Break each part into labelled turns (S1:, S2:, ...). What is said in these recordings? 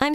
S1: I'm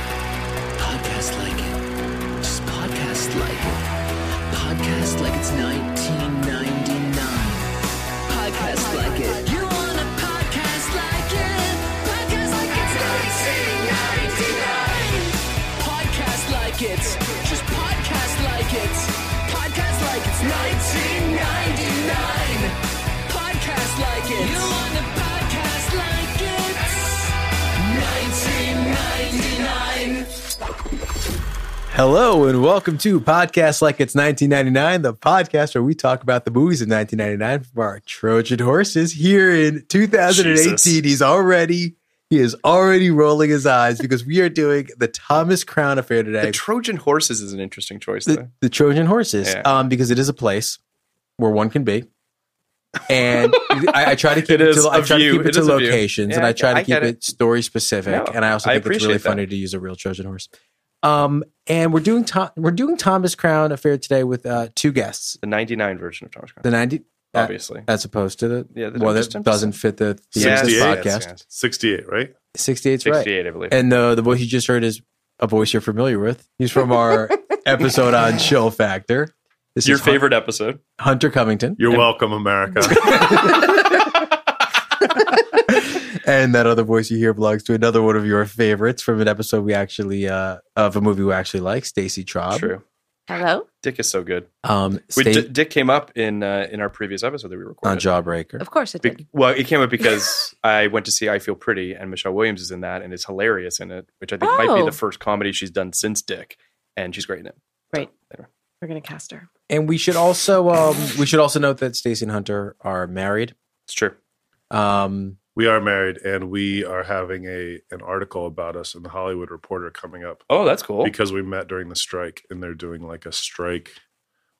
S2: Podcast like it. Just podcast like it. Podcast like it's 1999. Podcast like it. You want a podcast like it? Podcast like it's 1999. Podcast like it. Just podcast like it. Podcast like it's 1999. Podcast like it. You want a podcast like it? 1999.
S3: Hello and welcome to Podcast Like It's 1999, the podcast where we talk about the movies of 1999 from our Trojan horses here in 2018.
S4: Jesus.
S3: He's already he is already rolling his eyes because we are doing the Thomas Crown affair today.
S4: The Trojan horses is an interesting choice,
S3: The,
S4: though.
S3: the Trojan horses,
S4: Yeah.
S3: um, because it is a place where one can be. And I, I try to keep
S4: It
S3: it,
S4: is
S3: to, I
S4: a
S3: try to,
S4: view.
S3: keep it
S4: It
S3: to
S4: is a view.
S3: locations, and
S4: Yeah,
S3: I try to
S4: I
S3: keep
S4: get
S3: it,
S4: it.
S3: story specific.
S4: No,
S3: and I also
S4: I
S3: think it's really
S4: appreciate that.
S3: funny to use a real Trojan horse. Um, and we're doing Tho- we're doing Thomas Crown affair today with uh, two guests.
S4: The 99 version of Thomas Crown,
S3: The ninety, uh,
S4: obviously.
S3: as opposed to the
S4: Yeah, the-
S3: one
S4: just-
S3: that
S4: I'm just-
S3: doesn't fit the theme of this
S4: 68.
S3: podcast.
S4: Yes, yes.
S5: 68, right?
S3: Sixty eight's right.
S4: 68, I believe.
S3: And the the voice you just heard is a voice you're familiar with. He's from our episode on Chill Factor. This
S4: Your
S3: is Hun-
S4: favorite episode.
S3: Hunter Covington
S5: You're welcome, America.
S3: and that other voice you hear belongs to another one of your favorites from an episode we actually uh of a movie we actually like, Stacy Traub.
S4: True.
S6: Hello?
S4: Dick is so good.
S3: Um
S4: We,
S3: Sta-
S4: D- Dick came up in uh, in our previous episode that we
S3: on
S4: recorded.
S3: Jawbreaker.
S6: Of course it
S4: Be-
S6: did.
S4: well, it came up because I went to see I Feel Pretty, and Michelle Williams is in that, and it's hilarious in it, which I think might be
S6: Oh.
S4: the first comedy she's done since Dick, and she's great in it.
S6: Great.
S4: Anyway.
S6: We're going to cast her.
S3: And we should also um we should also note that Stacy and Hunter are married.
S4: It's true.
S3: Um
S5: we are married and we are having a an article about us in the Hollywood Reporter coming up
S4: Oh, that's cool.
S5: because we met during the strike and they're doing like a strike.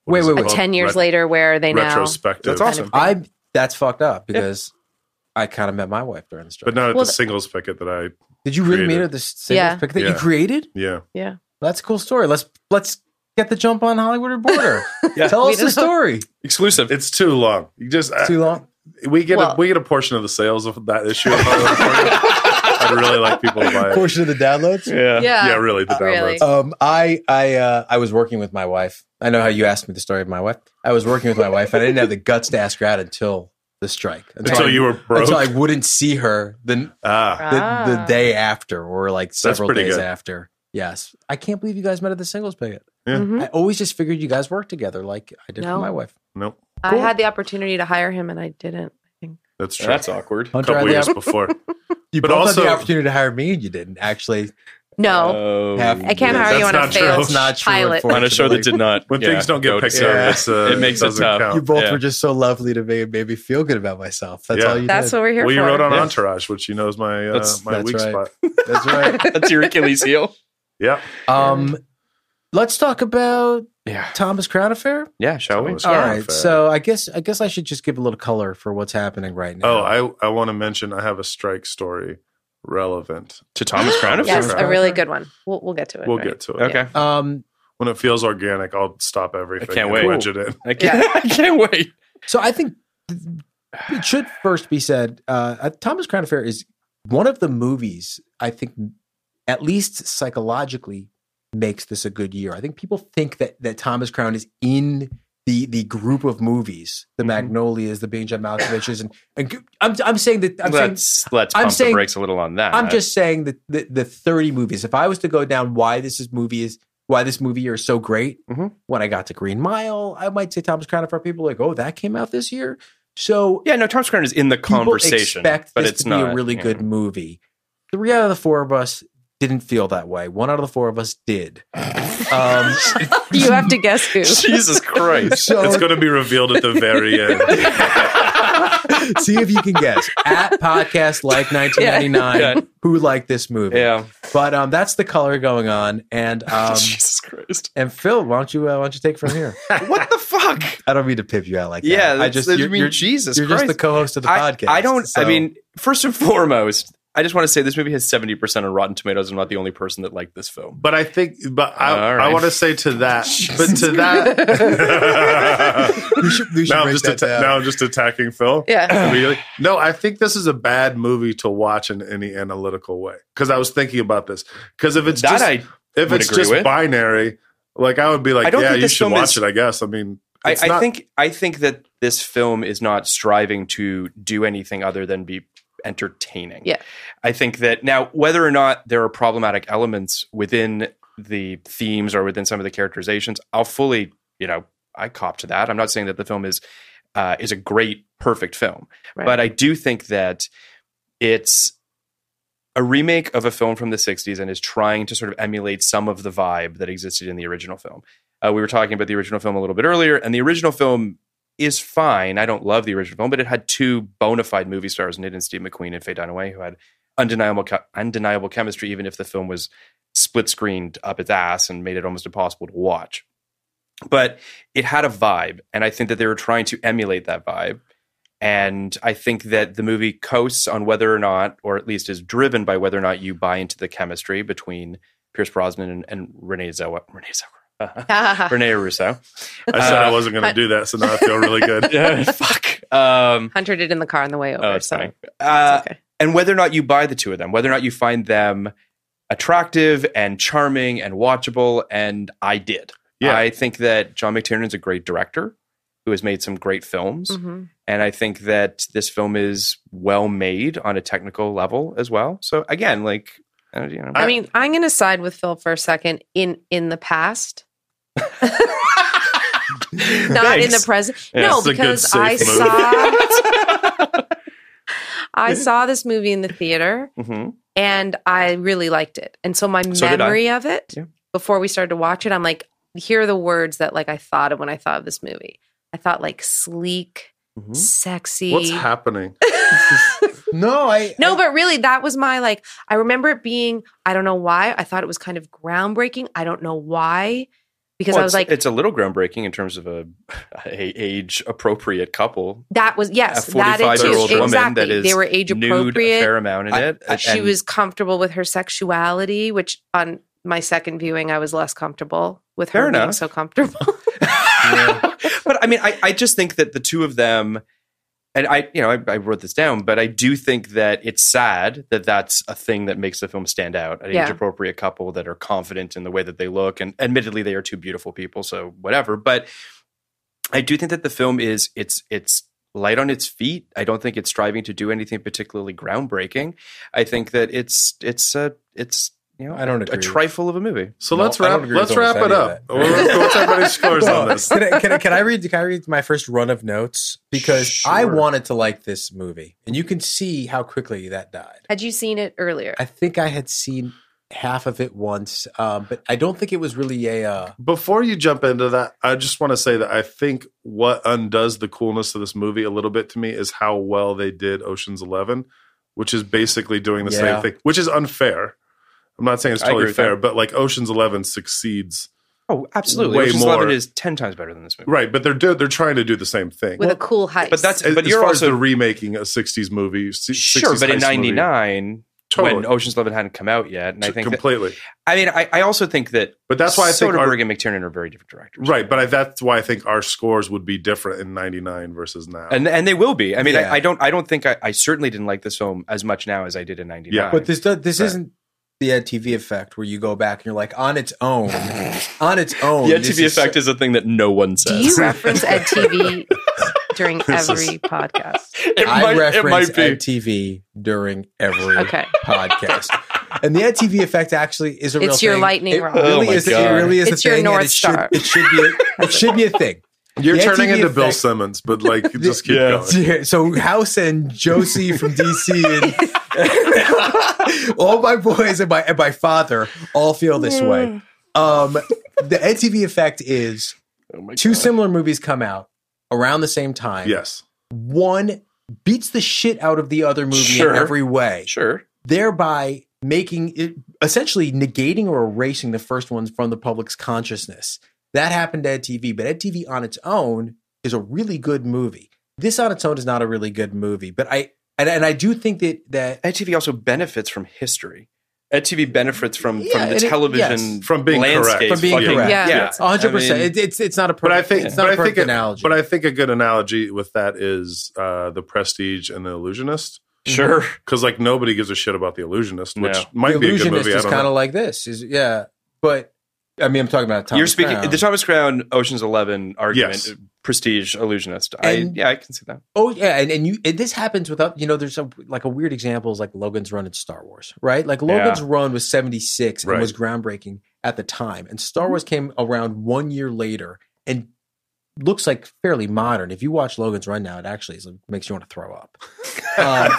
S5: what
S3: Wait,
S5: is
S3: wait,
S5: it
S3: wait.
S5: called?
S6: 10 years
S5: Ret-
S6: later, where are they now?
S5: Retrospective.
S4: That's awesome.
S3: I that's fucked up because I kind of met my wife during the strike.
S5: But not at
S6: Well,
S5: the
S6: th-
S5: singles picket that I,
S3: Did you really meet
S5: created.
S3: her at the singles
S6: Yeah.
S3: pick that you
S5: Yeah.
S3: created?
S5: yeah.
S6: Yeah.
S3: That's a cool story. Let's let's get the jump on Hollywood Reporter.
S4: Yeah.
S3: Tell
S6: We
S3: us the
S6: don't-
S3: story.
S4: Exclusive.
S5: It's too long. You just, I-
S3: Too long.
S5: we get
S6: Well-
S5: a, we get a portion of the sales of that issue. Of Hollywood Reporter. I'd really like people to buy it.
S3: Portion of the downloads.
S4: yeah.
S6: Yeah.
S5: uh, Yeah, really, the
S6: Uh,
S5: downloads.
S6: really.
S3: Um, I I uh, I was working with my wife. I know how you asked me the story of my wife. I was working with my wife, and I didn't have the guts to ask her out until the strike.
S5: Until
S3: I-
S5: you were broke.
S3: Until I wouldn't see her the
S5: Ah,
S3: the, the
S6: Ah.
S3: day after, or like several
S5: pretty
S3: days
S5: good.
S3: after. Yes, I can't believe you guys met at the singles picket.
S5: Yeah.
S6: Mhm.
S3: I always just figured you guys worked together, like I did
S6: No.
S3: with my wife.
S5: no,
S6: I had the opportunity to hire him and I didn't.
S5: that's true.
S4: That's awkward.
S5: a
S3: Hunter,
S5: couple
S3: I
S5: years
S3: had the,
S5: before.
S3: you
S5: But
S3: both had
S5: also-
S3: the opportunity to hire me, and you didn't actually.
S6: No,
S4: Oh.
S3: Have-
S6: I can't
S3: Yeah,
S6: hire you
S5: that's
S6: on a
S5: not true.
S6: failed
S5: That's
S3: not true,
S6: pilot.
S3: unfortunately.
S4: on a show that did not
S5: When
S4: yeah,
S5: things don't
S4: go
S5: get picked
S4: to-
S3: yeah.
S5: up, it's, uh,
S4: It makes it
S5: doesn't
S4: tough.
S5: count.
S3: You both
S4: Yeah.
S3: were just so lovely to me and made me feel good about myself. That's
S5: Yeah.
S3: all you
S6: That's
S3: did.
S6: what we're here
S5: Well, you
S6: for.
S5: wrote on
S4: Yeah.
S5: Entourage, which you know is my uh,
S3: That's-
S5: my
S3: that's
S5: weak
S3: right.
S5: spot.
S3: That's right.
S4: That's your Achilles heel.
S5: Yeah,
S3: Um, let's talk about
S4: Yeah.
S3: Thomas Crown affair?
S4: Yeah. Shall we?
S5: Thomas
S3: All
S5: Crown
S3: right.
S5: affair.
S3: So I guess I guess I should just give a little color for what's happening right now.
S5: Oh, I I want to mention I have a strike story relevant.
S4: To Thomas Crown affair.
S6: yes,
S5: Sure.
S6: a really good one. We'll, we'll get to it.
S5: We'll
S6: right?
S5: get to it.
S4: Okay.
S3: Um,
S5: When it feels organic, I'll stop everything.
S4: I can't
S5: and
S4: wait.
S5: wedge it in.
S4: I can't. I can't wait.
S3: so I think th- it should first be said. Uh, uh, Thomas Crown affair is one of the movies I think, at least psychologically, makes this a good year. I think people think that that Thomas Crown is in. The, the group of movies, the
S5: Mm-hmm.
S4: Mhm.
S3: Magnolias, the Benjamin Malkoviches, and, and I'm, I'm saying that I'm saying
S4: let's let's
S3: I'm
S4: pump
S3: saying-
S4: the brakes a little on that.
S3: I'm just saying that the, the 30 movies. If I was to go down why this is movie is why this movie year is so great,
S4: Mhm.
S3: when I got to Green Mile, I might say Thomas Crown for people like, oh, that came out this year. So
S4: Yeah, no, Thomas Crown is in the
S3: people
S4: conversation,
S3: expect
S4: but
S3: this
S4: it's
S3: to
S4: not
S3: be a really
S4: yeah.
S3: good movie. Three out of the four of us didn't feel that way. One out of the four of us did. um,
S6: You have to guess who.
S4: Jesus Christ!
S5: It's
S3: so
S5: going to be revealed at the very end.
S3: see if you can guess at podcast like 1999
S4: Yeah.
S3: who liked this movie.
S4: yeah,
S3: But um, that's the color going on, and um,
S4: Jesus Christ!
S3: And Phil, why don't you uh, why don't you take it from here?
S4: What the fuck?
S3: I don't mean to pip you out like that.
S4: Yeah,
S3: I
S4: that's-
S3: just
S4: I
S3: you're,
S4: mean,
S3: you're-
S4: Jesus
S3: you're just
S4: Christ.
S3: the co-host of the
S4: I,
S3: podcast.
S4: I don't. I
S3: so-
S4: mean, first and foremost, I just want to say this movie has seventy percent on Rotten Tomatoes. I'm not the only person that liked this film.
S5: But I think, but I,
S4: All right.
S5: I want to say to that, but to that.
S3: we should, we should
S5: now, I'm
S3: break
S5: just
S3: that
S5: atta-
S3: down.
S5: now I'm just attacking Phil.
S6: Yeah.
S5: Really? No, I think this is a bad movie to watch in any analytical way. Because I was thinking about this. Because if it's
S4: that
S5: just,
S4: I
S5: if
S4: would
S5: it's
S4: agree
S5: just
S4: with.
S5: binary, like I would be
S4: I
S5: like,
S4: don't
S5: yeah,
S4: think
S5: you
S4: this
S5: should
S4: film
S5: watch
S4: is-
S5: it. I guess. I mean,
S4: I,
S5: it's
S4: I
S5: not-
S4: think I think that this film is not striving to do anything other than be entertaining.
S6: Yeah.
S4: I think that now whether or not there are problematic elements within the themes or within some of the characterizations, I'll fully, you know, I cop to that. I'm not saying that the film is uh, is a great, perfect film,
S6: Right.
S4: but I do think that it's a remake of a film from the 60s and is trying to sort of emulate some of the vibe that existed in the original film. Uh, we were talking about the original film a little bit earlier, and the original film is fine. I don't love the original film, but it had two bona fide movie stars in it, and Steve McQueen and Faye Dunaway, who had undeniable, che- undeniable chemistry, even if the film was split screened up its ass and made it almost impossible to watch. But it had a vibe, and I think that they were trying to emulate that vibe. And I think that the movie coasts on whether or not, or at least is driven by whether or not you buy into the chemistry between Pierce Brosnan and, and Renee Zellwe- Renee Zellweger. Renee Russo.
S5: I said I
S4: Uh,
S5: wasn't going to do that, so now I feel really good.
S4: Yeah, fuck. Um,
S6: Hunter did in the car on the way over.
S4: oh, it's
S6: so
S4: funny.
S6: it's
S4: Uh,
S6: okay.
S4: and whether or not you buy the two of them, whether or not you find them attractive and charming and watchable, and I did.
S5: Yeah.
S4: I think that John McTiernan's a great director who has made some great films.
S6: Mhm.
S4: And I think that this film is well made on a technical level as well. So again, like, uh, you know,
S6: I mean, I'm going to side with Phil for a second. In in the past, not in the
S4: Thanks.
S6: present.
S4: Yeah,
S6: no,
S5: it's a good,
S6: because
S5: safe
S6: I
S5: move.
S6: saw I saw this movie in the theater
S4: Mhm.
S6: and I really liked it. And so my
S4: So did I.
S6: memory of it
S4: Yeah.
S6: before we started to watch it, I'm like, here are the words that like I thought of when I thought of this movie. I thought like sleek,
S4: Mhm.
S6: sexy.
S5: What's happening?
S3: no, I
S6: No, but really, that was my like. I remember it being. I don't know why. I thought it was kind of groundbreaking. I don't know why, because
S4: Well,
S6: I was
S4: it's-
S6: like,
S4: it's a little groundbreaking in terms of a, a age appropriate couple
S6: that was yes,
S4: a
S6: that
S4: 45
S6: it
S4: year
S6: too.
S4: old woman
S6: exactly.
S4: that is
S6: they were age
S4: nude a
S6: appropriate.
S4: fair amount in
S3: I-
S4: it.
S3: I-
S6: uh, She
S4: and-
S6: was comfortable with her sexuality, which on my second viewing, I was less comfortable with her
S4: Fair
S6: being
S4: enough.
S6: so comfortable.
S4: but I mean, I, I just think that the two of them, and I, you know, I, I wrote this down, but I do think that it's sad that that's a thing that makes the film stand out. An
S6: Yeah.
S4: age appropriate couple that are confident in the way that they look, and admittedly, they are two beautiful people, so whatever. But I do think that the film is it's it's light on its feet. I don't think it's striving to do anything particularly groundbreaking. I think that it's it's a it's you know
S3: I don't agree.
S4: a trifle of a movie.
S5: So
S3: No,
S5: let's
S3: I don't
S5: wrap.
S3: agree with
S5: Let's wrap
S3: almost any
S5: it
S3: of
S5: up.
S3: that.
S5: What's what's everybody's scores on
S3: Well,
S5: this?
S3: can, I, can, I, can I read? Can I read my first run of notes because I
S4: Sure.
S3: wanted to like this movie, and you can see how quickly that died.
S6: Had you seen it earlier?
S3: I think I had seen half of it once, um, but I don't think it was really a. Uh,
S5: Before you jump into that, I just want to say that I think what undoes the coolness of this movie a little bit to me is how well they did Ocean's Eleven, which is basically doing the
S3: Yeah.
S5: same thing, which is unfair. I'm not saying it's
S4: I agree
S5: totally
S4: with that.
S5: fair, but like Ocean's Eleven succeeds
S4: Oh, absolutely.
S5: Way
S4: Ocean's
S5: more.
S4: Eleven is ten times better than this movie.
S5: Right, but they're do- they're trying to do the same thing.
S6: with a cool heist.
S4: But that's
S5: As-
S4: but
S5: as
S4: you're
S5: far
S4: also
S5: as the remaking a '60s movie, si- 60s
S4: sure. But in
S5: heist movie.
S4: '99,
S5: Totally.
S4: when Ocean's Eleven hadn't come out yet, and I
S5: T-
S4: think that-
S5: completely.
S4: I mean I, I also think that
S5: But that's why I think our-
S4: Soderbergh and McTiernan are very different directors.
S5: Right, but I, that's why I think our scores would be different in '99 versus now.
S4: and and they will be. I mean,
S3: Yeah.
S4: I, I don't I don't think I, I certainly didn't like this film as much now as I did in '99.
S5: Yeah.
S3: But this does, this
S4: Right.
S3: isn't the Ed TV effect where you go back and you're like on its own, on its own.
S4: the
S3: this
S4: TV effect is a thing that no one
S6: Do
S4: says.
S6: you reference Ed TV during every podcast?
S4: it,
S3: I
S4: might, it
S3: reference
S4: might be.
S3: Ed TV during every
S6: Okay.
S3: podcast. And the Ed TV effect actually is a real
S6: It's your
S3: thing.
S6: lightning
S3: it
S6: rod.
S3: Really
S4: Oh my
S3: is, it
S4: God.
S3: really is
S6: It's
S3: a
S6: your
S3: thing.
S6: North
S3: and it, should,
S6: Star.
S3: it should be a, it should be a thing.
S5: You're
S3: The
S5: turning
S3: NTV
S5: into Bill
S3: effect-
S5: Simmons, but like just keep
S4: Yeah.
S5: going.
S3: Yeah, So House and Josie from DC and all my boys and my and my father all feel this way. Um, the NTV effect is
S4: Oh my
S3: two
S4: God.
S3: similar movies come out around the same time.
S5: Yes,
S3: One beats the shit out of the other movie
S4: Sure.
S3: in every way,
S4: Sure.
S3: thereby making it essentially negating or erasing the first ones from the public's consciousness. That happened to EdTV, but EdTV on its own is a really good movie. This on its own is not a really good movie, but I and, and I do think that that
S4: EdTV also benefits from history. EdTV benefits from
S3: Yeah,
S4: from the
S3: it-
S4: television
S3: yes.
S5: From being correct.
S4: landscape.
S3: From being
S4: fucking-
S3: correct.
S6: Yeah.
S4: yeah.
S6: Yeah.
S4: I
S3: 100. percent
S4: mean,
S3: it, It's it's not a perfect.
S5: but I think,
S3: it's not
S5: but
S3: a
S5: I
S3: perfect
S5: think, a,
S3: analogy.
S5: but I think a good analogy with that is uh, the Prestige and the Illusionist,
S4: sure.
S5: because like nobody gives a shit about the Illusionist, which
S4: No.
S5: might
S3: the
S5: be a good
S3: illusionist
S5: movie. I
S3: is
S5: don't
S3: kind
S5: know.
S3: of like this. Is yeah, but I mean, I'm talking about Thomas
S4: You're speaking
S3: Crown.
S4: the Thomas Crown Ocean's Eleven argument,
S5: Yes.
S4: prestige illusionist. I
S3: And-
S4: yeah, I can see that.
S3: Oh yeah, and, and you and this happens without you know. There's some like a weird example is like Logan's Run in Star Wars, right? Like Logan's Run was 76
S5: Right.
S3: and was groundbreaking at the time, and Star Wars came around one year later and looks like fairly modern. If you watch Logan's Run now, it actually is, makes you want to throw up. Um,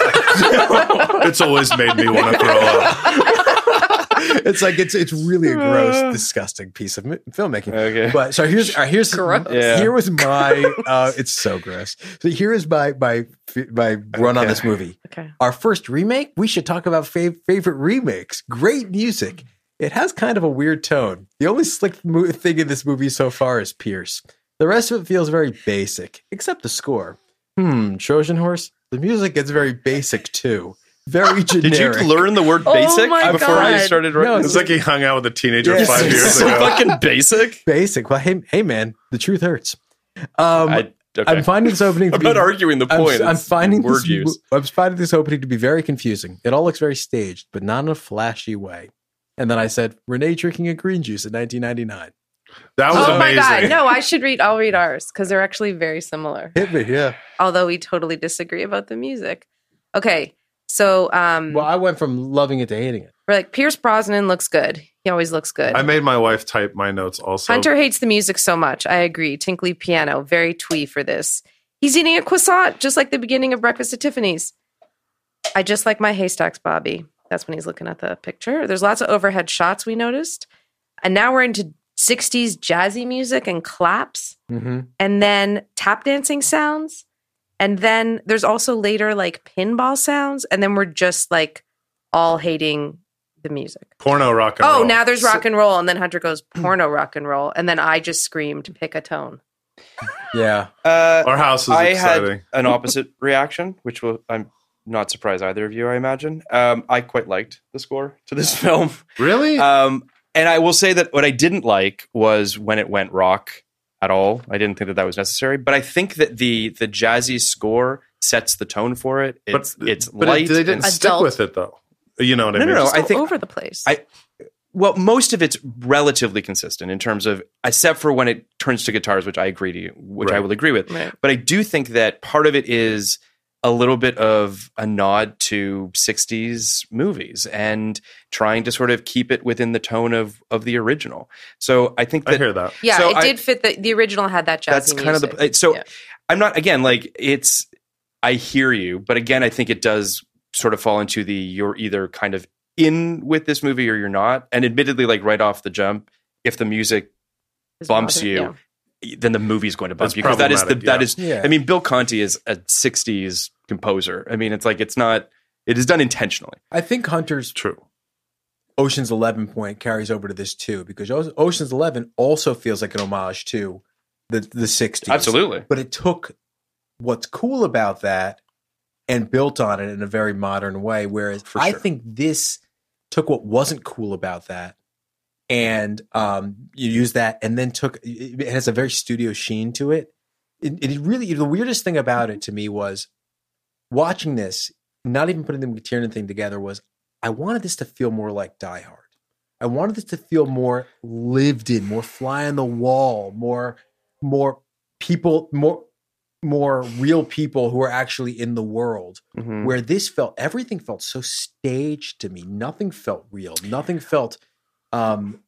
S5: it's always made me want to throw up.
S3: it's like it's it's really a gross, disgusting piece of mi- filmmaking.
S4: Okay.
S3: But so here's uh, here's
S6: Gross.
S4: Yeah.
S3: here was my uh, it's so gross. So here is my my my run on
S4: Okay.
S3: this movie.
S6: Okay.
S3: our first remake, we should talk about fav- favorite remakes. Great music. It has kind of a weird tone. The only slick mo- thing in this movie so far is Pierce. The rest of it feels very basic, except the score. Hmm, Trojan Horse? The music gets very basic too. Very
S4: Did
S3: generic.
S4: you learn the word
S6: Oh
S4: basic
S6: my
S4: before you
S6: God.
S4: started
S3: No,
S4: writing?
S5: It's like he hung out with a teenager
S3: Yes.
S5: five years
S4: so
S5: ago.
S4: fucking basic.
S3: basic? Well, hey, hey man, the truth hurts. Um, I,
S4: I, okay.
S3: am finding this opening. to
S4: I'm
S3: be-
S4: not arguing the
S3: I'm-
S4: point.
S3: I'm,
S4: It's
S3: finding
S4: word
S3: this,
S4: use.
S3: I'm finding this opening to be very confusing. It all looks very staged, but not in a flashy way. And then I said, Renee drinking a green juice in 1999.
S5: That was
S6: oh my
S5: amazing.
S6: god! No, I should read. I'll read ours because they're actually very similar.
S3: Hit me, yeah.
S6: Although we totally disagree about the music. Okay, so um,
S3: Well, I went from loving it to hating it.
S6: we're like Pierce Brosnan looks good. He always looks good.
S5: I made my wife type my notes also.
S6: Hunter hates the music so much. I agree. Tinkly piano, very twee for this. He's eating a croissant, just like the beginning of Breakfast at Tiffany's. I just like my haystacks, Bobby. That's when he's looking at the picture. There's lots of overhead shots we noticed. And now we're into 60s jazzy music and claps and then tap dancing sounds. And then there's also later like pinball sounds. And then we're just like all hating the music.
S5: porno rock and
S6: Oh,
S5: roll.
S6: now there's rock and roll, and then Hunter goes porno rock and roll, and then I just screamed, pick a tone.
S3: Yeah.
S4: Uh,
S5: our house is
S4: I
S5: exciting.
S4: had an opposite reaction, which will I'm not surprised either of you. I imagine. Um, I quite liked the score to this film.
S5: really?
S4: Um, and I will say that what I didn't like was when it went rock at all. I didn't think that that was necessary, but I think that the the jazzy score sets the tone for it. It's it's
S5: but it-
S4: light.
S5: they didn't
S4: and-
S5: stick
S6: Adult.
S5: with it though. You know what I
S4: No,
S5: mean?
S4: no, no,
S5: Just-
S4: I
S6: All
S4: think-
S6: over the place.
S4: I- well, most of it's relatively consistent in terms of, except for when it turns to guitars, which I agree to, you, which I
S5: Right.
S4: will agree with.
S6: Right.
S4: But I do think that part of it is a little bit of a nod to 60s movies and trying to sort of keep it within the tone of of the original. So I think
S5: I
S4: that
S5: hear that.
S6: yeah,
S4: so
S6: it
S4: I-
S6: did fit the the original had that jazzy.
S4: that's kind of the
S6: music.
S4: so
S6: Yeah.
S4: i'm not again like it's i hear you but again i think it does sort of fall into the you're either kind of in with this movie or you're not and admittedly like right off the jump if the music
S6: His
S4: bumps
S6: mother-
S4: you
S6: yeah.
S4: then the movie's going to bump
S5: That's
S4: you because that is the
S5: problematic,
S4: that is
S3: yeah. Yeah.
S4: i mean bill conti is a 60s composer i mean it's like it's not it is done intentionally
S3: I think Hunter's
S5: True.
S3: Ocean's Eleven point carries over to this too, because O- Ocean's Eleven also feels like an homage to the the '60s.
S4: Absolutely.
S3: but it took what's cool about that and built on it in a very modern way. Whereas
S4: For
S3: I
S4: sure.
S3: think this took what wasn't cool about that and um, you use that and then took it it has a very studio sheen to it. It, it really the weirdest thing about
S4: Mm-hmm.
S3: it to me was watching this, not even putting the McTiernan thing together was I wanted this to feel more like Die Hard. I wanted this to feel more lived in, more fly on the wall, more more people, more more real people who are actually in the world.
S4: Mhm.
S3: Where this felt everything felt so staged to me. Nothing felt real. Nothing felt um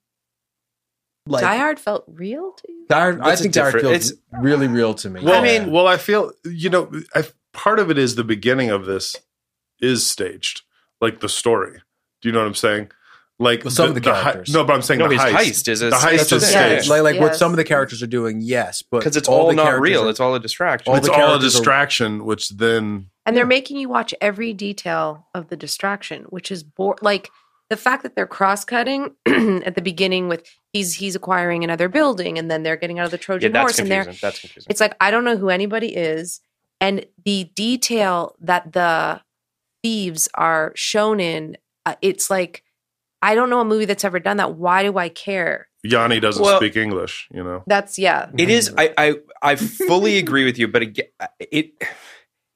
S3: like
S6: Die Hard felt real to you?
S3: Die Hard- I
S4: That's a
S3: think Die Hard
S4: different-
S3: feels
S4: it's-
S3: really real to me.
S5: Well,
S3: Yeah.
S5: well, I feel you know, I, part of it is the beginning of this is staged, like the story. Do you know what I'm saying? Like
S3: Well, some of the
S5: hi-
S3: characters.
S5: no, but I'm saying
S4: No,
S5: the
S4: his
S5: heist.
S4: heist is a-
S5: the
S4: that's
S5: heist is
S4: what I'm
S3: Yeah,
S4: saying.
S5: staged
S3: like like what
S6: Yes.
S3: some of the characters are doing, yes, but
S4: because it's all,
S3: the
S4: not
S3: characters
S4: real.
S3: are-
S4: it's all a distraction.
S3: all
S5: it's
S3: the
S5: all a
S3: characters are-
S5: distraction, which then
S6: And they're making you watch every detail of the distraction, which is bore like the fact that they're cross cutting at the beginning with he's he's acquiring another building and then they're getting out of the
S4: yeah,
S6: Trojan
S4: that's
S6: horse and they're
S4: confusing. That's confusing.
S6: it's like I don't know who anybody is, and the detail that the thieves are shown in, uh, it's like I don't know a movie that's ever done that. Why do I care?
S5: Yanni doesn't
S4: Well-
S5: speak English. You know,
S6: That's yeah.
S4: It is.
S5: Mm-hmm.
S4: I I, I fully agree with you, but it, it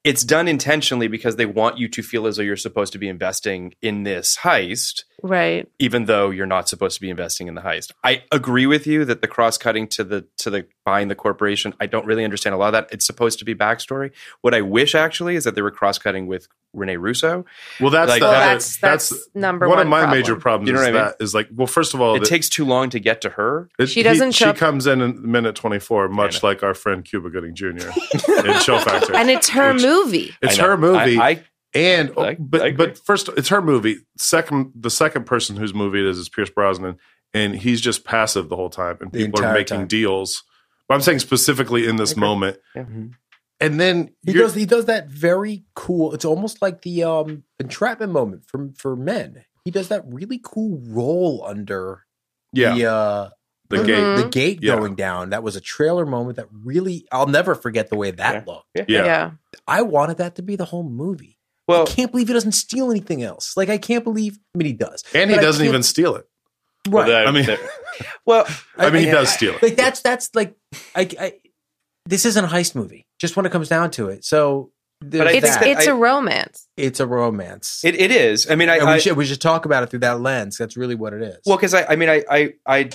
S4: it's done intentionally because they want you to feel as though you're supposed to be investing in this heist,
S6: Right.
S4: even though you're not supposed to be investing in the heist. I agree with you that the cross cutting to the to the buying the corporation. I don't really understand a lot of that. It's supposed to be backstory. What I wish actually is that they were cross cutting with Rene Russo.
S5: well, that's
S4: Like,
S5: the-
S6: Well,
S4: that-
S6: that's that's, number
S5: one of
S6: one.
S5: my
S6: problem.
S5: major problems.
S4: You know
S5: is
S4: what I mean?
S5: that is like, well, first of all,
S4: it
S5: that-
S4: takes too long to get to her.
S5: it-
S6: She doesn't
S5: he-
S6: show
S5: she
S6: up-
S5: comes in in minute 24, much like our friend Cuba Gooding Jr. in Chill Factor.
S6: And it's her
S5: Which-
S6: movie.
S5: It's
S4: I know.
S5: her movie.
S4: I, I
S5: And oh,
S4: I-
S5: but
S4: I agree.
S5: but first, it's her movie. Second, the second person whose movie it is is Pierce Brosnan, and he's just passive the whole time, and
S3: The
S5: people are
S3: entire
S5: making
S3: time.
S5: deals. But I'm saying specifically in this moment,
S4: Yeah.
S5: and then
S3: Mm-hmm. He
S5: you're-
S3: does. He does that very cool. It's almost like the um, entrapment moment for for men. He does that really cool roll under
S5: yeah,
S3: the uh,
S5: the
S6: Mhm.
S5: gate,
S3: the
S4: Mm-hmm.
S3: gate
S5: Yeah.
S3: going down. That was a trailer moment that really. I'll never forget the way that looked.
S5: yeah.
S3: I wanted that to be the whole movie.
S4: well,
S3: I can't believe he doesn't steal anything else. Like I can't believe. I mean, he does,
S5: and he
S3: But I
S5: doesn't
S3: can't-
S5: even steal it.
S3: right?
S5: I mean,
S4: well,
S5: I mean, he does steal it.
S3: Like that's that's like, I, I this isn't a heist movie. Just when it comes down to it, so there's
S4: I think
S6: It's
S4: that
S6: it's
S4: I-
S6: a romance.
S3: it's a romance.
S4: it, it is. I mean, I,
S3: and we,
S4: I-
S3: should, we should talk about it through that lens. That's really what it is.
S4: Well, because I, I mean, I, I, I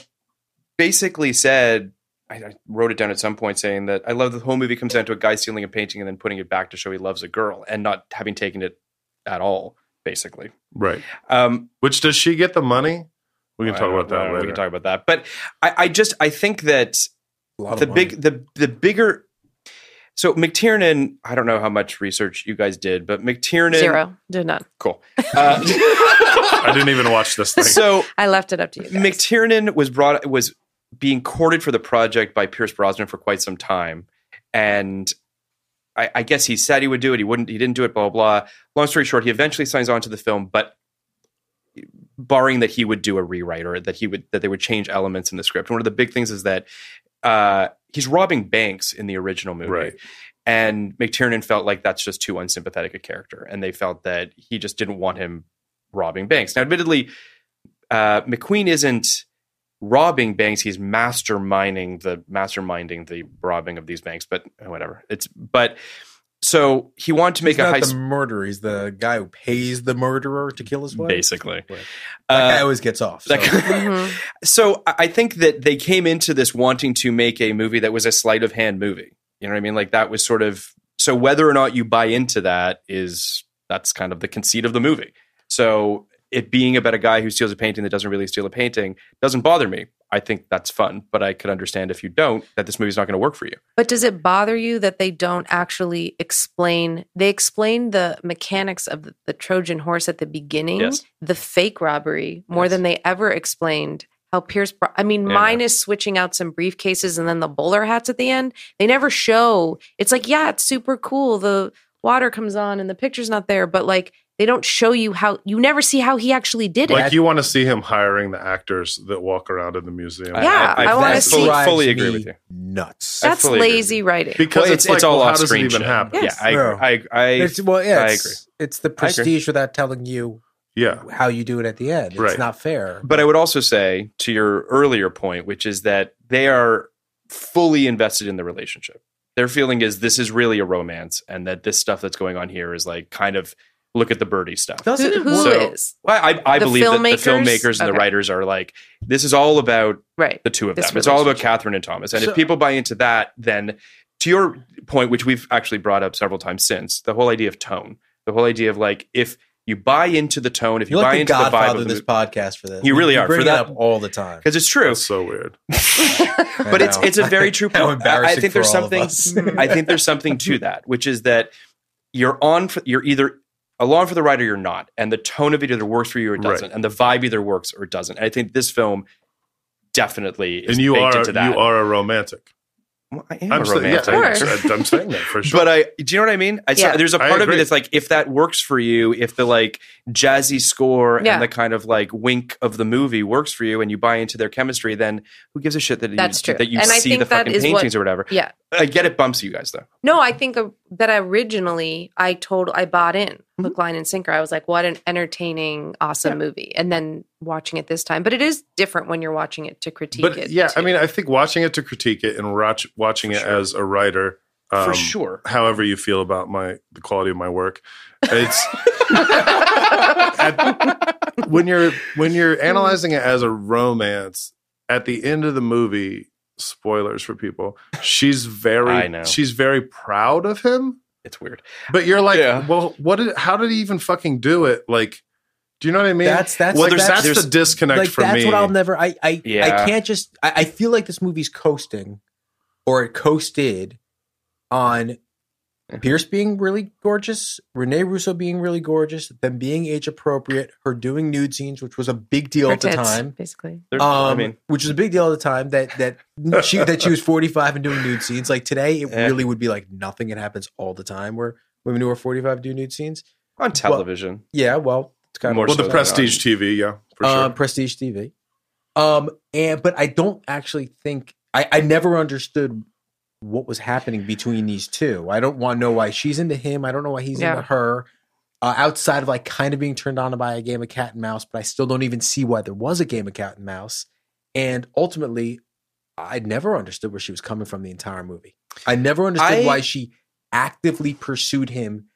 S4: basically said I, I wrote it down at some point saying that I love the whole movie comes down to a guy stealing a painting and then putting it back to show he loves a girl and not having taken it at all, basically.
S5: right?
S4: Um,
S5: Which does she get the money? We can
S4: I
S5: talk
S4: don't
S5: about that
S4: know,
S5: later.
S4: Uh, We can talk about that. But I, I just I think that
S3: A lot of
S4: the
S3: money.
S4: big the the bigger. So McTiernan, I don't know how much research you guys did, but McTiernan
S6: Zero. Did not.
S4: Cool. Uh,
S5: I didn't even watch this thing.
S4: so
S6: I left it up to you. guys.
S4: McTiernan was brought was being courted for the project by Pierce Brosnan for quite some time, and I, I guess he said he would do it. He wouldn't. He didn't do it. Blah blah. blah. Long story short, he eventually signs on to the film, but barring that he would do a rewrite or that he would that they would change elements in the script. One of the big things is that uh, he's robbing banks in the original movie,
S5: Right.
S4: and McTiernan felt like that's just too unsympathetic a character, and they felt that he just didn't want him robbing banks. Now, admittedly, uh, McQueen isn't robbing banks; he's masterminding the masterminding the robbing of these banks. But whatever, it's but so he wanted to make
S3: He's
S4: a
S3: not
S4: heist,
S3: the murderer. He's the guy who pays the murderer to kill his wife.
S4: basically.
S3: Right.
S4: Uh,
S3: that guy always gets off.
S4: that
S3: so.
S4: guy- so I I think that they came into this wanting to make a movie that was a sleight of hand movie. You know what I mean? Like that was sort of so whether or not you buy into that is that's kind of the conceit of the movie. So it being about a guy who steals a painting that doesn't really steal a painting doesn't bother me. I think that's fun, but I could understand if you don't that this movie's not going to work for you.
S6: But does it bother you that they don't actually explain? They explain the mechanics of the, the Trojan horse at the beginning,
S4: Yes.
S6: the fake robbery, more
S4: Yes.
S6: than they ever explained how Pierce. Bro- I mean,
S4: Yeah, I
S6: mine is switching out some briefcases and then the bowler hats at the end. They never show. It's like, yeah, it's super cool. The water comes on and the picture's not there, but like They don't show you how you never see how he actually did it.
S5: Like you want to see him hiring the actors that walk around in the museum.
S6: Yeah, I wanna
S4: that's
S6: see-
S4: fully,
S3: Drives
S4: fully agree
S3: me
S4: with you.
S3: Nuts.
S4: I
S6: That's
S4: fully agree.
S6: lazy writing.
S5: Because
S4: Well,
S5: it's, like, well, how does it
S4: screen
S5: even
S4: shit.
S5: happen?
S6: Yes.
S4: Yeah, I agree. I, I,
S3: it's, well, yeah,
S4: I
S3: it's-
S4: agree.
S3: It's the
S4: I agree.
S3: prestige without telling you
S5: Yeah.
S3: how you do it at the end. It's
S5: Right.
S3: not fair.
S4: But I would also say to your earlier point, which is that they are fully invested in the relationship. Their feeling is this is really a romance, and that this stuff that's going on here is like kind of look at the birdie stuff.
S6: Who-
S3: Doesn't it
S6: who
S3: work?
S4: So-
S6: is?
S4: Well, I, I
S6: The
S4: believe that the
S6: filmmakers?
S4: filmmakers and the
S6: Okay.
S4: writers are like this is all about
S6: Right.
S4: the two of
S6: This
S4: them. It's all about
S6: relationship.
S4: Catherine and Thomas. And
S3: So-
S4: if people buy into that, then to your point, which we've actually brought up several times since, the whole idea of tone, the whole idea of like if you buy into the tone, if you
S3: You're
S4: buy
S3: like the
S4: into the vibe
S3: godfather of
S4: of
S3: this
S4: the
S3: podcast for this.
S4: You really are.
S3: Bring
S4: For
S3: it
S4: that-
S3: up all the time.
S4: because it's true.
S5: That's so weird.
S4: but it's it's a very true
S3: How
S4: point. I- I
S3: embarrassing
S4: think
S3: for
S4: there's
S3: all of
S4: something.
S3: us.
S4: I think there's something to that, which is that you're on. For, you're either along for the ride or you're not, and the tone of it either works for you or it
S5: Right.
S4: doesn't, and the vibe either works or it doesn't. And I think this film definitely is
S5: And you
S4: baked
S5: are
S4: into that.
S5: you are a romantic.
S4: Well, I am
S5: I'm
S4: a
S5: saying-
S4: romantic.
S5: yeah, I'm
S6: Sure.
S5: sa- I'm saying that for sure.
S4: But I, do you know what I mean? I, so
S6: Yeah.
S4: there's a
S5: I
S4: part of
S5: agree.
S4: me that's like, if that works for you, if the like jazzy score
S6: Yeah.
S4: and the kind of like wink of the movie works for you, and you buy into their chemistry, then who gives a shit that
S6: That's
S4: you,
S6: true.
S4: that you
S6: And I
S4: see
S6: think
S4: the
S6: that
S4: fucking
S6: is what-
S4: paintings or whatever?
S6: Yeah.
S4: I get it bumps you guys though.
S6: No, I think uh, that originally I told I bought in
S3: Mm-hmm.
S6: hook, line, and sinker. I was like, "What an entertaining, awesome movie!" And then watching it this time, but it is different when you're watching it to critique
S5: but
S6: it.
S5: yeah, I
S6: too.
S5: mean, I think watching it to critique it and watch, watching
S4: For
S5: it
S4: sure.
S5: as a writer, um,
S4: for sure.
S5: However you feel about my the quality of my work, it's at- when you're when you're analyzing it as a romance. At the end of the movie, spoilers for people, she's very
S4: I know.
S5: she's very proud of him.
S4: It's weird.
S5: But you're like,
S4: Yeah.
S5: well, what? Did, how did he even fucking do it? Like, do you know what I mean?
S3: That's- that's-
S5: well,
S3: like,
S5: there's,
S3: that's-
S5: that's,
S4: there's-
S5: the disconnect
S3: like
S5: for
S3: that's
S5: me.
S3: what I'll never. I I I
S4: Yeah.
S3: can't just. I, I feel like this movie's coasting, or it coasted, on Pierce being really gorgeous, Renee Russo being really gorgeous, them being age appropriate, her doing nude scenes, which was a big deal
S6: Or
S3: at the
S6: tits,
S3: time.
S6: basically.
S4: There-
S3: Um,
S4: I mean,
S3: which was a big deal at the time that that she that she was forty five and doing nude scenes. Like today, it
S4: Yeah.
S3: really would be like nothing. It happens all the time where women who are forty five do nude scenes.
S4: on television,
S3: Yeah, well, it's kind of
S4: More
S5: well, the
S4: so
S5: prestige TV, yeah, for
S3: um,
S5: sure.
S3: Prestige TV. Um, and but I don't actually think I, I never understood what was happening between these two. I don't want to know why she's into him. I don't know why he's
S6: Yeah.
S3: into her. Uh, outside of like kind of being turned on by a game of cat and mouse, but I still don't even see why there was a game of cat and mouse. And ultimately, I never understood where she was coming from the entire movie. I never understood
S4: I-
S3: why she actively pursued him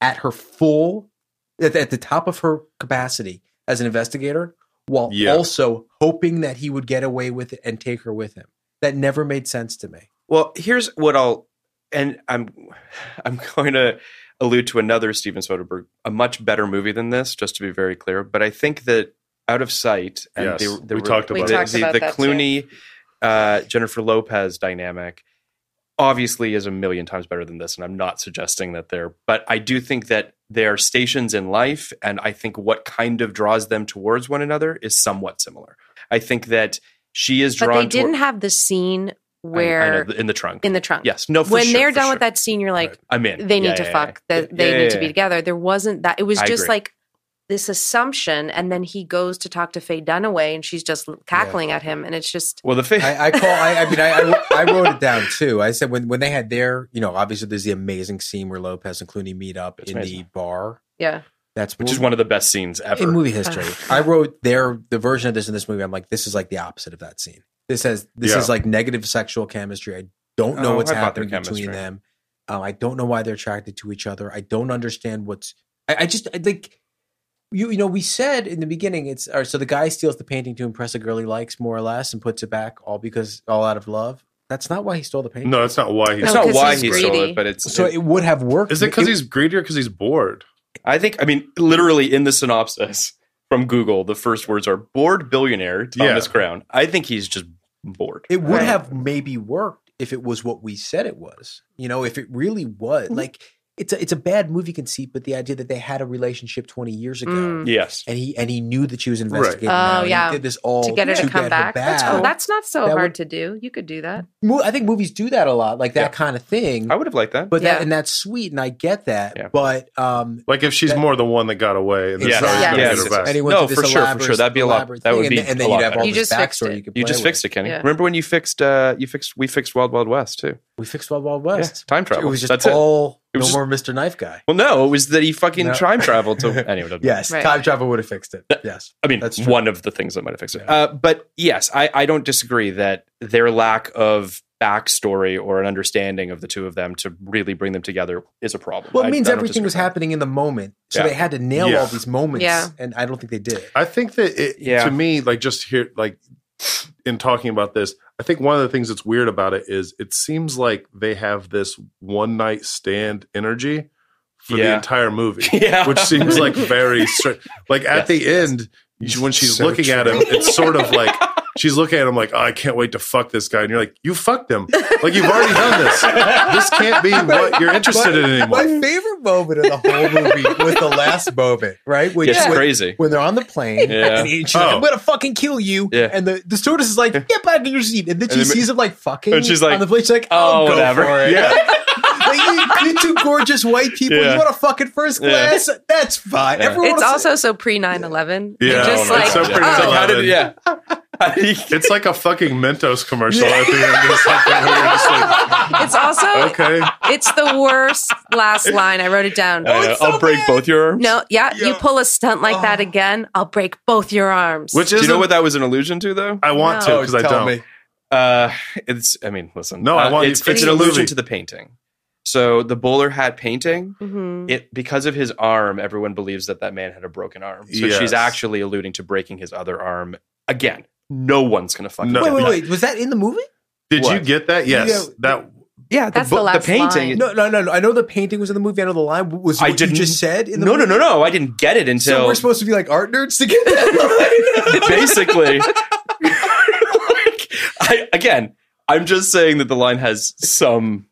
S3: at her full, at, at the top of her capacity as an investigator, while
S5: Yeah.
S3: also hoping that he would get away with it and take her with him. That never made sense to me.
S4: Well, here's what I'll and I'm I'm going to allude to another Steven Soderbergh, a much better movie than this, just to be very clear. But I think that Out of Sight
S5: Yes,
S4: and the, the
S5: we talked
S6: We
S4: the,
S6: about talked
S4: the,
S6: about
S4: the
S6: that too.
S4: Clooney uh, Jennifer Lopez dynamic obviously is a million times better than this, and I'm not suggesting that they're. But I do think that they are stations in life, and I think what kind of draws them towards one another is somewhat similar. I think that she is drawn.
S6: But they didn't
S4: toward-
S6: have the scene
S4: I- I
S6: where
S4: know, in the trunk.
S6: in the trunk.
S4: Yes. No. For
S6: when
S4: sure,
S6: they're
S4: for
S6: done with
S4: sure.
S6: that scene, you're like,
S4: I'm in.
S6: they need
S4: Yeah,
S6: to
S4: yeah,
S6: fuck.
S4: yeah.
S6: That they
S4: Yeah,
S6: need
S4: yeah,
S6: to be
S4: yeah.
S6: together. There wasn't that. It was
S4: I
S6: just
S4: agree.
S6: like this assumption, and then he goes to talk to Faye Dunaway, and she's just cackling at him, and it's just
S4: Well, the fa-
S3: I, I call. I, I mean, I, I, I wrote it down too. I said when when they had their, you know, obviously there's the amazing scene where Lopez and Clooney meet up
S4: It's
S3: in the
S4: amazing.
S3: bar.
S6: yeah.
S3: That's
S4: which is one of the best scenes ever.
S3: in movie history. I wrote their the version of this in this movie. I'm like, this is like the opposite of that scene. This has this
S5: Yeah.
S3: is like negative sexual chemistry. I don't know
S4: Oh,
S3: what's
S4: I thought their
S3: happening between
S4: chemistry.
S3: them. Um, I don't know why they're attracted to each other. I don't understand what's. I, I just I, like you. You know, we said in the beginning, it's all right, so the guy steals the painting to impress a girl he likes, more or less, and puts it back all because all out of love. That's not why he stole the painting.
S5: No, that's not why he's.
S4: It's
S6: No,
S4: not
S6: 'cause
S4: why
S6: he's
S4: he stole
S6: greedy.
S4: it, but it's.
S3: So it would have worked.
S5: Is it because he's greedy or because he's bored?
S4: I think. I mean, literally in the synopsis from Google, the first words are "bored billionaire Thomas
S5: Yeah.
S4: Crown." I think he's just bored.
S3: It would
S6: Right. Mm-hmm.
S3: have maybe worked if it was what we said it was. You know, if it really was like it's a, it's a bad movie conceit, but the idea that they had a relationship 20 years ago
S6: Mm.
S4: Yes.
S3: and he and he knew that she was investigating.
S6: Oh,
S3: now, and he
S6: yeah.
S3: did this all
S6: to get her to come back. That's cool.
S3: back.
S6: That's not so
S3: That
S6: hard
S3: would-
S6: to do. You could do that.
S3: Mo- I think movies do that a lot, like that
S4: Yeah.
S3: kind of thing.
S4: I would have liked that.
S3: but
S6: Yeah.
S3: that and that's sweet, and I get that.
S4: Yeah.
S3: But um,
S5: Like if she's
S3: That-
S5: more the one that got away, and that's how he's
S6: Yes.
S5: gonna
S6: Yes.
S5: get her back.
S3: and he went
S4: No,
S3: to this
S4: for sure, for
S3: elaborate-
S4: sure. That'd be a lot-
S3: elaborate
S4: that would
S3: thing,
S4: be
S3: and, and
S4: a
S3: then
S4: lot
S3: you'd have all
S4: better.
S6: You
S3: this
S6: just fixed
S3: backstory
S6: it.
S3: you could.
S4: you
S3: play
S4: just
S3: with.
S4: fixed it, Kenny.
S6: Yeah.
S4: Remember when you fixed uh you fixed we fixed Wild Wild West too.
S3: We fixed Wild Wild
S4: Yeah,
S3: West.
S4: time travel.
S3: It was just
S4: That's it.
S3: all
S4: It was
S3: no more Mr. Knife Guy.
S4: Well, no, it was that he fucking
S3: No.
S4: time traveled to anyway. doesn't
S3: Yes,
S6: Right.
S3: time travel would have fixed it. Yes,
S4: I mean,
S3: That's true.
S4: one of the things that might have fixed it. Uh, but yes, I, I don't disagree that their lack of backstory or an understanding of the two of them to really bring them together is a problem.
S3: Well,
S4: I-
S3: it means
S4: I don't
S3: everything was
S4: disagree.
S3: happening in the moment, so
S4: Yeah.
S3: they had to nail
S5: Yeah.
S3: all these moments.
S6: Yeah.
S3: and I don't think they did.
S5: I think that it,
S4: Yeah.
S5: to me, like just here, like in talking about this, I think one of the things that's weird about it is it seems like they have this one night stand energy for the
S4: Yeah.
S5: entire movie,
S4: Yeah.
S5: which seems like very str- like at the end you- when she's
S3: So
S5: looking at him, it's sort of like. She's looking at him like, oh, I can't wait to fuck this guy. And you're like, you fucked him. Like, you've already done this. This can't be what you're interested in anymore.
S3: My favorite moment of the whole movie was the last moment, right? Which
S4: It's
S3: when,
S4: crazy.
S3: when they're on the plane
S4: Yeah.
S3: and he- she's like,
S5: Oh.
S3: "I'm gonna fucking kill you,"
S4: Yeah.
S3: and the the stewardess is like, "Get back in your seat," and then she
S4: then-
S3: sees him like fucking,
S4: and she's like,
S3: on the plane, she's like,
S4: "Oh,
S3: "Oh, go
S4: whatever."
S3: for it."
S5: Yeah.
S3: like, you, you two gorgeous white people,
S4: Yeah.
S3: you want to fucking first
S4: Yeah.
S3: class? That's fine.
S4: Yeah.
S3: Everyone
S6: It's
S3: wants-
S6: also so pre 9 11.
S5: Yeah,
S6: Just
S5: no,
S6: like,
S5: it's so pretty
S6: oh,
S5: much
S4: How did,
S5: Eleven.
S4: yeah. How did he-
S5: It's like a fucking Mentos commercial at the end. It's like,
S6: it's also,
S5: okay.
S6: it's the worst last line. I wrote it down.
S4: I know. I'll break both your arms.
S6: No, yeah, you pull a stunt like that again, I'll break both your arms.
S5: Which
S4: Do
S5: is
S4: you know what that was an allusion to, though?
S5: I want to
S6: No.
S5: because I
S3: "Oh, Tell
S5: don't.
S3: me.
S4: Uh, it's. I mean, listen.
S5: No, I
S4: uh,
S5: want you
S4: it's,
S5: to
S4: it's an
S5: finish the
S4: allusion
S5: movie.
S4: to the painting. So the bowler hat painting.
S6: Mhm.
S4: It because of his arm, everyone believes that that man had a broken arm. So
S5: Yes.
S4: she's actually alluding to breaking his other arm again. No one's gonna fucking.
S5: No.
S4: get
S3: Wait, wait,
S4: that.
S3: wait. Was that in the movie?
S5: Did you
S4: What?
S5: get that? Yes.
S3: Yeah.
S5: That
S4: Yeah, the,
S6: That's
S4: bo-
S6: the last
S4: painting.
S6: line.
S3: No, no, no, no. I know the painting was in the movie. I know the line was what
S4: I didn't
S3: you just said in the
S4: no,
S3: movie.
S4: no, no, no. I didn't get it
S3: So
S4: until
S3: we're supposed to be like art nerds to get that.
S4: basically. like, I again, I'm just saying that the line has some.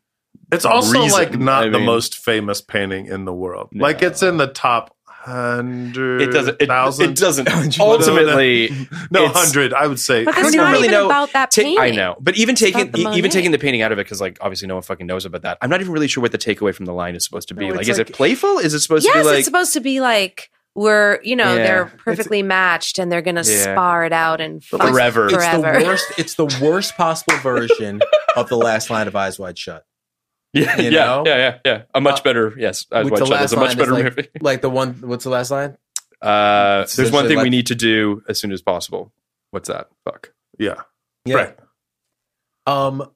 S5: it's also
S4: Reason,
S5: like not
S4: I
S5: the
S4: mean.
S5: most famous painting in the world.
S4: No.
S5: Like it's in the top hundred.
S4: It doesn't. It,
S5: thousand.
S4: it doesn't.
S5: no, no.
S4: Ultimately,
S5: No,
S4: it's-
S5: hundred. I would say.
S6: But
S4: I
S6: that's
S4: don't even
S6: not
S4: really
S6: even
S4: know-
S6: about that
S4: Ta-
S6: painting.
S4: I know, but even taking
S6: about the
S4: e- even
S6: Monet.
S4: taking the painting out of it because like obviously no one fucking knows about that. I'm not even really sure what the takeaway from the line is supposed to be.
S3: No,
S4: like,
S3: it's
S4: is it
S3: like-
S4: playful? Is it supposed
S6: yes,
S4: to be like
S6: it's supposed to be like we're you know
S4: Yeah.
S6: they're
S4: It's-
S6: perfectly matched and they're gonna
S4: Yeah.
S6: spar it out and fuck
S4: Forever. It's
S6: forever.
S3: It's the worst. It's the worst possible version of the last line of Eyes Wide Shut.
S4: yeah,
S3: you
S4: yeah,
S3: know?
S4: yeah, yeah, yeah, a much
S3: Uh,
S4: better yes, I
S3: Which
S4: watched that as a much better
S3: like,
S4: movie.
S3: like the one. What's the last line?
S4: Uh, there's one
S3: essentially
S4: thing we
S3: like-
S4: need to do as soon as possible. What's that? Fuck.
S5: yeah.
S3: Yeah.
S5: Right.
S3: Um,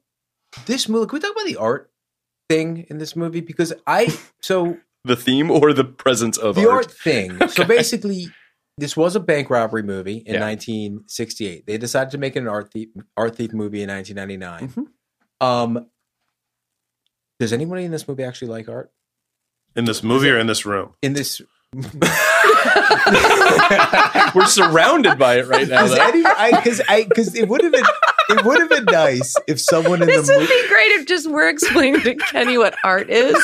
S3: this movie. Can we talk about the art thing in this movie? Because I so
S4: The theme or the presence of
S3: the
S4: art?
S3: art thing. So basically, this was a bank robbery movie in
S4: Yeah.
S3: 1968. They decided to make it an art thief, art thief movie in 1999. Um, does anybody in this movie actually like art?
S5: In this movie or in this room?
S3: In this,
S4: We're surrounded by it right now.
S3: because
S4: though.
S3: I because I because it would have been it would have been nice if someone in
S6: This
S3: the
S6: would
S3: movie.
S6: be great if just we're explaining to Kenny what art is,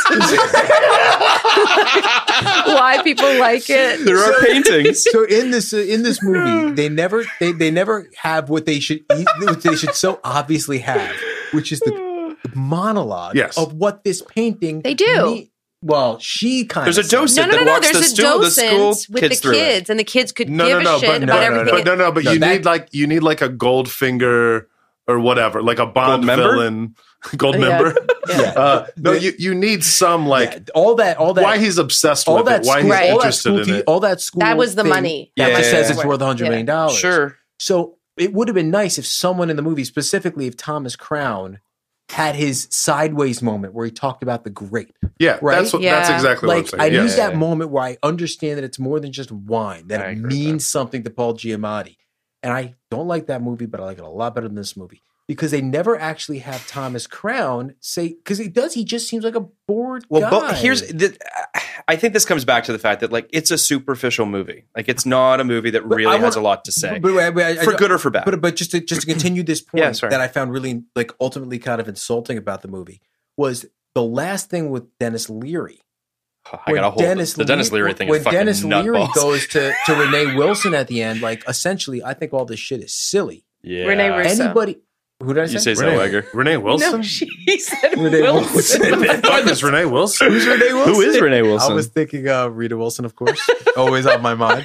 S6: why people like it.
S4: There are paintings.
S3: So in this in this movie, they never they, they never have what they should eat, what they should so obviously have, which is the monologue
S5: Yes.
S3: of what this painting
S6: They do.
S3: me- well, she kind
S4: There's a
S3: of
S4: docent
S6: No, no, no,
S4: that
S6: no.
S4: walks
S6: There's
S4: the,
S6: a
S4: stool, the
S6: docent
S4: school
S6: with
S4: kids
S6: the
S4: through it.
S6: kids, and the kids could
S5: No,
S6: give
S5: no,
S6: a
S5: no,
S6: shit
S5: but
S6: about
S5: no, no,
S6: everything.
S5: but no, no, but
S3: No,
S5: you
S3: that-
S5: need like you need like a gold finger or whatever, like a Bond
S4: member?
S5: villain, gold member.
S3: Yeah.
S5: Uh, no, you you need some like
S3: Yeah, all that all that
S5: why he's obsessed
S3: all
S5: with
S3: that
S5: it, why
S3: school,
S5: he's
S6: Right.
S3: all that
S5: interested
S3: school
S5: in
S3: te-
S5: it.
S3: all that school
S6: That was the
S3: thing
S6: money.
S3: that
S4: Yeah.
S3: just says
S4: Yeah.
S3: it's worth a hundred
S6: Yeah.
S3: million dollars.
S4: Sure.
S3: So it would have been nice if someone in the movie, specifically if Thomas Crown, had his sideways moment where he talked about the grape.
S5: Yeah,
S3: Right?
S5: that's what, that's
S6: Yeah.
S5: exactly
S3: like
S5: what
S3: I
S5: I'm saying.
S3: need
S5: Yes.
S3: that moment where I understand that it's more than just wine, that
S4: I
S3: it
S4: agree with
S3: means something to Paul Giamatti. And I don't like that movie, but I like it a lot better than this movie because they never actually have Thomas Crown say because he does. He just seems like a bored.
S4: Well, but
S3: guy.
S4: here's the, I think this comes back to the fact that like it's a superficial movie. Like it's not a movie that
S3: But
S4: really
S3: I wanna-
S4: has a lot to say
S3: But- but- but-
S4: for good or for bad.
S3: But but just to, just to continue this point
S4: Yeah, sorry.
S3: that I found really like ultimately kind of insulting about the movie was the last thing with Dennis Leary
S4: I got a hold Dennis the, the Dennis Leary thing. When Dennis Leary
S3: goes to, to Renee Wilson at the end, like essentially, I think all this shit is silly.
S4: yeah.
S6: Renee Russo.
S3: Anybody, who did I say?
S4: You say
S5: Renee,
S4: Zellweger.
S5: Renee Wilson?
S6: No, she said
S3: Renee
S6: Wilson.
S5: I thought it was Renee Wilson. Who's Renee Wilson?
S4: Who is Renee Wilson?
S3: I was thinking uh, Rita Wilson, of course, always on my mind.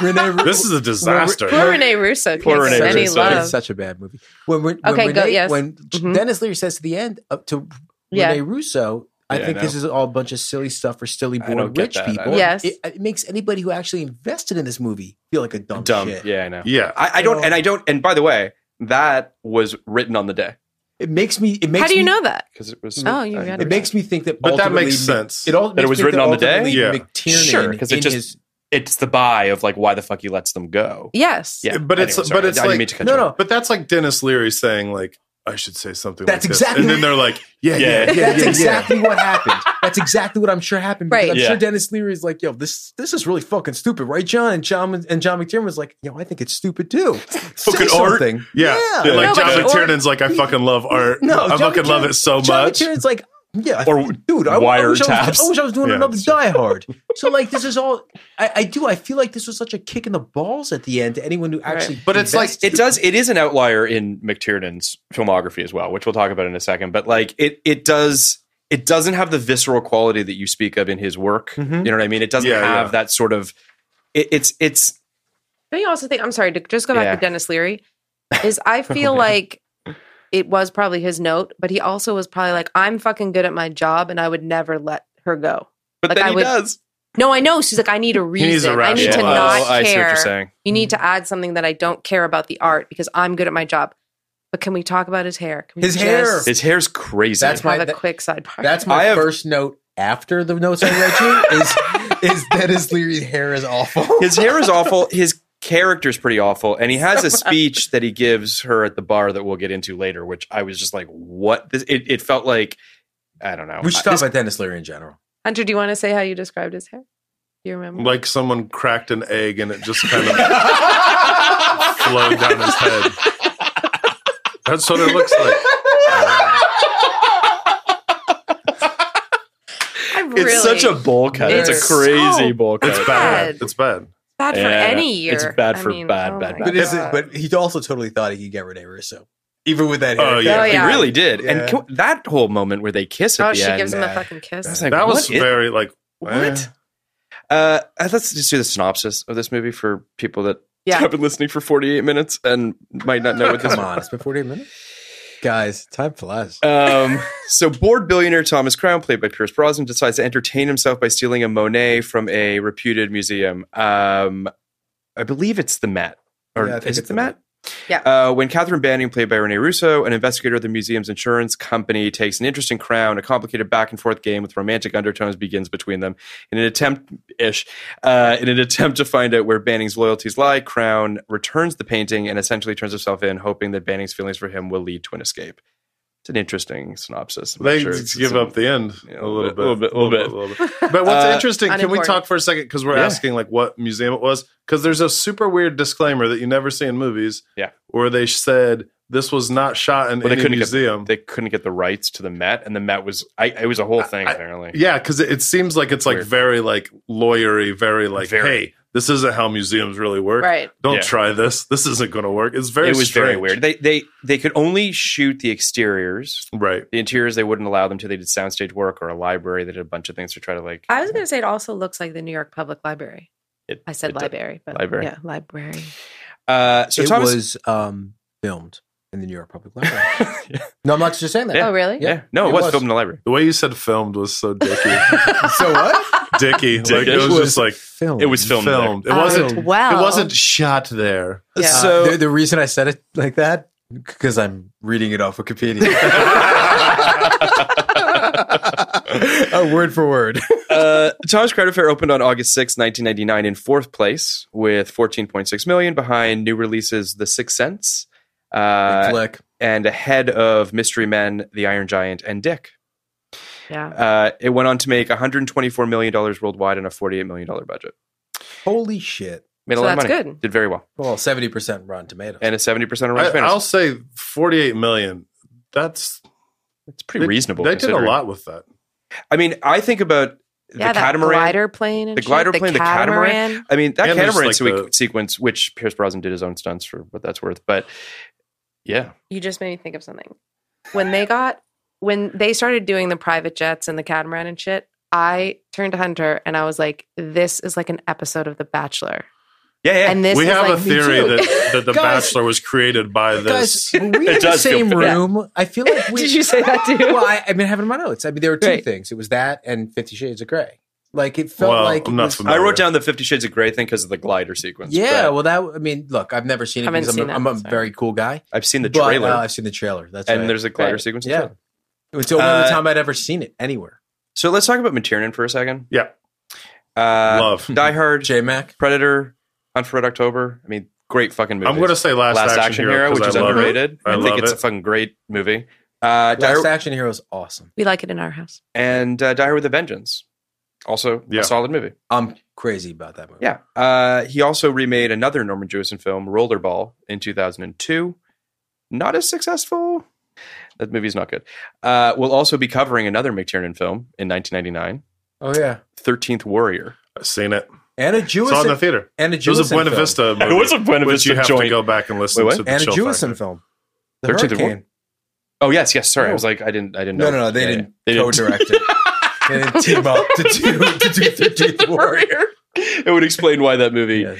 S3: Renee, Ru-
S5: This is a disaster.
S6: Poor Renee Russo. Can't
S4: Poor
S6: get
S4: Renee
S6: any
S4: Russo.
S6: love.
S3: It's such a bad movie. When, when, when
S6: Okay, go-
S3: Renee-
S6: yes.
S3: when
S6: Mhm.
S3: Dennis Leary says to the end uh, to
S6: Yeah.
S3: Renee Russo, I
S4: Yeah, I
S3: think this
S4: know.
S3: is all a bunch of silly stuff for silly
S4: I don't
S3: bored
S4: get
S3: rich
S4: that. I
S3: people.
S4: don't-
S6: Yes.
S3: it, it makes anybody who actually invested in this movie feel like a dumb,
S4: dumb.
S3: shit.
S4: Yeah, I know.
S5: Yeah.
S4: I, I don't, and I don't, and by the way, that was written on the day
S3: It makes me. It makes
S6: How do you
S3: me,
S6: know that?
S4: because it was.
S6: Oh, you
S4: I-
S6: got
S3: Mm-hmm. It makes me think that.
S5: But that
S3: ultimately
S5: makes
S3: Mc-
S5: sense.
S3: It all
S4: That it was written on the day?
S5: Yeah.
S4: Sure,
S3: sure,
S4: 'cause
S3: because
S4: it
S3: it
S4: just-
S3: just his,
S4: It's the buy of like why the fuck you lets them go.
S6: Yes.
S4: Yeah,
S5: But it's-
S4: anyway,
S5: but
S4: sorry.
S5: it's
S4: I didn't
S5: like-
S4: mean to cut
S3: no,
S4: you
S3: no.
S4: off.
S5: But that's like Dennis Leary saying, like, I should say something
S3: That's
S5: like this.
S3: exactly-
S5: And then they're like, yeah, yeah, yeah,
S4: Yeah.
S5: yeah.
S3: That's
S5: yeah.
S3: exactly what happened. That's exactly what I'm sure happened. because
S6: Right.
S3: I'm
S4: Yeah.
S3: sure Dennis Leary is like, yo, this this is really fucking stupid, right, John? And John and John McTiernan was like, yo, I think it's stupid too.
S5: Fucking
S3: Fucking
S5: art.
S3: something.
S5: Yeah.
S3: Yeah.
S5: They're like,
S6: No,
S5: John
S6: but or-
S5: McTiernan's like, I fucking love art.
S3: No,
S5: I
S3: John
S5: fucking
S3: McTiernan-
S5: love it so
S3: John
S5: much.
S3: McTiernan is like, yeah,
S4: Or
S3: dude, I, I, wish I,
S4: wiretaps.
S3: was, I wish I was doing
S5: Yeah,
S3: another
S5: that's true.
S3: Die Hard. So like, this is all I, I do. I feel like this was such a kick in the balls at the end to anyone who actually.
S5: But it's like-
S3: invested.
S4: it does it is an outlier in mctiernan's filmography as well which we'll talk about in a second but like it it does it doesn't have the visceral quality that you speak of in his work
S3: Mm-hmm.
S4: you know what i mean it doesn't
S5: Yeah,
S4: have
S5: yeah.
S4: that sort of it, it's it's
S6: Don't you also think? I'm sorry to just go back
S4: Yeah.
S6: to Dennis Leary. Is I feel like it was probably his note, but he also was probably like, "I'm fucking good at my job, and I would never let her go."
S4: but
S6: Like,
S4: then
S6: I
S4: he
S6: would-
S4: does
S6: No, I know. She's like, "I need a
S5: needs a
S6: reason. I need to
S5: rationale.
S6: not
S4: oh, i see what
S6: care.
S4: you're saying
S6: You need to add something that I don't care about the art because I'm good at my job." But can we talk about his hair? Can we
S3: His hair.
S6: just
S4: his hair's crazy
S3: That's my-
S6: have a
S3: that-
S6: quick sidebar.
S3: That's my
S4: I have-
S3: first note after the notes I read you is is Dennis Leary's hair is awful.
S4: his hair is awful his character's pretty awful and he has a speech that he gives her at the bar that we'll get into later which i was just like what this it, it felt like i don't know
S3: We should
S4: I-
S3: talk
S4: this-
S3: about Dennis Leary in general.
S6: Hunter, do you want to say how you described his hair? Do you remember?
S5: Like someone cracked an egg and it just kind of flowed down his head. That's what it looks like.
S6: I
S4: it's such a bowl cut. It's,
S6: It's
S4: a crazy
S6: so
S4: bowl cut.
S5: It's
S6: Bad.
S5: bad. It's bad.
S6: bad for
S4: Yeah,
S6: any year.
S4: it's bad
S6: I oh
S4: for bad, bad,
S6: my
S4: bad.
S3: But is it?
S6: God.
S3: But he also totally thought he could get Renee Russo, even with that hair.
S5: Oh, yeah.
S6: Oh,
S4: He
S6: yeah.
S4: really did. And
S3: Yeah.
S4: can, that whole moment where they kiss at
S6: oh,
S4: the
S6: she
S4: end.
S6: gives him a
S3: uh,
S6: fucking kiss.
S4: I was like,
S5: That
S4: what
S5: was
S4: is-
S5: very like eh.
S4: what? Uh, let's just do the synopsis of this movie for people that
S6: Yeah.
S4: have been listening for 48 minutes and might not know what this
S3: Come on, it's been 48 minutes, guys. Time flies.
S4: Um, so bored billionaire Thomas Crown, played by Pierce Brosnan, decides to entertain himself by stealing a Monet from a reputed museum. Um, I believe it's the Met, or
S3: Yeah, I think
S4: is it
S3: it's
S4: the
S3: the
S4: Met?
S6: Met.
S4: Uh, when Catherine Banning, played by Renee Russo, an investigator of the museum's insurance company, takes an interest in Crown, a complicated back and forth game with romantic undertones begins between them. In an attempt, ish, uh, in an attempt to find out where Banning's loyalties lie, Crown returns the painting and essentially turns herself in, hoping that Banning's feelings for him will lead to an escape. It's an interesting synopsis. I'm not
S5: They
S4: sure
S5: just
S4: it's-
S5: give up the end
S4: Yeah,
S5: a little bit,
S4: a little bit, a little bit.
S5: But what's
S4: Uh,
S5: interesting? Can we
S6: unimportant.
S5: talk for a second? Because we're
S4: Yeah.
S5: asking like what museum it was. Because there's a super weird disclaimer that you never see in movies.
S4: Yeah.
S5: where they said this was not shot in
S4: Well, they
S5: any
S4: couldn't
S5: museum.
S4: get they couldn't get the rights to the Met, and the Met was I, it was a whole thing
S5: I-
S4: apparently.
S5: yeah, because it, it seems like it's like
S4: Weird.
S5: very like lawyery, very like
S4: Very.
S5: hey, this isn't how museums really work.
S6: right.
S5: Don't
S4: Yeah.
S5: try this. This isn't going to work. It's very.
S4: it was very
S5: strange.
S4: weird. They they they could only shoot the exteriors.
S5: Right.
S4: The interiors they wouldn't allow them to. They did soundstage work or a library. They did a bunch of things to try to like.
S6: I was going to say it also looks like the New York Public Library.
S4: It-
S6: I said
S4: it did.
S6: library, but
S4: Library.
S6: yeah, library.
S4: Uh, so
S3: it
S4: Thomas,
S3: was um, filmed in the New York Public Library. No, I'm not just saying that.
S4: Yeah.
S6: Oh, really?
S4: yeah. no, it,
S3: It
S4: was,
S3: was.
S4: filmed in the library.
S5: The way you said filmed was so dicky.
S3: So what?
S5: dicky. Like
S4: Dicky.
S5: it was just like
S3: filmed.
S4: It was filmed. there.
S5: filmed. It
S6: Oh,
S5: wasn't.
S6: wow.
S5: It wasn't shot there.
S6: Yeah.
S3: Uh,
S4: So
S3: the, the reason I said it like that because I'm reading it off Wikipedia, uh, word for word.
S4: Uh, Thomas Crowder Fair opened on August 6, 1999, in fourth place with 14.6 million behind new releases The Sixth Sense uh,
S3: Flick.
S4: and ahead of Mystery Men, The Iron Giant, and Dick.
S6: Yeah.
S4: Uh, it went on to make $124 million worldwide on a $48 million budget.
S3: Holy shit.
S4: Made
S6: So
S4: a lot
S6: that's
S4: of money.
S6: good.
S4: Did very well.
S3: Well, 70% Rotten Tomatoes.
S4: And a 70% on
S5: I,
S4: Rotten
S5: I'll
S4: Tomatoes.
S5: say 48 million. That's
S4: It's pretty
S5: they-
S4: reasonable.
S5: They did a
S4: considering.
S5: lot with that.
S4: I mean, I think about
S6: yeah,
S4: the
S6: that
S4: catamaran.
S6: glider plane and
S4: the
S6: shit,
S4: glider plane, the catamaran. I mean, that
S5: And there's,
S4: catamaran
S5: like,
S4: sequ-
S5: the-
S4: sequence, which Pierce Brosnan did his own stunts for what that's worth, but yeah,
S6: You just made me think of something. When they got when they started doing the private jets and the catamaran and shit, I turned to Hunter and I was like, "This is like an episode of The Bachelor."
S4: yeah, yeah.
S6: And this
S5: we
S6: is
S5: have
S6: like,
S5: a theory
S3: too.
S5: that, that The
S3: Guys-
S5: Bachelor was created by this.
S3: Guys, were we
S4: It
S3: in the
S4: does feel
S3: same
S4: bad.
S3: room. I feel like we.
S6: Did you say that too?
S3: Well, I, I mean, I have it in my notes. I mean, there were two
S6: Right.
S3: things. It was that and Fifty Shades of Grey. Like it felt
S5: Well,
S3: like
S5: I'm
S3: it
S5: not
S3: was-
S5: familiar.
S4: I wrote down the Fifty Shades of Grey thing because of the glider sequence.
S3: Yeah,
S4: but
S3: well, that I mean, look, I've never seen it
S6: Haven't
S3: because I'm,
S6: seen
S3: a,
S6: it,
S3: I'm a
S6: sorry.
S3: very cool guy.
S4: I've seen the
S3: But,
S4: trailer,
S3: uh, I've seen the trailer. That's
S4: and
S3: right.
S4: there's a glider
S6: Right.
S4: sequence. as
S3: Yeah.
S4: well.
S3: it's the only
S4: uh,
S3: time I'd ever seen it anywhere.
S4: So let's talk about Materian for a second.
S5: Yeah,
S4: Uh,
S5: Love.
S4: Die Hard,
S3: J Mac.
S4: Predator, Hunt for Red October. I mean, great fucking movie.
S5: I'm going to say Last,
S4: Last Action, Hero, which
S5: 'cause
S4: is
S5: I love it.
S4: underrated.
S5: I
S4: I, think
S5: love
S4: it's
S5: it.
S4: a fucking great movie. Uh, Die
S3: Last
S4: Hard,
S3: Action Hero is awesome.
S6: we like it in our house.
S4: and uh, Die Hard with a Vengeance, also
S5: Yeah.
S4: a solid movie.
S3: I'm crazy about that movie.
S4: Yeah. Uh, he also remade another Norman Jewison film, Rollerball, in 2002. Not as successful. That movie's not good. Uh, we'll also be covering another McTiernan film in 1999,
S3: Oh yeah,
S4: 13th Warrior.
S5: I've seen it.
S3: and a Jewison
S5: It's on the theater.
S3: and a
S5: It was
S3: Jewison
S5: a Buena
S3: film.
S5: Vista movie.
S4: It was a Buena
S5: which
S4: Vista
S5: you have to
S4: joint.
S5: go back and listen
S4: Wait, what?
S5: to the
S3: and a
S5: chill
S3: Jewison
S5: factor.
S3: film. The
S4: 13th War-
S3: Hurricane.
S4: Oh, yes, yes. Sorry. I
S3: Oh.
S4: was like, I didn't I didn't know.
S3: No, no, no. They
S4: Yeah, yeah.
S3: didn't
S4: They
S3: co-direct it. They didn't team up to do to do Thirteenth Warrior.
S4: it would explain why that movie
S3: Yeah.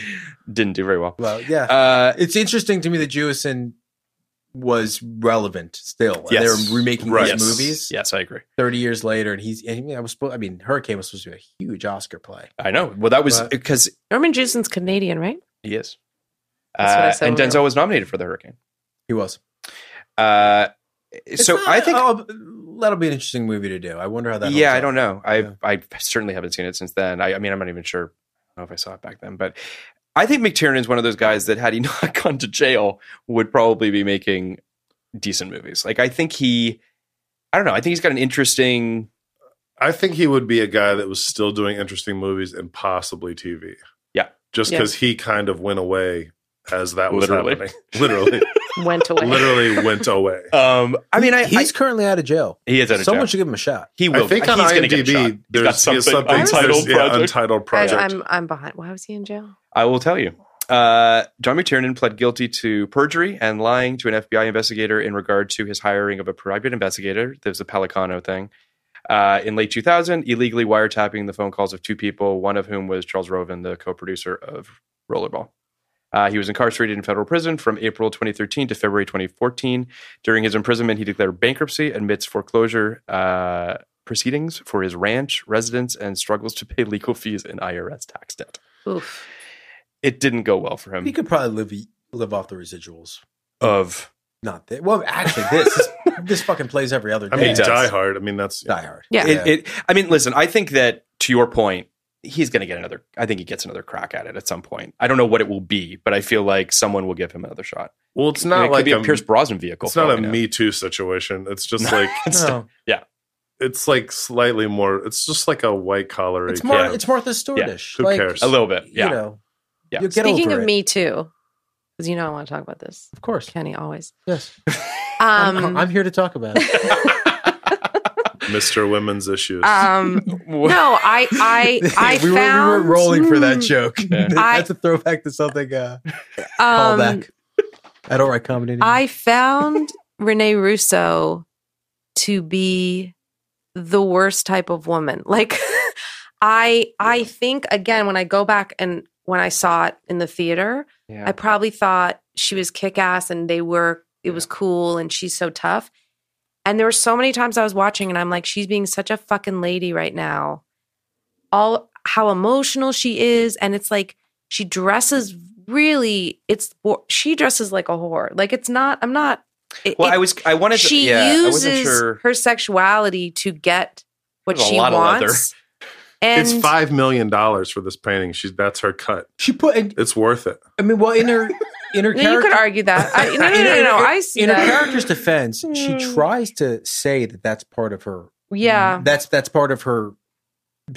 S4: didn't do very well.
S3: Well, yeah.
S4: Uh,
S3: it's interesting to me that Jewison was relevant still.
S4: Yes.
S3: They're remaking
S4: Right.
S3: these
S4: Yes.
S3: movies
S4: yes, I agree.
S3: 30 years later, and he's. And I mean, I was. supposed- I mean, Hurricane was supposed to be a huge Oscar play.
S4: I know. Well, that was
S3: But-
S4: because
S6: Norman Jewison's Canadian, right?
S4: he is.
S6: That's what I
S4: Uh,
S6: said
S4: and
S6: when we
S4: Denzel was nominated for The Hurricane.
S3: He was.
S4: Uh,
S3: It's
S4: so
S3: not-
S4: I think
S3: oh, that'll be an interesting movie to do. I wonder how that.
S4: yeah
S3: holds
S4: i
S3: up.
S4: don't know i
S3: Yeah.
S4: i certainly haven't seen it since then i, I mean i'm not even sure I don't know if i saw it back then but i think mctiernan is one of those guys that had he not gone to jail would probably be making decent movies like i think he i don't know i think he's got an interesting
S5: I think he would be a guy that was still doing interesting movies and possibly TV.
S4: Yeah.
S5: Just
S6: Yeah.
S5: because he kind of went away as that was
S4: Literally.
S5: happening. Literally.
S6: Went away.
S5: literally went away.
S4: um i mean i
S3: he's
S4: he's,
S3: currently out of jail.
S4: he is out of
S3: Someone
S4: jail.
S3: should give him a shot.
S4: he will
S5: I think
S4: he's
S5: on
S4: gonna get shot.
S5: IMDb,
S4: He's got
S5: there's he has
S4: something,
S5: something
S4: untitled
S5: there's- yeah,
S4: project.
S5: untitled
S6: Guys,
S5: project.
S6: I'm I'm behind. Why was he in jail?
S4: I will tell you. Uh, John McTiernan pled guilty to perjury and lying to an FBI investigator in regard to his hiring of a private investigator. There's a Pelicano thing. Uh, in late 2000, illegally wiretapping the phone calls of two people, one of whom was Charles Roven, the co producer of Rollerball. Uh, he was incarcerated in federal prison from April 2013 to February 2014. During his imprisonment, he declared bankruptcy amidst foreclosure uh, proceedings for his ranch, residence, and struggles to pay legal fees and IRS tax debt
S6: Oof.
S4: it didn't go well for him.
S3: He could probably live live off the residuals.
S4: of
S3: Not that. Well, actually, this this, this fucking plays every other
S5: I
S3: day.
S5: mean,
S4: does.
S5: Die Hard. I mean, that's
S3: Die Hard.
S6: Yeah.
S4: it, it, I mean, listen, I think that to your point, he's going to get another. I think he gets another crack at it at some point. I don't know what it will be, but I feel like someone will give him another shot.
S5: well, it's
S4: And
S5: not
S4: it could
S5: like
S4: be a,
S5: a-
S4: Pierce Brosnan vehicle.
S5: It's not
S4: for
S5: a
S4: all we know.
S5: Me Too situation. It's just like
S4: It's-
S3: No.
S5: it's like slightly more. It's just like a white collar.
S3: It's more.
S4: Yeah.
S3: It's Martha Stewartish.
S5: Who
S3: like,
S5: cares?
S4: a little bit. Yeah,
S3: You know.
S4: Yeah.
S3: You'll get
S6: Speaking
S3: over
S6: of
S3: it.
S6: me too, because you know I want to talk about this.
S3: of course.
S6: Kenny always.
S3: Yes.
S6: Um,
S3: I'm, I'm here to talk about it.
S5: Mr. Women's Issues.
S6: um, no, I I I
S3: we, were,
S6: found
S3: we were rolling for that
S6: Hmm.
S3: joke.
S6: I-
S3: That's a throwback to something. Uh,
S6: Um,
S3: callback. I don't write comedy. Anymore.
S6: I found Renee Russo to be the worst type of woman. Like I I think again when I go back and when I saw it in the theater,
S4: yeah.
S6: I probably thought she was kick ass and they were it was cool and she's so tough. And there were so many times I was watching and I'm like, she's being such a fucking lady right now. All how emotional she is. And it's like she dresses really it's she dresses like a whore. Like it's not I'm not it-
S4: well,
S6: it-
S4: I was. I wanted. To,
S6: she
S4: yeah, I wasn't
S6: uses
S4: sure.
S6: her sexuality to get what
S4: There's a
S6: she
S4: lot of leather.
S6: wants. And
S5: it's five million dollars for this painting. She's that's her cut.
S3: she put. And,
S5: It's worth it.
S3: I mean, well, in her in her
S6: No, you could
S3: character-
S6: argue that. I, no, no, no,
S3: In her-
S6: no, no, I see
S3: in her
S6: that.
S3: character's defense, she tries to say that that's part of her.
S6: Hmm. Yeah.
S3: That's that's part of her.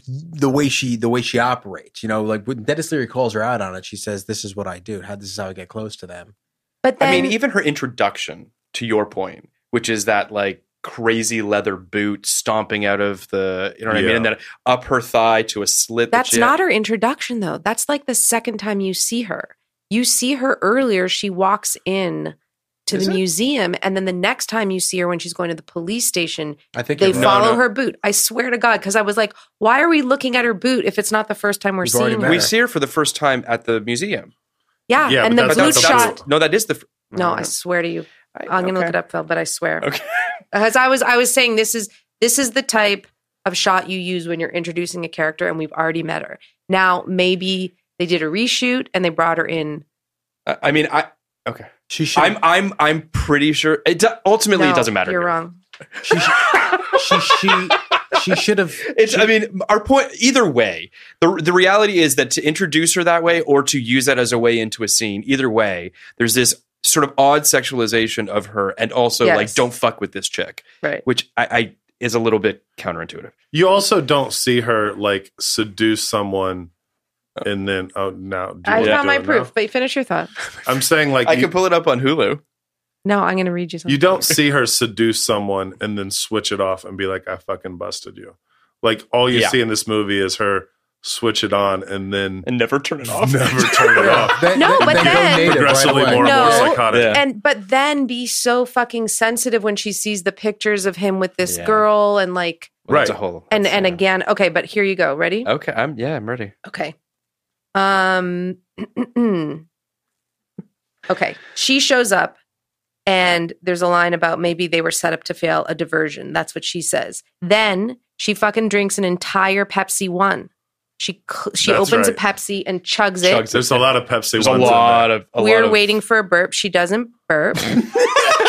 S3: The way she the way she operates, you know, like when Dennis Leary calls her out on it, she says, "This is what I do. How this is how I get close to them."
S6: But then
S4: I mean, even her introduction to your point, which is that like crazy leather boot stomping out of the you know what I mean,
S5: Yeah.
S4: and then up her thigh to a slit. that
S6: That's
S4: she had.
S6: not her introduction, though. That's like the second time you see her. You see her earlier. She walks in to
S4: Is
S6: the
S4: it?
S6: museum, and then the next time you see her when she's going to the police station,
S3: I think
S6: they
S3: you're right.
S6: follow
S5: no.
S6: her boot. I swear to God, because I was like, why are we looking at her boot if it's not the first time we're
S3: We've already
S6: seeing
S3: met
S6: her?
S4: We see her for the first time at the museum.
S6: Yeah,
S5: Yeah,
S6: and the
S5: but
S6: boot
S5: that's not the
S6: shot.
S5: boot.
S4: No, that is the. fir-
S6: No, I swear to you,
S4: I-
S6: I'm gonna
S4: okay.
S6: look it up, Phil. But I swear,
S4: Okay.
S6: because I was I was saying this is this is the type of shot you use when you're introducing a character, and we've already met her. Now maybe they did a reshoot and they brought her in.
S4: I I mean, I okay.
S3: She should.
S4: I'm I'm I'm pretty sure. It do- ultimately it
S6: No,
S4: doesn't matter.
S6: You're
S4: here.
S6: wrong.
S3: She, she, she, she should have.
S4: It's, I mean, our point. Either way, the the reality is that to introduce her that way or to use that as a way into a scene, either way, there's this sort of odd sexualization of her, and also
S6: Yes.
S4: like don't fuck with this chick,
S6: Right.
S4: which I, I is a little bit counterintuitive.
S5: You also don't see her like seduce someone and then oh now do you
S6: I
S5: wanna
S6: found
S5: do
S6: my
S5: it now?
S6: proof, but finish your thought.
S5: I'm saying like
S4: I
S5: you,
S4: could pull it up on Hulu.
S6: No, I'm going to read you something.
S5: you don't see her seduce someone and then switch it off and be like I fucking busted you. Like all you
S4: Yeah.
S5: see in this movie is her switch it on and then
S4: and never turn it off.
S5: never turn it off.
S3: They-
S6: No,
S3: they-
S6: but
S3: they go
S6: then-
S3: native right
S5: Progressively
S3: away.
S5: more and
S6: No.
S5: more psychotic.
S4: Yeah.
S6: And but then be so fucking sensitive when she sees the pictures of him with this
S4: Yeah.
S6: girl and like
S4: Well, that's
S5: Right.
S4: a whole.
S6: and
S4: that's,
S6: and
S4: yeah.
S6: again. Okay, but here you go.
S5: Uh,
S6: Ready?
S4: Okay, I'm yeah, I'm ready.
S6: Okay. Um Okay. She shows up and there's a line about maybe they were set up to fail a diversion. That's what she says. Then she fucking drinks an entire Pepsi 1. She cl- she
S5: That's
S6: opens a
S5: right.
S6: Pepsi and chugs,
S4: Chugs
S6: it.
S4: it.
S5: There's a lot of Pepsi.
S4: There's a
S5: ones in
S4: lot of a
S6: We're
S4: lot of-
S6: waiting for a burp. She doesn't burp.
S5: there.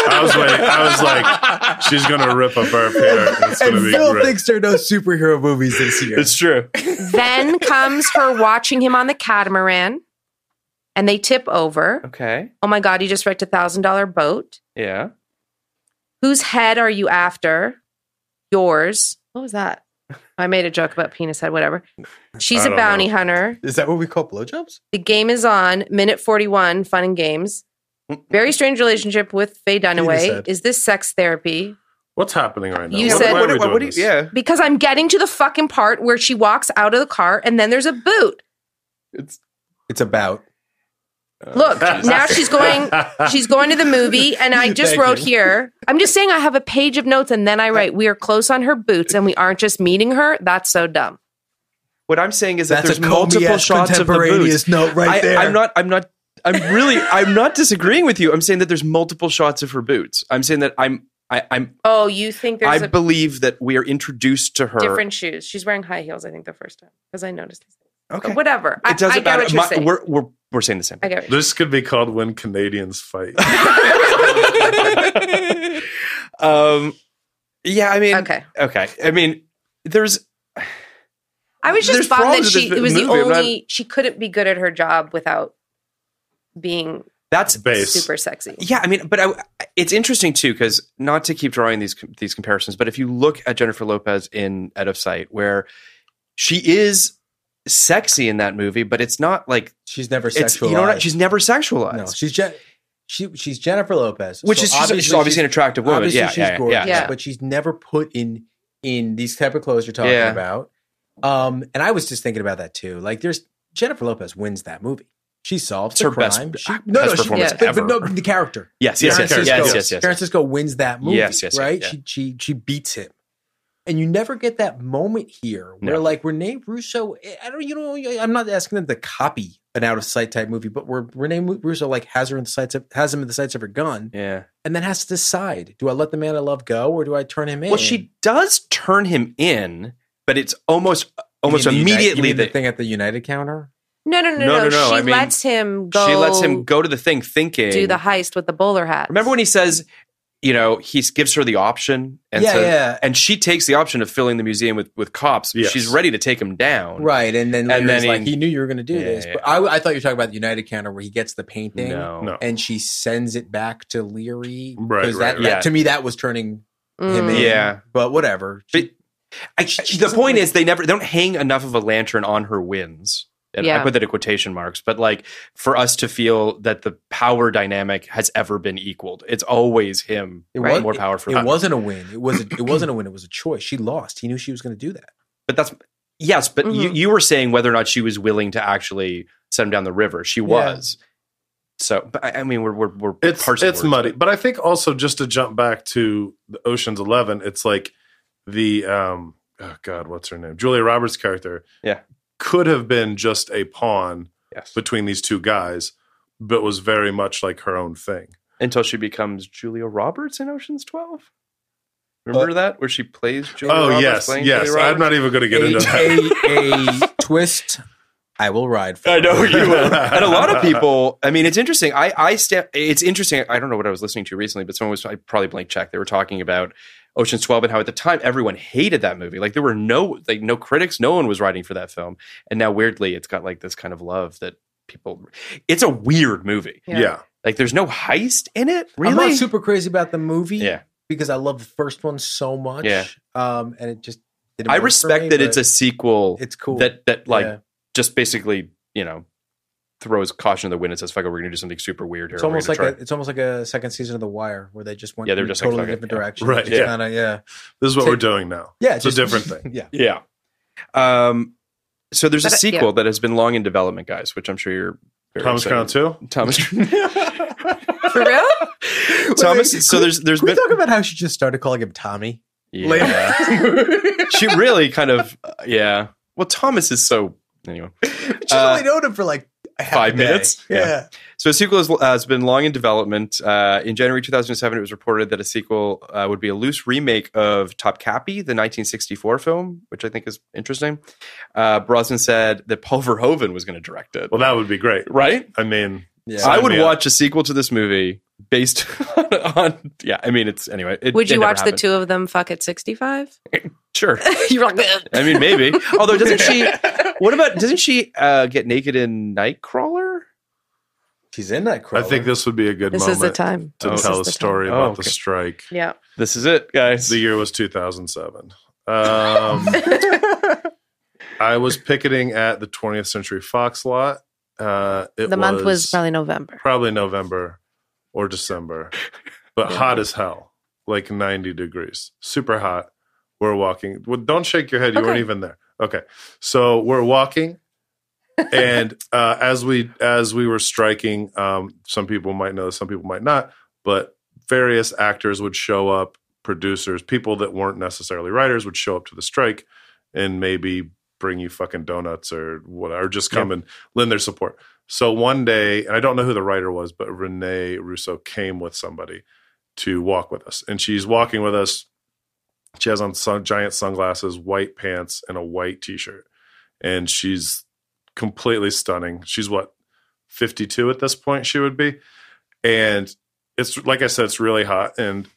S5: I was waiting. I was like, she's gonna rip a burp here. It's gonna
S3: And
S5: be
S3: Phil
S5: great.
S3: thinks there are no superhero movies this year.
S4: It's true.
S6: then comes her watching him on the catamaran and they tip over.
S4: Okay.
S6: Oh my god, he just wrecked a $1000 boat.
S4: Yeah.
S6: Whose head are you after? Yours. What was that? I made a joke about penis head, whatever. She's
S5: I
S6: a
S5: don't
S6: bounty
S5: know.
S6: hunter.
S3: Is that what we call blowjobs?
S6: The game is on. Minute 41, fun and games. Very strange relationship with Faye Dunaway.
S3: head.
S6: Is this sex therapy?
S5: What's happening right now?
S6: You
S5: Why-
S6: said-
S5: why are
S4: What,
S5: we
S4: what, what,
S5: doing
S4: do you-
S5: this?
S4: yeah.
S6: Because I'm getting to the fucking part where she walks out of the car and then there's a boot.
S4: It's uh,
S3: It's about.
S6: Look, now she's going she's going to the movie and I just
S3: Thank
S6: wrote
S3: you.
S6: here. I'm just saying I have a page of notes and then I write, "We are close on her boots and we aren't just meeting her." That's so dumb.
S4: What I'm saying is that
S3: That's
S4: there's
S3: a
S4: multiple
S3: Comey-esque
S4: shots of the
S3: contemporaneous
S4: boots.
S3: note right
S4: I,
S3: there.
S4: I'm not. I'm not. I'm really. I'm not disagreeing with you. I'm saying that there's multiple shots of her boots. I'm saying that I'm. I, I'm.
S6: Oh, you think there's
S4: I
S6: a
S4: believe that we are introduced to her.
S6: different shoes. She's wearing high heels, I think, the first time because I noticed these things.
S4: Okay.
S6: But whatever. I,
S4: It doesn't
S6: I get
S4: matter.
S6: what you're
S4: My-
S6: saying.
S4: We're, we're we're saying the same.
S6: I
S4: Thing.
S6: get what you're
S5: This could be called "When Canadians Fight."
S4: Um. Yeah. I mean.
S6: Okay.
S4: Okay. I mean. There's.
S6: I was
S4: There's
S6: just bummed that
S4: problems with
S6: she
S4: this
S6: it was the
S4: movie. I'm not-
S6: only she couldn't be good at her job without being
S4: That's
S5: Base.
S6: super sexy.
S4: Yeah, I mean, but I, it's interesting too because not to keep drawing these these comparisons, but if you look at Jennifer Lopez in Out of Sight, where she is sexy in that movie, but it's not like
S3: She's never
S4: it's
S3: sexualized.
S4: you know what? She's never sexualized,
S3: no, she's Je- she, she's Jennifer Lopez,
S4: which
S3: So
S4: is she's obviously, she's obviously an attractive woman.
S3: Obviously,
S4: Yeah,
S3: she's
S4: yeah, yeah,
S3: gorgeous,
S4: yeah,
S6: Yeah.
S3: but she's never put in in these type of clothes you're talking
S4: Yeah.
S3: about. Um, and I was just thinking about that too. Like, there's Jennifer Lopez wins that movie. She solves
S4: It's
S3: the
S4: her best-
S3: crime. She,
S4: uh,
S3: no,
S4: best
S3: no, she-
S4: performance
S3: but- but
S4: ever.
S3: no, the character.
S4: Yes, yes, yes, yes,
S3: Francisco.
S4: yes, yes, yes.
S3: Karen Cisco wins that movie.
S4: Yes, yes, yes,
S3: right.
S4: yeah.
S3: She she she beats him, and you never get that moment here where
S4: No.
S3: like Rene Russo. eh, I don't, you know, I'm not asking them to copy an out of sight type movie, but where Rene Russo like has her in the sights of has him in the sights of her gun,
S4: yeah.
S3: and then has to decide: do I let the man I love go, or do I turn him in?
S4: Well, she does turn him in, but it's almost
S3: You mean
S4: almost
S3: the Uni- you
S4: immediately
S3: mean the
S4: that
S3: thing at the United counter.
S6: No, no, no, no.
S4: No, no, no,
S6: She
S4: I mean,
S6: lets him go.
S4: she lets him go to the thing, thinking
S6: do the heist with the bowler hat.
S4: Remember when he says, you know, he gives her the option, and
S3: Yeah,
S4: so-
S3: yeah.
S4: and she takes the option of filling the museum with with cops.
S5: Yes.
S4: She's ready to take him down,
S3: Right, and then
S4: And
S3: later and
S4: then
S3: like
S4: he-
S3: he knew you were going to do
S4: Yeah,
S3: this,
S4: yeah,
S3: but I, I thought you were talking about the United counter where he gets the painting.
S4: No,
S5: No.
S3: and she sends it back to Leary.
S5: Right,
S3: 'Cause
S5: right,
S3: that,
S5: right.
S3: that- to me that was turning
S6: Mm.
S3: him in.
S4: Yeah.
S3: But whatever.
S4: But I,
S3: she
S4: the
S3: doesn't
S4: point
S3: really-
S4: is, they never they don't hang enough of a lantern on her wins. And I
S6: Yeah.
S4: put that in quotation marks, but like for us to feel that the power dynamic has ever been equaled, it's always him
S3: It
S6: Right.
S3: was
S4: more powerful.
S3: It,
S4: than-
S3: wasn't a win. It was. A, it wasn't a win. It was a choice. She lost. He knew she was going to do that.
S4: but that's yes. But you,
S6: Mhm.
S4: you were saying whether or not she was willing to actually send him down the river. She was. So, but I, I mean, we're we're we're
S5: it's
S4: parsing
S5: it's
S4: words.
S5: muddy. But I think also just to jump back to the Ocean's Eleven, it's like the um oh god, what's her name? Julia Roberts' character.
S4: Yeah.
S5: Could have been just a pawn
S4: Yes.
S5: between these two guys, but was very much like her own thing.
S4: until she becomes Julia Roberts in Ocean's Twelve. Remember
S3: Uh,
S4: that where she plays Julia
S5: oh
S4: Roberts?
S5: yes,
S4: playing
S5: yes.
S4: Julia
S5: I'm
S4: Roberts?
S5: not even going to get into that.
S3: A, a, a twist. I will ride. For
S4: I know
S3: it.
S4: you will. and a lot of people. I mean, it's interesting. I, I stand. It's interesting. I don't know what I was listening to recently, but someone was I probably blank check. They were talking about Ocean's Twelve and how at the time everyone hated that movie. Like there were no like no critics. No one was writing for that film. And now weirdly, it's got like this kind of love that people. It's a weird movie.
S5: Yeah.
S4: Like there's no heist in it.
S3: I'm
S4: Really.
S3: not super crazy about the movie.
S4: Yeah.
S3: Because I love the first one so much.
S4: Yeah.
S3: Um, and it just. didn't
S4: I
S3: work for
S4: respect
S3: me,
S4: that it's a
S3: but
S4: sequel.
S3: It's cool.
S4: That that like
S3: Yeah.
S4: just basically you know throws caution to the wind and says fuck it we're gonna do something super weird here.
S3: It's
S4: We're
S3: almost
S4: gonna
S3: like a,
S4: try-
S3: it's almost like a second season of The Wire where they just went
S4: Yeah, they're
S3: in
S4: just like,
S3: totally
S4: fuck it,
S3: different
S4: yeah.
S3: direction.
S5: Right,
S3: Just
S5: yeah.
S3: Kinda, yeah.
S5: This is what
S3: Take-
S5: we're doing now.
S3: Yeah.
S5: It's a different thing.
S3: Yeah.
S4: Yeah. Um, so there's a
S6: But, uh,
S4: sequel
S6: yeah.
S4: that has been long in development, guys, which I'm sure you're very
S5: Thomas Crown
S4: excited-
S5: too.
S4: Thomas.
S6: For real?
S4: Thomas.
S3: Wait,
S4: so
S3: can we-
S4: there's there's
S3: Can we
S4: been
S3: talk about how she just started calling him Tommy?
S4: yeah. she really kind of yeah. Well, Thomas is so anyway.
S3: She's
S4: Uh,
S3: only known him for like half a
S4: five
S3: day.
S4: minutes? Yeah.
S3: Yeah.
S4: So a sequel has, has been long in development. Uh, in January 2007, it was reported that a sequel uh, would be a loose remake of Top Cappy, the 1964 film, which I think is interesting. Uh, Brosnan said that Paul Verhoeven was going to direct it.
S5: Well, that would be great.
S4: right?
S5: I mean,
S3: Yeah.
S4: I
S5: Sign
S4: would
S5: me up.
S4: watch a sequel to this movie based on, on yeah. I mean, it's anyway. It,
S6: Would
S4: it
S6: you
S4: never
S6: watch the
S4: happened.
S6: two of them fuck at 65?
S4: Sure.
S6: You're like,
S4: I mean, maybe. Although, doesn't she? What about? Doesn't she uh, get naked in Nightcrawler?
S3: She's in that
S5: I
S3: crowd.
S5: think this would be a good
S6: this
S5: moment
S6: is the time.
S5: to
S6: This
S5: tell
S6: is
S5: a
S6: the
S5: story
S4: time.
S5: about
S4: Oh,
S5: the
S4: okay.
S5: strike.
S6: time. Yeah.
S4: This is it, guys.
S5: The year was 2007. Um, I was picketing at the 20th Century Fox lot. Uh, it
S6: the month was probably November.
S5: probably November or December, but hot as hell, like 90 degrees, super hot. We're walking. Well, don't shake your head. You weren't
S6: Okay.
S5: even there. Okay, so we're walking, and uh, as we as we were striking, um, some people might know, some people might not, but various actors would show up, producers, people that weren't necessarily writers would show up to the strike, and maybe bring you fucking donuts or whatever, or just come and lend their support. So one day, and I don't know who the writer was, but Renee Russo came with somebody to walk with us, and she's walking with us. She has on sun, giant sunglasses, white pants, and a white t-shirt, and she's completely stunning. She's what fifty-two at this point she would be, and it's like I said, it's really hot. And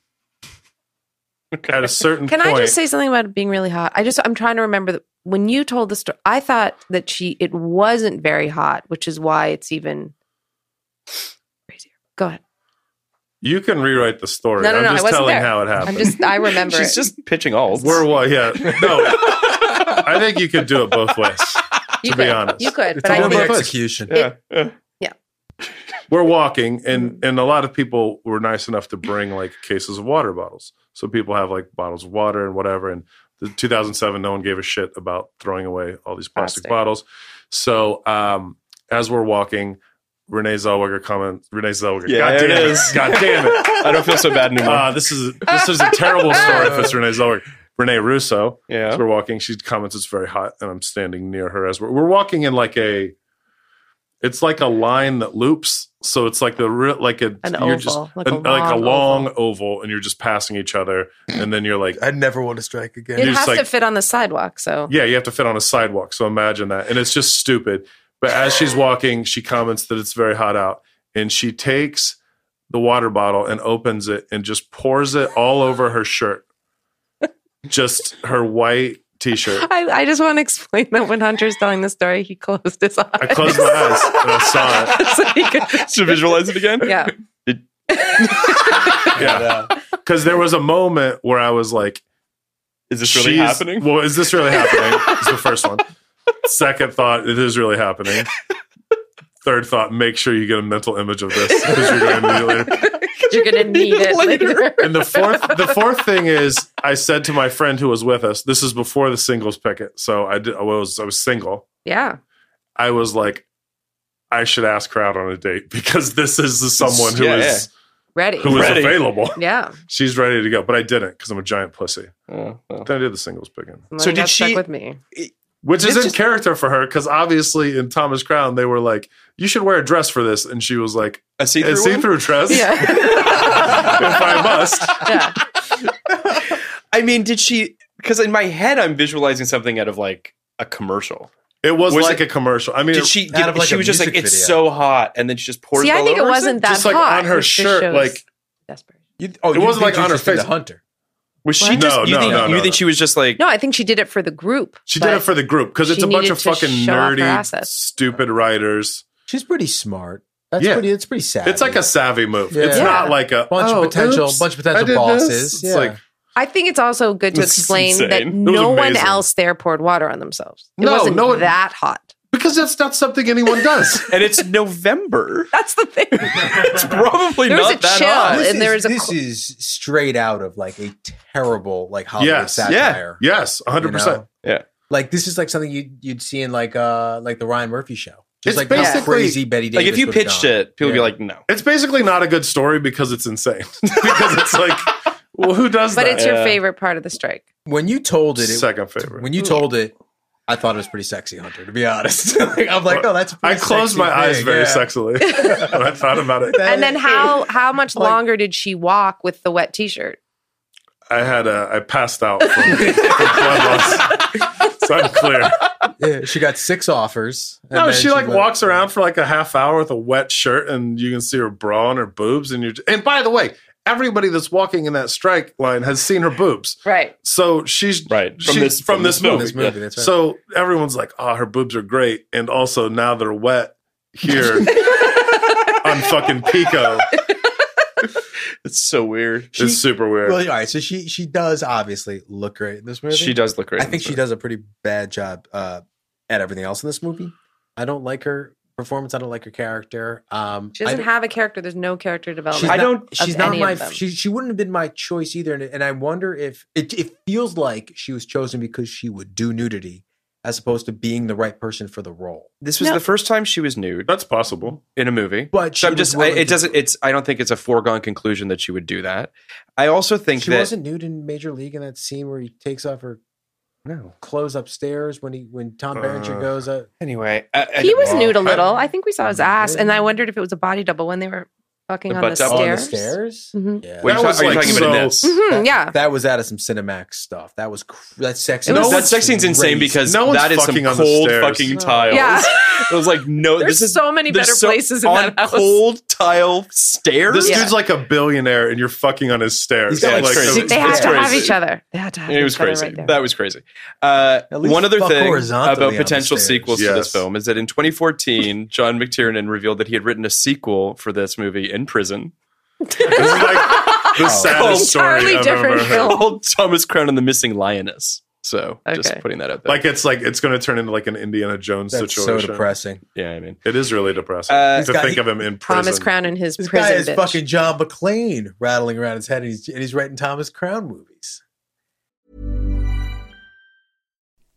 S5: at a certain
S6: Can
S5: point,
S6: I just say something about it being really hot? I just I'm trying to remember that when you told the story, I thought that she it wasn't very hot, which is why it's even crazier. Go ahead.
S5: you can rewrite the story.
S6: No, no,
S5: I'm
S6: no, I
S5: just
S6: wasn't
S5: telling
S6: there.
S5: how it happened.
S6: I'm just I remember
S4: She's
S6: it.
S4: just pitching all.
S5: We're what? Yeah, no. I think you could do it both ways.
S6: you
S5: to
S6: could,
S5: be honest.
S6: You could,
S3: it's
S6: but I
S3: all
S5: one
S3: the
S5: of
S6: think
S5: those-
S3: execution.
S4: yeah. yeah.
S5: We're walking, and and a lot of people were nice enough to bring like cases of water bottles. So people have like bottles of water and whatever. And the 2007, no one gave a shit about throwing away all these plastic,
S6: Plastic.
S5: bottles. So um, as we're walking, Renee Zellweger comments. Renee Zellweger.
S4: Yeah,
S5: God
S4: there
S5: damn
S4: it
S5: it!
S4: is.
S5: God damn it!
S4: I don't feel so bad anymore.
S5: Uh, this is this is a terrible story if it's Renee Zellweger. Renee Russo.
S4: Yeah.
S5: As we're walking, she comments it's very hot, and I'm standing near her as we're, we're walking in like a. It's like a line that loops, so it's like the re- like a
S6: An
S5: you're
S6: oval,
S5: just
S6: like
S5: an-
S6: a
S5: like a
S6: long
S5: long oval. and you're just passing each other, and then you're like,
S3: I never want to strike again.
S5: you're
S6: it
S5: just
S6: has to
S5: like-
S6: fit on the sidewalk, so
S5: yeah, you have to fit on a sidewalk. So imagine that, and it's just stupid. But as she's walking, she comments that it's very hot out, and she takes the water bottle and opens it and just pours it all over her shirt, just her white t-shirt.
S6: I, I just want to explain that when Hunter's telling the story, he closed his eyes.
S5: I closed my eyes and I saw it.
S6: so he could,
S4: to visualize it again.
S6: yeah.
S5: Yeah, because there was a moment where I was like,
S4: Is this really
S5: "She's-
S4: happening?
S5: Well, is this really happening?" It's the first one. Second thought, it is really happening. Third thought, make sure you get a mental image of this because you're going to need it later.
S6: You're gonna need it later.
S5: And the fourth, the fourth thing is, I said to my friend who was with us, this is before the singles picket, so I, did, I was I was single.
S6: Yeah.
S5: I was like, I should ask her out on a date because this is someone who is
S4: Yeah,
S6: Ready.
S5: who is
S4: Ready.
S5: available.
S6: Yeah.
S5: She's ready to go, but I didn't because I'm a giant pussy.
S4: Oh, well.
S5: Then I did the singles picking.
S6: Someone
S4: So did
S6: got stuck
S4: she-
S6: with me?
S5: which is
S4: This
S5: in
S4: just-
S5: character for her because obviously in Thomas Crown they were like, "You should wear a dress for this," and she was like,
S4: A see-through
S5: "A
S4: one?
S5: see-through dress, if I must."
S6: yeah.
S4: I mean, did she? Because in my head, I'm visualizing something out of like a commercial.
S5: It was,
S4: Was
S5: like
S4: it-
S5: a commercial. I mean,
S4: Did she?
S3: Out of,
S4: Give,
S3: like,
S4: she
S3: a
S4: was just like,
S3: music
S4: "It's
S3: video.
S4: so hot," and then she just poured.
S6: See,
S4: it
S6: I
S4: all
S6: think it
S4: over herself?
S6: wasn't that
S5: Just, like,
S6: hot.
S5: on her
S6: It just
S5: shirt,
S6: shows
S5: like-
S6: desperate.
S3: You, oh,
S5: It wasn't, like, on her
S3: The
S5: face.
S3: hunter.
S4: Was she
S6: What?
S4: just?
S5: No,
S4: you
S5: no,
S4: think,
S5: no,
S4: You
S5: no,
S4: think
S5: no.
S4: she was just like?
S6: No, I think she did it for the group.
S5: she did
S6: but-
S5: it for the group because it's a
S6: she
S5: bunch
S6: needed
S5: of
S6: to
S5: fucking
S6: show off her
S5: nerdy,
S6: assets.
S5: stupid writers.
S3: She's pretty smart. That's
S5: Yeah.
S3: pretty. It's pretty sad.
S5: It's like a savvy move. It's
S3: Yeah.
S5: not like a
S3: bunch
S5: "Oh,
S3: of potential,
S5: oops,
S3: bunch of
S5: I
S3: potential
S5: did this."
S3: bosses.
S5: It's
S3: Yeah.
S5: like
S6: I think it's also good to
S4: This is
S6: explain
S4: insane.
S6: that
S4: It was
S6: no one
S5: amazing.
S6: else there poured water on themselves. It
S5: No,
S6: wasn't
S5: no one-
S6: that hot.
S5: because that's not something anyone does.
S4: and it's November.
S6: That's the thing.
S4: It's probably
S6: There was
S4: not
S6: a
S4: that
S6: chill.
S4: hot.
S6: Uh, and there
S3: is,
S6: was a
S3: this
S6: co-
S3: is straight out of like a terrible like Hollywood
S5: yes, yeah,
S3: satire.
S5: yes, hundred percent.
S4: Yeah.
S3: Like this is like something you'd you'd see in like uh like the Ryan Murphy show. Just
S5: It's
S3: like how
S5: basically-
S3: crazy Betty Davis.
S4: Like if you
S3: would have
S4: pitched
S3: gone.
S4: it, people
S3: Yeah.
S4: would be like, "No."
S5: It's basically not a good story because it's insane. because it's like, well, who does
S6: but
S5: that?
S6: it's your
S4: Yeah.
S6: favorite part of the strike.
S3: when you told it, it
S5: second favorite.
S3: when you told it, I thought it was pretty sexy, Hunter. To be honest, like, I'm like, oh, that's. a
S5: I
S3: pretty
S5: closed
S3: sexy
S5: my eyes
S3: thing,
S5: very
S3: yeah.
S5: sexually when I thought about it.
S3: That
S6: And then
S3: is-
S6: how how much
S3: Like-
S6: longer did she walk with the wet T-shirt?
S5: I had a, I passed out from, from blood loss. It's unclear.
S3: Yeah, she got six offers. and
S5: No,
S3: then
S5: she like
S3: went-
S5: walks around for like a half hour with a wet shirt, and you can see her bra and her boobs. And you're and by the way, everybody that's walking in that strike line has seen her boobs.
S6: Right.
S5: So she's
S4: Right.
S5: she-
S4: From
S5: from
S4: this-
S5: this
S4: from this
S5: movie.
S3: This movie, that's right.
S5: So everyone's like, "Oh, her boobs are great," and also now they're wet here on fucking Pico.
S4: It's so weird.
S3: She-
S5: it's super weird.
S3: Well, all right. So she she does obviously look great in this movie.
S4: She does look great.
S3: I think she does a pretty bad job uh, at everything else in this movie. I don't like her performance. I don't like her character. Um,
S6: She doesn't
S3: I,
S6: have a character. There's no character
S3: She's
S6: development.
S4: I
S3: not-
S4: don't-
S3: She's
S6: of
S3: not
S6: any
S3: my.
S6: of them.
S3: She she wouldn't have been my choice either. And, and I wonder if it it feels like she was chosen because she would do nudity as opposed to being the right person for the role.
S4: This was
S6: No.
S4: the first time she was nude
S5: That's possible.
S4: in a movie.
S3: But she
S4: So I'm
S3: was
S4: just. I,
S3: willing
S4: it
S3: to-
S4: doesn't. It's. I don't think it's a foregone conclusion that she would do that. I also think
S3: She
S4: that
S3: wasn't nude in Major League in that scene where he takes off her
S4: no.
S3: clothes upstairs when he when Tom Berenger
S5: Uh,
S3: goes up.
S4: Anyway, I, I-
S6: he was
S3: Well,
S6: nude a
S3: I-
S6: little. I, think we saw his ass, and I wondered if it was a body double when they were fucking
S4: The
S6: on the
S4: butt double
S3: on the
S6: stairs.
S3: stairs.
S6: Mhm.
S3: Yeah.
S4: Wait,
S5: That
S4: are you
S5: was
S4: ta- are you
S5: like
S4: talking
S5: so-
S4: about in this?
S6: Mhm,
S3: That-
S6: yeah.
S3: that was out of some Cinemax stuff. That was cr- that sex.
S6: It
S4: No,
S6: was-
S4: that sex scene's insane because
S5: No one's
S4: that is some
S5: fucking on the
S4: cold
S5: stairs.
S4: fucking
S3: Oh.
S4: tiles.
S6: Yeah.
S4: it was like no.
S6: There's
S4: this is
S6: so many
S4: there's
S6: better places in
S4: on
S6: that house.
S4: cold tile stairs.
S5: This
S6: Yeah.
S5: dude's like a billionaire, and you're fucking on his stairs.
S3: He's got,
S4: like, six-
S5: so it's-
S6: they had
S4: It's
S6: to have
S4: crazy.
S6: each other. They had to have
S4: it was
S6: each other
S4: crazy.
S6: right there.
S4: that was crazy. Uh,
S3: At least
S4: one other
S3: fuck
S4: thing
S3: horizontally
S4: about
S3: on the
S4: potential
S3: stairs.
S4: sequels to this
S5: Yes.
S4: film is that in 2014, John McTiernan revealed that he had written a sequel for this movie in prison
S5: This is like
S3: Oh,
S5: the saddest story
S6: Oh, Entirely
S5: I've
S6: different
S5: ever heard.
S6: film.
S4: called Thomas Crown and the Missing Lioness. So just
S6: Okay.
S4: putting that out there.
S5: Like it's like it's going to turn into like an Indiana Jones
S3: That's so
S5: situation.
S3: depressing.
S4: yeah, I mean,
S5: It is really depressing
S4: Uh,
S5: to
S3: He's got-
S5: think
S3: he-
S5: of him in prison.
S6: Thomas Crown and his
S3: This guy
S6: prison
S3: is
S6: bitch.
S3: fucking John McClane rattling around his head, and he's, and he's writing Thomas Crown movies.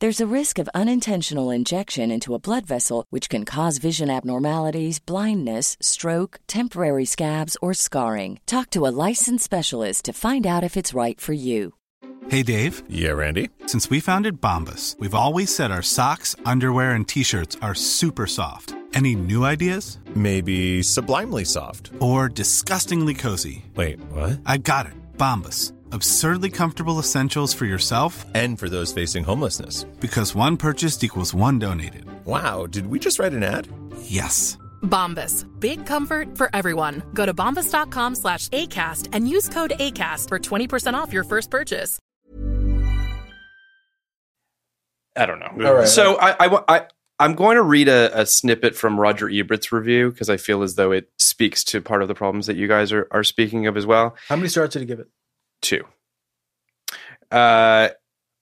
S7: There's a risk of unintentional injection into a blood vessel, which can cause vision abnormalities, blindness, stroke, temporary scabs, or scarring. Talk to a licensed specialist to find out if it's right for you.
S8: Hey, Dave.
S9: Yeah, Randy.
S8: Since we founded Bombus, we've always said our socks, underwear, and t shirts are super soft. Any new ideas?
S9: Maybe sublimely soft.
S8: Or disgustingly cozy.
S9: Wait, what?
S8: I got it. Bombus. Absurdly comfortable essentials for yourself
S9: and for those facing homelessness.
S8: Because one purchased equals one donated.
S9: Wow, did we just write an ad?
S8: Yes.
S10: Bombas. Big comfort for everyone. Go to bombas.com slash ACAST and use code ACAST for 20% off your first purchase.
S4: I don't know.
S3: All right.
S4: so I, I, wa- I, I'm going to read a, a snippet from Roger Ebert's review because I feel as though it speaks to part of the problems that you guys are, are speaking of as well.
S3: How many stars did he give it?
S4: two. Uh,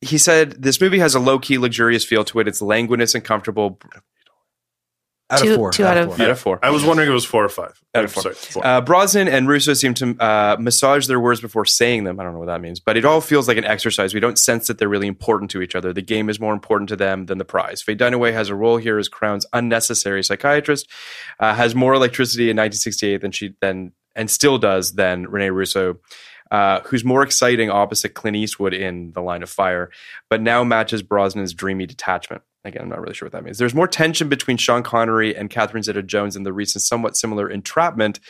S4: he said this movie has a low key, luxurious feel to it. It's languidness and comfortable.
S5: Out of Two- four, two out out of of- four.
S4: Out of four.
S5: I was wondering if it was four or five.
S4: Out of four.
S5: Sorry, four.
S4: Uh, Brosnan and Russo seem to uh, massage their words before saying them. I don't know what that means, but it all feels like an exercise. We don't sense that they're really important to each other. The game is more important to them than the prize. Faye Dunaway has a role here as Crown's unnecessary psychiatrist, uh, has more electricity in 1968 than she than and still does than Rene Russo. Uh, who's more exciting opposite Clint Eastwood in The Line of Fire, but now matches Brosnan's dreamy detachment. Again, I'm not really sure what that means. There's more tension between Sean Connery and Catherine Zeta Jones in the recent, somewhat similar entrapment.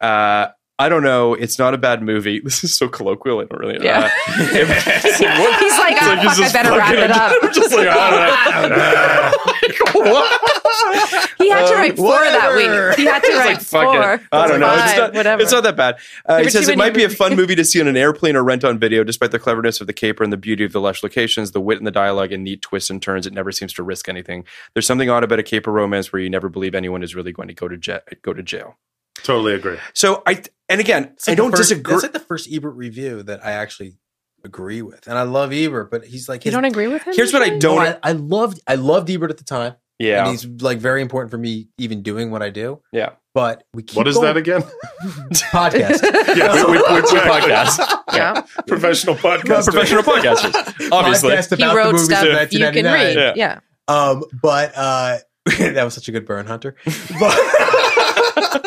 S4: Uh, I don't know. It's not a bad movie. This is so colloquial. I don't really.
S6: Yeah.
S4: Uh, it- what?
S6: He's like, "Ah,
S4: It's he's
S6: fuck, I
S4: just
S6: better wrap
S4: fucking-
S6: it up."
S4: I'm just like, "Ah, I don't know. Like, what?
S6: He had to write
S4: Um,
S6: four that
S4: whatever.
S6: week. He had to
S4: It's
S6: write
S4: like, fuck
S6: four.
S4: it. I don't know.
S6: Five,
S4: it's, not,
S6: whatever.
S4: it's not that bad. Uh,
S6: There
S4: he
S6: were
S4: says
S6: too
S4: it
S6: many
S4: might be a fun movie to see on an airplane or rent on video, despite the cleverness of the caper and the beauty of the lush locations, the wit and the dialogue and neat twists and turns. It never seems to risk anything. There's something odd about a caper romance where you never believe anyone is really going to go to je- go to jail.
S5: Totally agree.
S4: So I and again,
S3: It's
S4: I
S3: like the
S4: don't
S3: first-
S4: disagree.
S3: That's like the first Ebert review that I actually agree with, and I love Ebert, but he's like
S6: You
S3: his-
S6: don't agree with him?
S4: Here's what I
S6: Ethan?
S4: don't- e-
S3: Oh, I, I loved I loved Ebert at the time.
S4: yeah,
S3: and he's like very important for me even doing what I do.
S4: yeah.
S3: But we keep
S5: What is that
S3: going-
S5: again?
S3: podcast?
S5: yeah, we, we, we
S4: podcast.
S6: Yeah.
S5: Professional podcast.
S4: Professional podcasters, obviously.
S3: podcast
S6: He
S3: about the
S6: wrote
S3: movies
S6: stuff
S3: of
S6: you can
S3: 1999.
S6: read.
S4: Yeah.
S6: Yeah.
S3: Um, but uh, that was such a good burn, Hunter. But,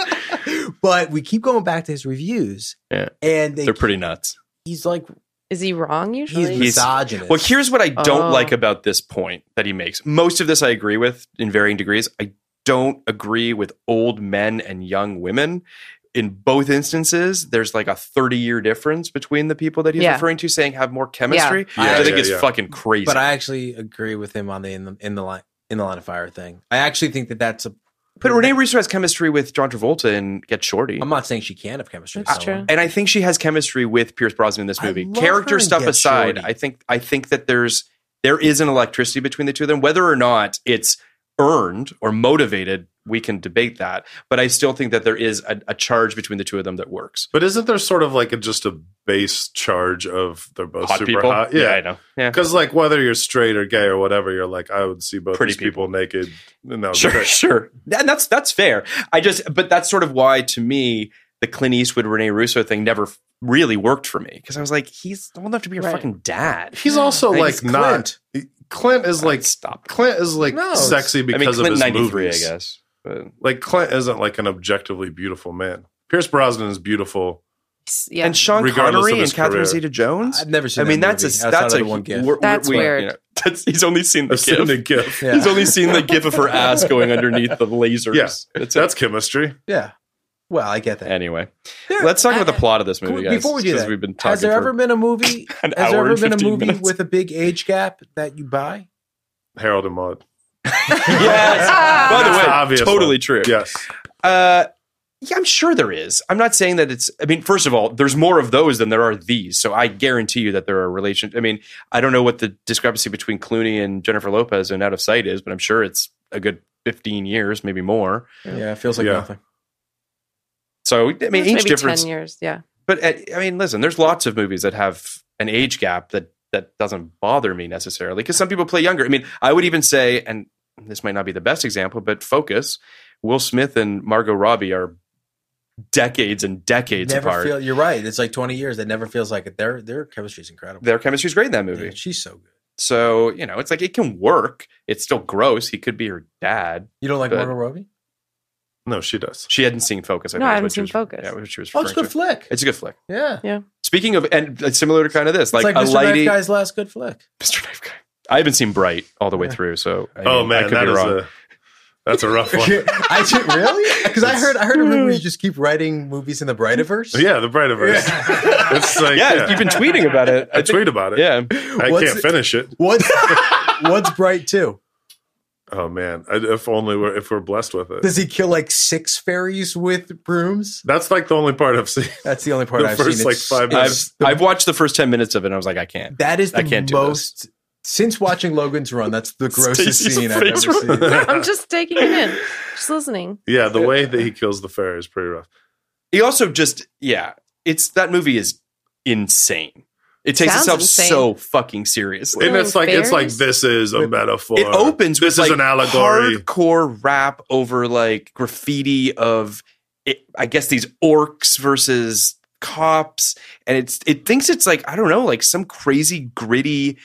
S3: but we keep going back to his reviews,
S4: Yeah.
S3: and they,
S4: They're pretty nuts.
S3: he's like
S6: Is he wrong
S3: he's
S6: usually?
S4: He's-
S3: misogynist.
S4: Well, here's what I don't
S6: Oh.
S4: like about this point that he makes. Most of this I agree with in varying degrees. I don't agree with old men and young women. In both instances, there's like a 30 year difference between the people that he's
S6: Yeah.
S4: referring to, saying have more chemistry.
S5: Yeah.
S4: which I
S5: Yeah,
S4: think
S5: yeah,
S4: it's
S5: yeah.
S4: fucking crazy.
S3: but I actually agree with him on the in the in the line in the line of fire thing. I actually think that that's a.
S4: But Renee Russo has chemistry with John Travolta and Get Shorty.
S3: I'm not saying she can't have chemistry. with
S6: That's
S3: someone.
S4: and I think she has chemistry with Pierce Brosnan in this
S3: I
S4: movie.
S3: love her
S4: Character
S3: in
S4: stuff
S3: Get
S4: aside,
S3: Shorty.
S4: I think I think that there's there is an electricity between the two of them. Whether or not it's earned or motivated, we can debate that. But I still think that there is a, a charge between the two of them that works.
S5: But isn't there sort of like a, just a base charge of they're both
S4: Hot
S5: super
S4: people,
S5: hot?
S4: I know. Yeah,
S5: Because like whether you're straight or gay or whatever, you're like I would see both
S4: Pretty
S5: these people. naked. And that would be
S4: sure,
S5: great.
S4: sure. And that's that's fair. I just, but that's sort of why to me the Clint Eastwood Rene Russo thing never f- really worked for me because I was like, he's old enough to be your
S6: Right.
S4: fucking dad.
S5: He's also
S4: I think
S5: like
S4: it's
S5: not. Clint is like
S4: Stop.
S5: Clint is like
S3: No, it's-
S5: sexy
S4: I mean,
S5: because
S4: Clint
S5: of his
S4: ninety three, I
S5: movies.
S4: guess. But
S5: Like Clint isn't like an objectively beautiful man. Pierce Brosnan is beautiful.
S6: He's- yeah.
S4: and Sean
S5: Regardless of
S4: Connery and
S5: his
S4: Catherine
S5: career.
S4: Zeta-Jones.
S3: I've never seen.
S4: I mean,
S3: that
S4: that's
S3: movie
S4: a
S3: outside
S4: that's
S3: of
S4: a
S3: the one gift.
S4: we're-
S6: That's
S4: we-
S6: weird.
S4: you know, that's- he's only seen the
S5: I've seen the
S4: gif.
S5: gif.
S3: Yeah.
S4: He's only seen the gif of her ass going underneath the lasers.
S5: Yeah,
S4: That's it.
S5: That's chemistry.
S3: Yeah. Well, I get that.
S4: anyway. Let's talk about the plot of this movie, guys.
S3: Before uh, we do
S4: because
S3: that,
S4: We've been talking
S3: has there
S4: for-
S3: ever been a movie?
S4: an
S3: has there
S4: hour
S3: ever
S4: and
S3: been a
S4: 15
S3: movie
S4: minutes.
S3: with a big age gap that you buy?
S5: Harold and Maude.
S4: Yes. By the
S5: That's
S4: way,
S5: the obvious
S4: totally
S5: one.
S4: true.
S5: Yes.
S4: Uh, yeah, I'm sure there is. I'm not saying that it's. I mean, first of all, there's more of those than there are these. So I guarantee you that there are relation. I mean, I don't know what the discrepancy between Clooney and Jennifer Lopez and Out of Sight is, but I'm sure it's a good 15 years, maybe more.
S3: Yeah, it feels like
S5: Yeah.
S3: nothing.
S4: So I mean,
S6: That's
S4: age
S6: maybe
S4: difference.
S6: ten years. Yeah.
S4: But uh, I mean, listen, there's lots of movies that have an age gap that that doesn't bother me necessarily because some people play younger. I mean, I would even say, and this might not be the best example, but Focus, Will Smith and Margot Robbie are decades and decades
S3: never
S4: apart.
S3: feel. You're right. It's like 20 years. It never feels like it. Their their chemistry is incredible.
S4: Their chemistry's great in that movie.
S3: Man, she's so good.
S4: So you know, it's like it can work. It's still gross. He could be her dad.
S3: You don't like
S4: But-
S3: Margot Robbie?
S5: No, she does.
S4: She hadn't seen Focus. I
S6: No,
S4: think is
S6: I haven't
S4: what she
S6: seen
S4: was-
S6: Focus.
S4: Yeah, what she was
S3: Oh, it's a
S4: referring
S3: good
S4: to.
S3: flick.
S4: It's a good flick.
S3: Yeah.
S6: Yeah.
S4: Speaking of, and uh, similar to kind of this,
S3: It's
S4: like,
S3: like,
S4: a
S3: Mr.
S4: lady.
S3: Knife Guy's last good flick.
S4: Mr. Knife Guy. I haven't seen Bright all the way through, so I
S5: oh
S4: mean, I
S5: man,
S4: could
S5: that
S4: be
S5: is
S4: wrong.
S5: a that's a rough one.
S3: I should, really? Because I heard I heard a rumor you just keep writing movies in the Brightiverse.
S5: yeah, the Brightiverse. It's like
S4: yeah,
S5: yeah,
S4: you've been tweeting about it.
S5: I tweet about it.
S4: Yeah,
S5: I
S3: What's
S5: can't
S3: it-
S5: finish it.
S3: What's What's Bright Two?
S5: Oh man, I, if only we're if we're blessed with it.
S3: Does he kill like six fairies with brooms?
S5: That's like the only part I've seen.
S3: That's the only part
S5: The
S3: I've
S5: first,
S3: seen.
S5: like,
S3: It's-
S5: five
S3: it's-
S4: I've I've watched the first ten minutes of it. and I was like, I can't.
S3: That is the
S4: I can't do this.
S3: most since watching Logan's Run. That's the grossest
S4: Stacey's
S3: scene I've ever
S4: face
S3: seen.
S6: I'm just taking it in, just listening.
S5: Yeah, the way that he kills the fairy is pretty rough.
S4: He also just yeah, it's that movie is insane. It takes
S6: Sounds
S4: itself
S6: insane.
S4: so fucking seriously.
S5: and it's like
S6: Killing
S5: it's like
S6: fairies?
S5: this is a
S3: It-
S5: metaphor.
S4: it opens
S5: This
S4: with
S5: is
S4: like,
S5: an allegory.
S4: hardcore rap over like graffiti of it, i guess these orcs versus cops and it's it thinks it's like i don't know like some crazy gritty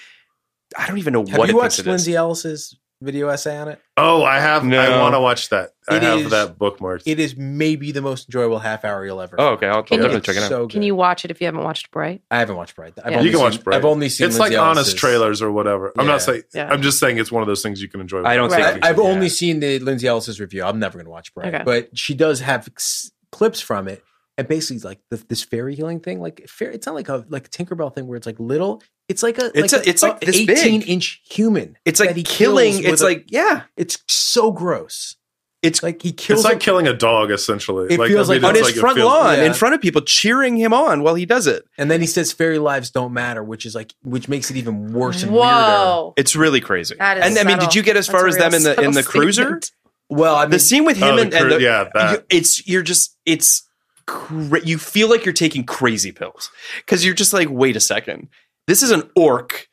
S4: i don't even know
S3: Have
S4: what
S3: you
S4: it thinks
S3: watched
S4: it is
S3: Lindsay Ellis's video essay on it?
S5: Oh, I have. I
S4: No.
S5: want to watch that. I
S3: It
S5: have
S3: is-
S5: that bookmarked.
S3: It is maybe the most enjoyable half hour you'll ever.
S4: oh okay i'll, I'll
S6: Can you-
S4: definitely check it out
S3: So
S6: Can you watch it if you haven't watched Bright?
S3: I haven't watched Bright. I've
S6: Yeah.
S3: only
S5: you can watch.
S3: seen-
S5: Bright.
S3: I've only seen.
S5: It's
S3: Lindsay
S5: like
S3: Ellis's.
S5: honest trailers or whatever. I'm
S3: Yeah.
S5: not saying.
S6: Yeah.
S5: I'm just saying it's one of those things you can enjoy.
S4: i don't
S6: Right.
S4: think
S3: I, have
S4: yeah.
S3: only seen the Lindsay Ellis's review. I'm never going to watch Bright,
S6: Okay.
S3: but she does have s- clips from it, and basically like the, this fairy healing thing. Like fair, it's not like a like a Tinkerbell thing where it's like little. It's like a
S4: It's a- it's like this big.
S3: 18 inch human.
S4: it's
S3: that he
S4: like killing
S3: kills with
S4: it's
S3: a-
S4: like yeah
S3: it's so gross.
S4: it's
S3: Like he kills.
S5: It's like
S3: a-
S5: killing a dog, essentially.
S3: It feels
S5: I
S3: like-
S5: mean,
S4: on
S5: it's
S4: his
S5: it
S4: front
S5: feels-
S4: lawn
S3: yeah.
S4: in front of people cheering him on while he does it
S3: and then he says fairy lives don't matter, which is like which makes it even worse and weirder.
S6: Whoa.
S4: it's really crazy
S6: That is
S4: and i mean did
S6: subtle.
S4: you get as
S6: That's
S4: far
S6: a
S4: as
S6: real
S4: them in the in the
S6: subtle
S4: cruiser
S6: statement.
S3: Well, I mean,
S4: the scene with him
S5: Oh, the
S4: and, and
S5: cru-
S4: the,
S5: yeah, that.
S4: you- it's you're just it's cra- you feel like you're taking crazy pills because you're just like wait a second this is an orc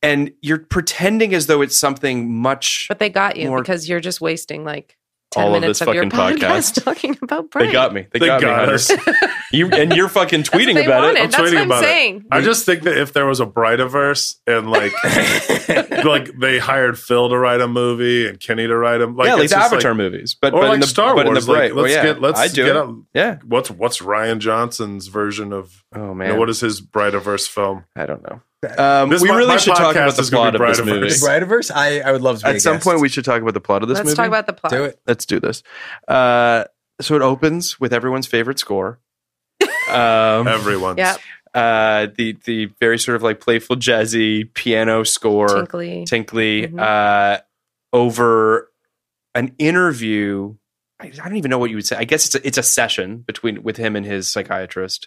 S4: and you're pretending as though it's something much
S6: But they got you
S4: More-
S6: because you're just wasting like 10
S4: All of
S6: minutes
S4: this
S6: of, your
S4: fucking
S6: podcast,
S4: podcast.
S6: talking about Bright.
S4: me
S5: They got
S4: Hunter.
S5: us.
S4: you and you're fucking
S6: That's what
S4: tweeting
S6: they
S4: about
S6: wanted.
S4: it
S6: That's
S5: tweeting
S6: what I'm
S5: about it.
S6: saying.
S5: I just think that if there was a Brightiverse and like like they hired Phil to write a movie and Kenny to write them, like
S4: yeah like
S5: it's
S4: the
S5: just
S4: avatar movies but
S5: or
S4: but
S5: like
S4: in the,
S5: Star
S4: but in the
S5: Wars, like,
S4: bright well,
S5: let's
S4: yeah,
S5: get- let's
S4: I do
S5: get
S4: it.
S5: up-
S4: yeah
S5: What's what's Ryan Johnson's version of?
S4: oh
S5: you
S4: man
S5: know, what is his Brightiverse film?
S4: I don't know um,
S5: This
S4: we
S5: my-
S4: really
S5: my
S4: should talk
S5: podcast
S4: about the
S5: is gonna
S4: plot
S5: be
S4: of this
S5: Brightiverse.
S4: movie
S3: the Brightiverse, I I would love to be a
S4: at some
S3: guest.
S4: point we should talk about the plot of this
S6: Let's
S4: movie
S6: talk about the plot.
S3: do it.
S4: let's do this. Uh, so it opens with everyone's favorite score. Um,
S5: Everyone's.
S6: Yeah.
S4: uh, the the very sort of like playful jazzy piano score, tinkly,
S6: Tinkly. Mhm.
S4: uh, over an interview. I, I don't even know what you would say. I guess it's a, it's a session between with him and his psychiatrist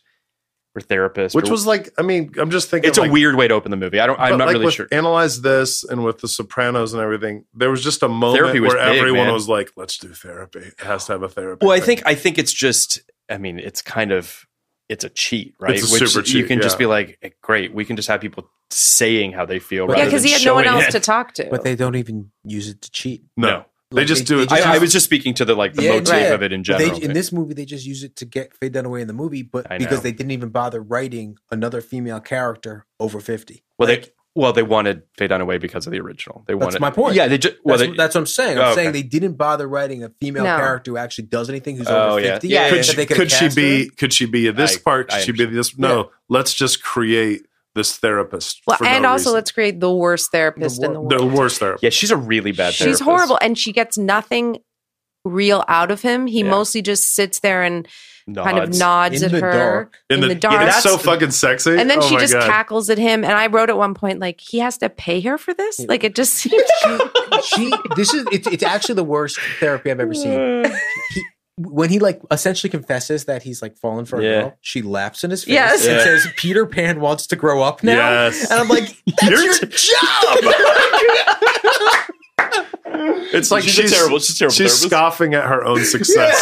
S4: or therapist,
S5: Which
S4: or-
S5: was like, I mean, I'm just thinking
S4: it's a
S5: like,
S4: weird way to open the movie. I don't.
S5: but,
S4: I'm not
S5: like,
S4: really
S5: with
S4: sure.
S5: Analyze this and with the Sopranos and everything, there was just a moment
S4: Therapy was
S5: where
S4: big,
S5: everyone
S4: man.
S5: was like, "Let's do therapy. It has to have a therapy."
S4: Well, I
S5: thing.
S4: think I think it's just. I mean, it's kind of it's a cheat, right?
S5: It's a super
S4: You
S5: cheat,
S4: can just
S5: yeah.
S4: be like, "Eh, great. We can just have people saying how they feel.
S3: Yeah,
S4: rather
S6: Yeah, because
S4: than
S6: he had no one
S4: showing
S6: else
S4: it.
S6: to talk to.
S3: but they don't even use it to cheat.
S5: no,
S4: No.
S5: they
S3: Like,
S5: just do it.
S3: they
S4: I, I was just speaking to the like the
S3: Yeah,
S4: motif
S3: yeah.
S4: of it in
S3: But
S4: general.
S3: They, in this movie, they just use it to get Faye Dunaway in the movie, but
S4: I
S3: because
S4: know.
S3: they didn't even bother writing another female character over fifty.
S4: well,
S3: Like,
S4: they well they wanted Fade On Away because of the original. They
S3: That's
S4: wanted
S3: my point.
S4: Yeah, they just well
S3: that's,
S4: they,
S3: that's what I'm saying. I'm
S4: Oh,
S3: saying
S4: okay.
S3: they didn't bother writing a female
S6: No.
S3: character who actually does anything who's
S4: Oh,
S3: over
S4: yeah.
S3: fifty. that
S4: Yeah,
S5: could
S4: yeah,
S5: she,
S3: they could've
S5: could she
S3: cast
S5: be?
S3: her.
S5: Could she be this
S4: I-
S5: part?
S4: I
S5: Could she be this? No, let's just create this therapist.
S6: well,
S5: for no
S6: and also
S5: reason.
S6: let's create the worst therapist in the
S3: wor-
S6: world.
S5: the worst therapist.
S4: yeah, she's a really bad.
S6: She's
S4: therapist.
S6: horrible and she gets nothing real out of him. He
S4: Yeah.
S6: mostly just sits there and kind of
S4: Nods.
S6: nods
S3: In
S6: at
S3: the
S6: her
S3: dark.
S6: in, the, dark.
S5: Yeah, it's so fucking sexy.
S6: and then
S5: Oh
S6: she
S5: my
S6: just
S5: God.
S6: cackles at him. And I wrote at one point, like, he has to pay her for this?
S3: Yeah.
S6: Like, it just seems.
S3: she this is it's, it's actually the worst therapy I've ever seen. He, when he like essentially confesses that he's like fallen for a
S4: Yeah.
S3: girl, she laughs in his face
S6: Yes.
S3: and
S4: Yeah.
S3: says, "Peter Pan wants to grow up now."
S5: Yes.
S3: And I'm like, "That's
S5: You're-
S3: your job."
S5: It's like
S4: She's
S5: she's,
S4: a terrible- she's a terrible
S5: She's
S4: therapist.
S5: scoffing at her own success.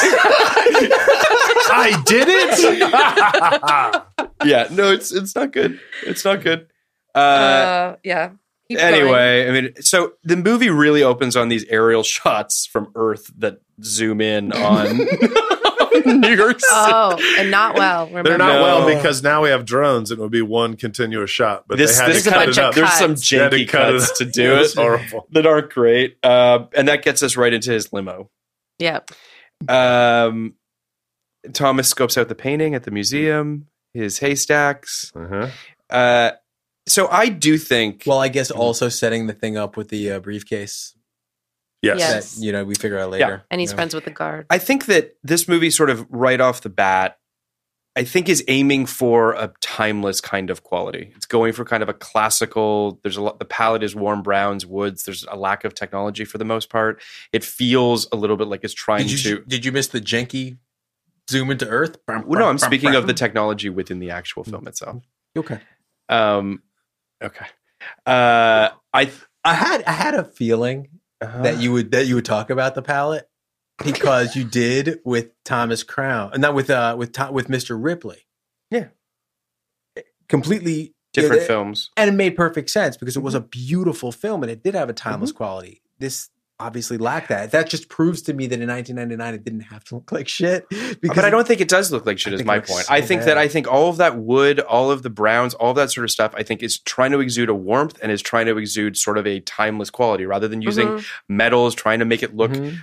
S5: I did it.
S4: Yeah, no, it's it's not good. It's not good. uh
S6: uh, yeah. Keep going.
S4: anyway, I mean, so the movie really opens on these aerial shots from Earth that zoom in on New York City.
S6: Oh, and not well. Remember?
S5: They're not
S4: No.
S5: well because now we have drones and it would be one continuous shot. But
S4: this
S5: they had
S4: this
S5: to
S6: a
S4: cut
S5: cut
S6: bunch
S5: it
S6: of
S5: up.
S4: there's some
S5: They had
S4: janky cuts
S5: up.
S4: to do
S5: was
S4: it
S5: horrible.
S4: that aren't great, uh, and that gets us right into his limo.
S6: Yep.
S4: Um, Thomas scopes out the painting at the museum, his haystacks. Uh, so I do think.
S3: Well, I guess also setting the thing up with the uh, briefcase.
S6: Yes. Yes.
S3: That, you know, we figure out
S4: Yeah.
S3: later.
S6: And he's
S3: you know.
S6: friends with the guard.
S4: I think that this movie, sort of right off the bat, I think is aiming for a timeless kind of quality. It's going for kind of a classical. There's a lot. The palette is warm browns, woods. There's a lack of technology for the most part. It feels a little bit like it's trying
S3: Did you
S4: to.
S3: did you miss the janky zoom into Earth?
S4: Well, no, I'm speaking of the technology within the actual
S3: Mm-hmm.
S4: film itself.
S3: Okay.
S4: Um, okay. Uh, I th-
S3: I had I had a feeling
S4: Ah.
S3: that you would that you would talk about the palette because you did with Thomas Crown, not with uh with Tom, with Mr. Ripley. Eh,
S4: Yeah.
S3: Completely
S4: different
S3: yeah, they-
S4: films.
S3: and it made perfect sense because it was a beautiful film and it did have a timeless quality. This obviously lacked that. That just proves to me that in 1999 it didn't have to look like shit. Because
S4: but I don't think it does look like shit. is
S3: think it
S4: my
S3: looks
S4: point.
S3: so
S4: I think that
S3: bad.
S4: I think all of that wood, all of the browns, all of that sort of stuff. I think is trying to exude a warmth and is trying to exude sort of a timeless quality rather than using
S6: Mhm.
S4: metals, trying to make it look
S3: Mhm.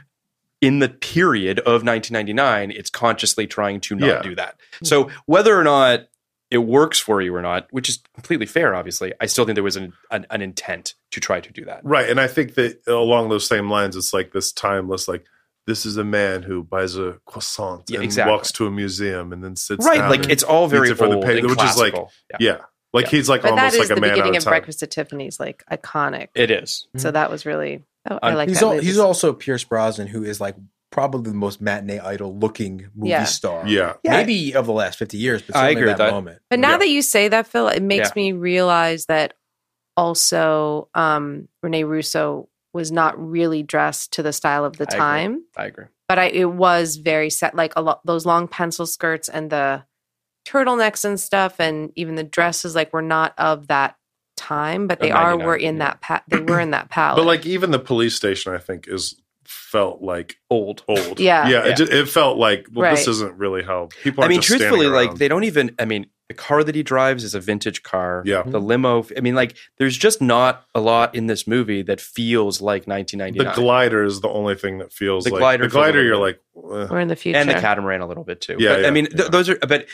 S4: in the period of 1999. It's consciously trying to not
S5: Yeah.
S4: do that. So whether or not it works for you or not, which is completely fair, obviously, I still think there was an an, an intent to try to do that.
S5: Right. And I think that along those same lines, it's like this timeless, like, this is a man who buys a croissant
S4: Yeah,
S5: and
S4: exactly.
S5: walks to a museum and then sits
S4: Right,
S5: down
S4: like
S5: and
S4: it's all
S5: reads
S4: very
S5: it from
S4: old
S5: paper,
S4: and
S5: which is like,
S4: classical.
S5: yeah, like he's like
S6: But that
S5: almost
S6: is
S5: like a
S6: the
S5: man out
S6: beginning
S5: of
S6: of
S5: time.
S6: Breakfast at Tiffany's, like iconic.
S4: It is.
S6: So that was really. Oh, I
S4: Um,
S6: like
S3: he's
S6: that.
S3: al-
S6: movie.
S3: he's also Pierce Brosnan, who is like probably the most matinee idol looking movie
S6: Yeah.
S3: star.
S5: Yeah,
S3: Maybe of the last 50 years, but
S4: I
S3: certainly
S4: agree with
S3: that,
S4: that.
S3: moment.
S6: But now
S4: Yeah.
S6: that you say that, Phil, it makes
S4: Yeah.
S6: me realize that also um, Rene Russo was not really dressed to the style of the
S4: I agree.
S6: time,
S4: I agree.
S6: but I, it was very set, like a lot those long pencil skirts and the turtlenecks and stuff, and even the dresses, like were not of that time, but
S4: Of
S6: they are
S4: 99,
S6: were in
S4: yeah.
S6: that pa- they were in that palette.
S5: But like even the police station, I think, is felt like
S4: Old.
S5: old. Yeah.
S6: Yeah.
S4: Yeah.
S5: It, ju- it felt like, well, this
S6: Right.
S5: isn't really how people are
S4: I mean,
S5: just standing
S4: truthfully, like
S5: around.
S4: they don't even. I mean, the car that he drives is a vintage car.
S5: Yeah.
S4: The limo. I mean, like there's just not a lot in this movie that feels like
S5: the
S4: 1999.
S5: glider is the glider is the only thing that feels
S4: The
S5: like
S4: glider
S5: the
S4: feels a
S5: glider. You're
S4: little
S5: like, eh.
S6: we're in the future.
S4: and the catamaran a little bit too.
S5: Yeah,
S4: But,
S5: yeah,
S4: I mean, th-
S5: yeah.
S4: those are. But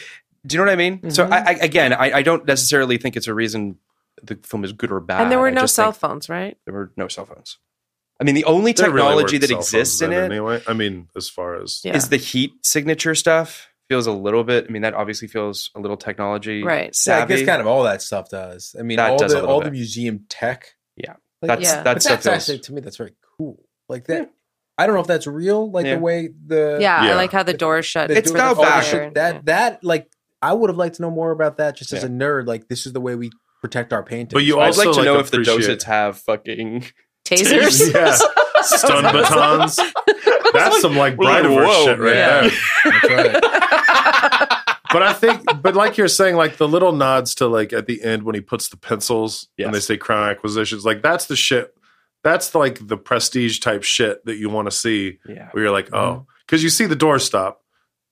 S4: do you know what I mean? So
S6: Mm-hmm.
S4: I, I again, I, I don't necessarily think it's a reason the film is good or bad.
S6: And there were
S4: I
S6: no
S4: just
S6: cell
S4: think
S6: phones, right?
S4: There were no cell phones. I mean, the only
S5: There really
S4: technology
S5: weren't
S4: that
S5: cell
S4: exists
S5: phones
S4: in
S5: then
S4: it
S5: anyway. I mean, as far as
S6: Yeah.
S4: is the heat signature stuff. Feels a little bit. I mean, that obviously feels a little technology
S6: Right.
S3: Yeah, I
S4: savvy.
S3: guess kind of all that stuff does. I mean,
S4: That
S3: all
S4: does a
S3: the
S4: little
S3: all
S4: bit.
S3: the museum tech.
S4: Yeah.
S3: Like,
S4: That's
S6: Yeah.
S4: that
S3: but
S4: stuff
S3: that's
S4: feels.
S3: actually to me that's very cool. Like that. I don't know if that's real. Like
S4: Yeah.
S3: the way the
S6: Yeah,
S5: Yeah.
S6: I like how the doors shut.
S3: the
S4: It's
S6: for
S3: door-
S6: the
S4: now
S3: all the
S4: back.
S6: fire.
S3: shit- That that like I would have liked to know more about that. Just as
S4: Yeah.
S3: a nerd, like this is the way we protect our paintings.
S5: But you
S4: I'd
S5: also
S4: like to know if the
S5: appreciate-
S4: Dosets have fucking
S6: tasers.
S5: yeah, stun batons. That's some like
S4: We're like,
S5: Brightiverse
S4: whoa,
S5: shit right
S4: man.
S5: there.
S3: That's right.
S5: But I think, but like you're saying, like the little nods to like at the end when he puts the pencils
S4: Yes.
S5: and they say Crown Acquisitions, like that's the shit. That's like the prestige type shit that you want to see.
S4: Yeah.
S5: Where you're like, oh, because you see the door stop,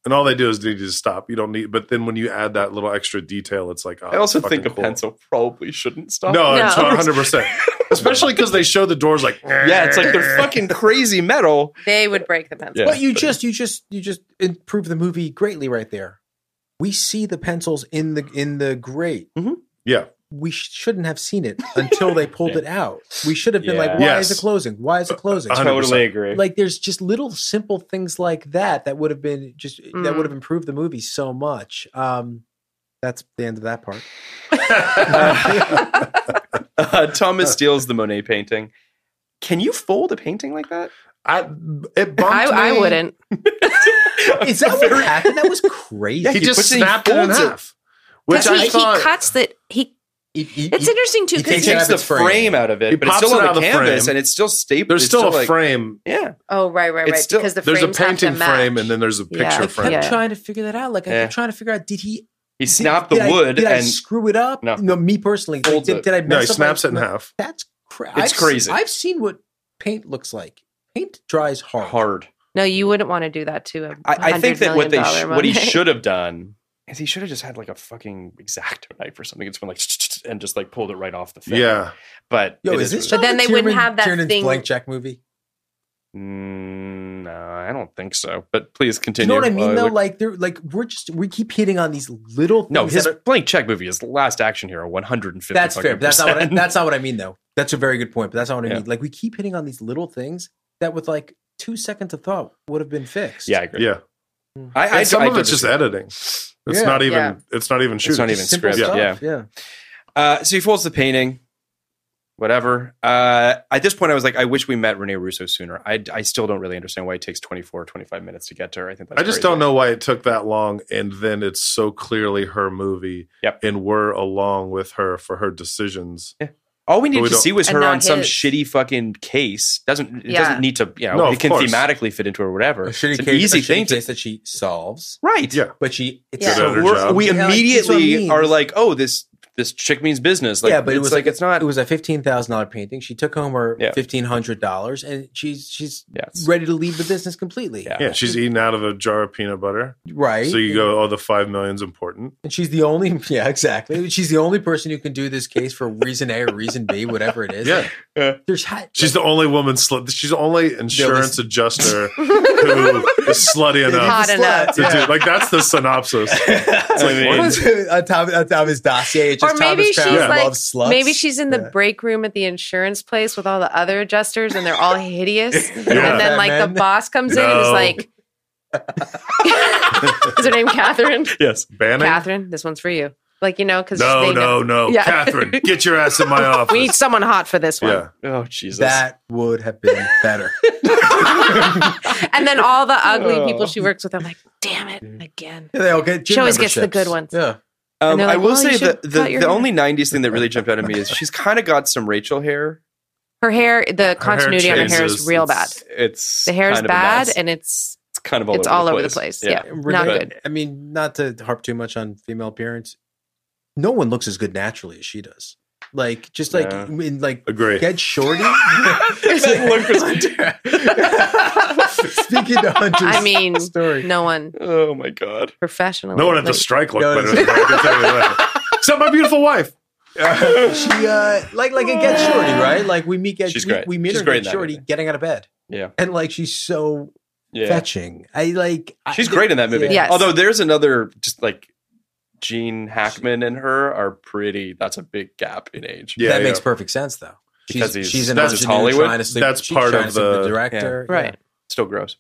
S5: and all they do is they just stop. You don't need, but then when you add that little extra detail, it's like, oh,
S4: I also
S5: that's
S4: think a
S5: fucking cool.
S4: pencil probably shouldn't stop.
S5: No,
S6: No.
S5: it's 100. percent Especially because they show the doors like,
S4: Yeah, it's like they're fucking crazy metal.
S6: they would break the pencil.
S4: Yeah.
S3: But you just you just you just improve the movie greatly right there. We see the pencils in the in the grate.
S5: yeah.
S3: We sh- shouldn't have seen it until they pulled it out. We should have been like,
S4: Yeah.
S3: "Why
S5: Yes.
S3: is it closing? Why is it closing?"
S5: 100%. Totally
S4: agree.
S3: Like, there's just little simple things like that that would have been just that would have improved the movie so much. Um, that's the end of that part.
S4: uh, Thomas steals the Monet painting. Can you fold a painting like that?
S5: I it bumped
S6: I, I
S5: me.
S6: wouldn't.
S3: Is that what happened? That was crazy.
S5: He, just
S4: puts it in, he
S5: snapped it in
S4: folds it.
S5: half, which
S6: Because
S5: I
S6: he,
S5: thought
S6: he cuts that he.
S3: It- it-
S6: It's
S3: it-
S6: interesting
S3: he
S6: too
S4: He
S6: because
S3: takes
S6: he-
S3: it
S4: takes the
S3: frame.
S4: frame out of it,
S5: He
S4: but it's
S5: pops
S4: still
S5: it
S4: on
S5: out
S4: the
S5: of the
S4: canvas
S5: frame.
S4: and it's still stapled.
S5: there's
S4: it's
S5: still, a
S4: like-
S5: frame.
S4: Yeah.
S6: oh right right
S4: It's
S6: right
S4: still-
S6: because the
S5: There's a
S6: frames have to
S5: painting
S6: match.
S5: frame, and then there's a
S6: Yeah.
S5: picture
S6: I
S3: I
S6: kept
S5: frame.
S6: Yeah.
S3: kept trying to figure that out. Like I
S4: Yeah.
S3: kept trying to figure out did he
S4: He
S3: did-
S4: snapped
S3: did
S4: the
S3: I-
S4: wood
S3: did I
S4: and
S3: screw it up?
S4: No.
S3: no me personally. Like,
S4: Folds
S3: did,
S4: it.
S3: did I
S5: No, he
S3: mess up my-
S5: snaps it in
S3: my-
S5: half.
S3: That's cra-
S4: It's
S3: I've
S4: crazy.
S3: Seen, I've seen what paint looks like. Paint dries hard.
S4: hard.
S6: No, you wouldn't want to do that to a
S4: I, I think that what they sh-
S6: $100 million
S4: what he
S6: Monet.
S4: should have done is he should have just had like a fucking exacto knife or something. It's been like and just like pulled it right off the thing.
S5: Yeah,
S4: but
S3: Yo,
S4: it
S3: is this?
S4: what it
S6: But then
S3: John
S6: they wouldn't
S3: McTiernan-
S6: have that
S3: Tiernan's
S6: thing-
S3: blank check movie.
S4: Mm, no, I don't think so. But please continue.
S3: You know what I
S4: Uh,
S3: mean, though.
S4: look-
S3: Like they're like we're just we keep hitting on these little things.
S4: no, his
S3: that are-
S4: blank check movie is Last Action Hero, one hundred and fifty.
S3: that's fair. But that's not what I, that's not what I mean though. That's a very good point. But that's not what I
S4: Yeah.
S3: mean. Like we keep hitting on these little things that with like two seconds of thought would have been fixed.
S4: yeah, I agree.
S5: Yeah.
S4: I, I
S5: And some
S4: I
S5: of
S4: do
S5: it's just
S4: disagree.
S5: editing. It's
S3: Yeah.
S5: not even.
S6: Yeah.
S5: It's not even
S4: It's
S5: shooting.
S4: not even
S3: Simple
S4: script,
S3: stuff.
S4: yeah.
S3: yeah.
S4: Uh, so he folds the painting, whatever. Uh, at this point, I was like, I wish we met Rene Russo sooner. I, I still don't really understand why it takes 24, 25 minutes to get to her. I think that's
S5: I just
S4: crazy.
S5: don't know why it took that long, and then it's so clearly her movie,
S4: Yep.
S5: and we're along with her for her decisions.
S4: All we needed
S5: But we
S4: to
S5: don't-
S4: see was
S6: And
S4: her
S6: not
S4: on some
S6: his.
S4: shitty fucking case. Doesn't it
S6: Yeah.
S4: doesn't need to? You know,
S5: No, of
S4: it can
S5: course.
S4: thematically fit into or whatever.
S3: A
S4: It's
S3: shitty
S4: an
S3: case,
S4: easy
S3: a shitty
S4: thing to
S3: case that she solves,
S4: right.
S5: Yeah,
S3: but she it's
S6: Yeah.
S3: so-
S5: Good at her
S4: We're-
S5: job.
S4: we
S3: Yeah, like, that's
S4: immediately
S3: what I mean.
S4: are like, oh, this this chick means business. Like,
S3: yeah, but it was like,
S4: it's not.
S3: It was a fifteen thousand dollar painting. She took home her
S4: Yeah.
S3: fifteen hundred dollars, and she's she's
S4: Yes.
S3: ready to leave the business completely.
S4: Yeah.
S5: yeah. She's eating out of a jar of peanut butter,
S3: Right.
S5: so you go, "Oh, the five million's important."
S3: And she's the only, yeah, exactly. She's the only person who can do this case for reason A or reason B, whatever it is.
S5: Yeah,
S3: There's ha-
S5: she's the only woman. Sl- she's the only insurance
S3: least-
S5: adjuster who is slutty enough
S6: Hot
S3: Slut,
S6: enough.
S5: to do. Like that's the synopsis. It's like,
S4: mean-
S5: what?
S3: What is it? on, top, on top of his dossier, it's just
S6: or maybe
S3: Thomas
S6: she's
S3: Crown
S6: like,
S3: loves sluts.
S6: maybe she's in the
S3: Yeah.
S6: break room at the insurance place with all the other adjusters, and they're all hideous.
S5: Yeah.
S6: And then like
S3: Batman.
S6: the boss comes in and is
S5: No.
S6: like, "Is her name Catherine?
S4: yes.
S5: Banning?
S6: Catherine, this one's for you." Like you know, because
S5: No, no, no,
S6: Yeah.
S5: Catherine, get your ass in my office.
S6: we need someone hot for this one.
S5: yeah,
S4: Oh Jesus.
S3: That would have been better.
S6: And then all the ugly
S4: Oh.
S6: people she works with, I'm like, "Damn it again."
S3: they all get gym
S6: She always gets the good
S3: memberships.
S6: ones.
S3: Yeah.
S4: Um,
S6: And they're
S4: I
S6: like,
S4: will
S6: "Well, you
S4: say the
S6: should
S4: the,
S6: cut your
S4: the
S6: hair."
S4: only '90s thing that really jumped out at me is she's kind of got some Rachel hair.
S6: Her hair, the continuity on her hair is
S5: changes.
S6: real bad.
S5: It's-
S4: It's
S6: The hair is
S4: kind of a mess.
S6: bad, and it's
S4: it's kind of all
S6: it's
S4: over
S6: all
S4: the
S6: over the
S4: place.
S6: place. Yeah. Not
S3: Renee-
S6: good.
S3: I mean, not to harp too much on female appearance. No one looks as good naturally as she does. Like, just like,
S4: Yeah.
S3: I mean, like,
S5: agree.
S3: get shorty.
S4: That look was-
S3: Speaking to Hunter's
S6: I mean,
S3: story.
S6: no one
S4: Oh my god.
S6: professionally.
S5: no one at the
S6: like,
S5: strike looked
S3: No,
S5: better.
S3: it's-
S5: Than I can tell you that. Except my beautiful wife.
S3: she uh like like a get shorty right like we meet get
S4: She's
S3: we,
S4: great.
S3: we meet
S4: She's
S3: her
S4: great
S3: get
S4: in that
S3: shorty
S4: movie.
S3: getting out of bed
S4: Yeah.
S3: and like she's so
S4: Yeah.
S3: fetching i like I-
S4: She's great in that movie.
S3: Yeah.
S6: Yes.
S4: Although there's another just like Gene Hackman and her are pretty that's a big gap in age.
S5: Yeah,
S3: that
S5: yeah.
S3: makes perfect sense though
S4: Because
S3: she's,
S4: he's-
S3: she's an
S5: that's
S3: ingenue
S4: Hollywood.
S3: trying to sleep,
S5: That's
S3: she's
S5: part
S3: trying to
S5: of
S3: sleep with
S5: the-
S3: director
S6: right.
S4: Still gross.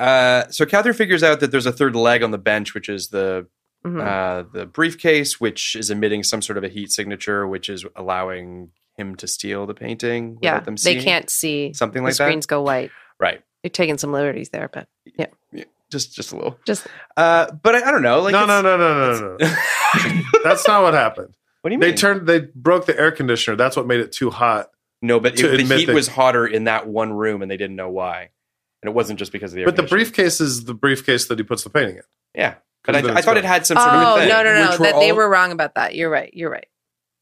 S4: Uh, so Catherine figures out that there's a third leg on the bench, which is the
S6: Mhm.
S4: uh, the briefcase, which is emitting some sort of a heat signature, which is allowing him to steal the painting.
S6: yeah,
S4: without them
S6: they
S4: seeing.
S6: can't see.
S4: something
S6: the
S4: like that.
S6: screens go white.
S4: Right,
S6: You're taking some liberties there, but
S4: just just a little.
S6: just
S4: Uh, but I, I don't know. Like
S5: no, no,
S4: it's-
S5: no, no, no, no. That's not what happened.
S4: what do you mean?
S5: They turned. They broke the air conditioner. That's what made it too hot.
S4: No, but
S5: to
S4: it, the
S5: admit
S4: heat
S5: that-
S4: was hotter in that one room, and they didn't know why. And it wasn't just because of the. air
S5: But the
S4: conditioning.
S5: briefcase is the briefcase that he puts the painting in.
S4: yeah. But
S5: Could've
S4: I,
S5: been
S4: I thought it
S5: explained.
S4: had some sort of
S6: oh
S4: a thing.
S6: no no no
S3: which
S6: that
S3: were
S6: they
S3: all-
S6: were wrong about that. You're right. You're right.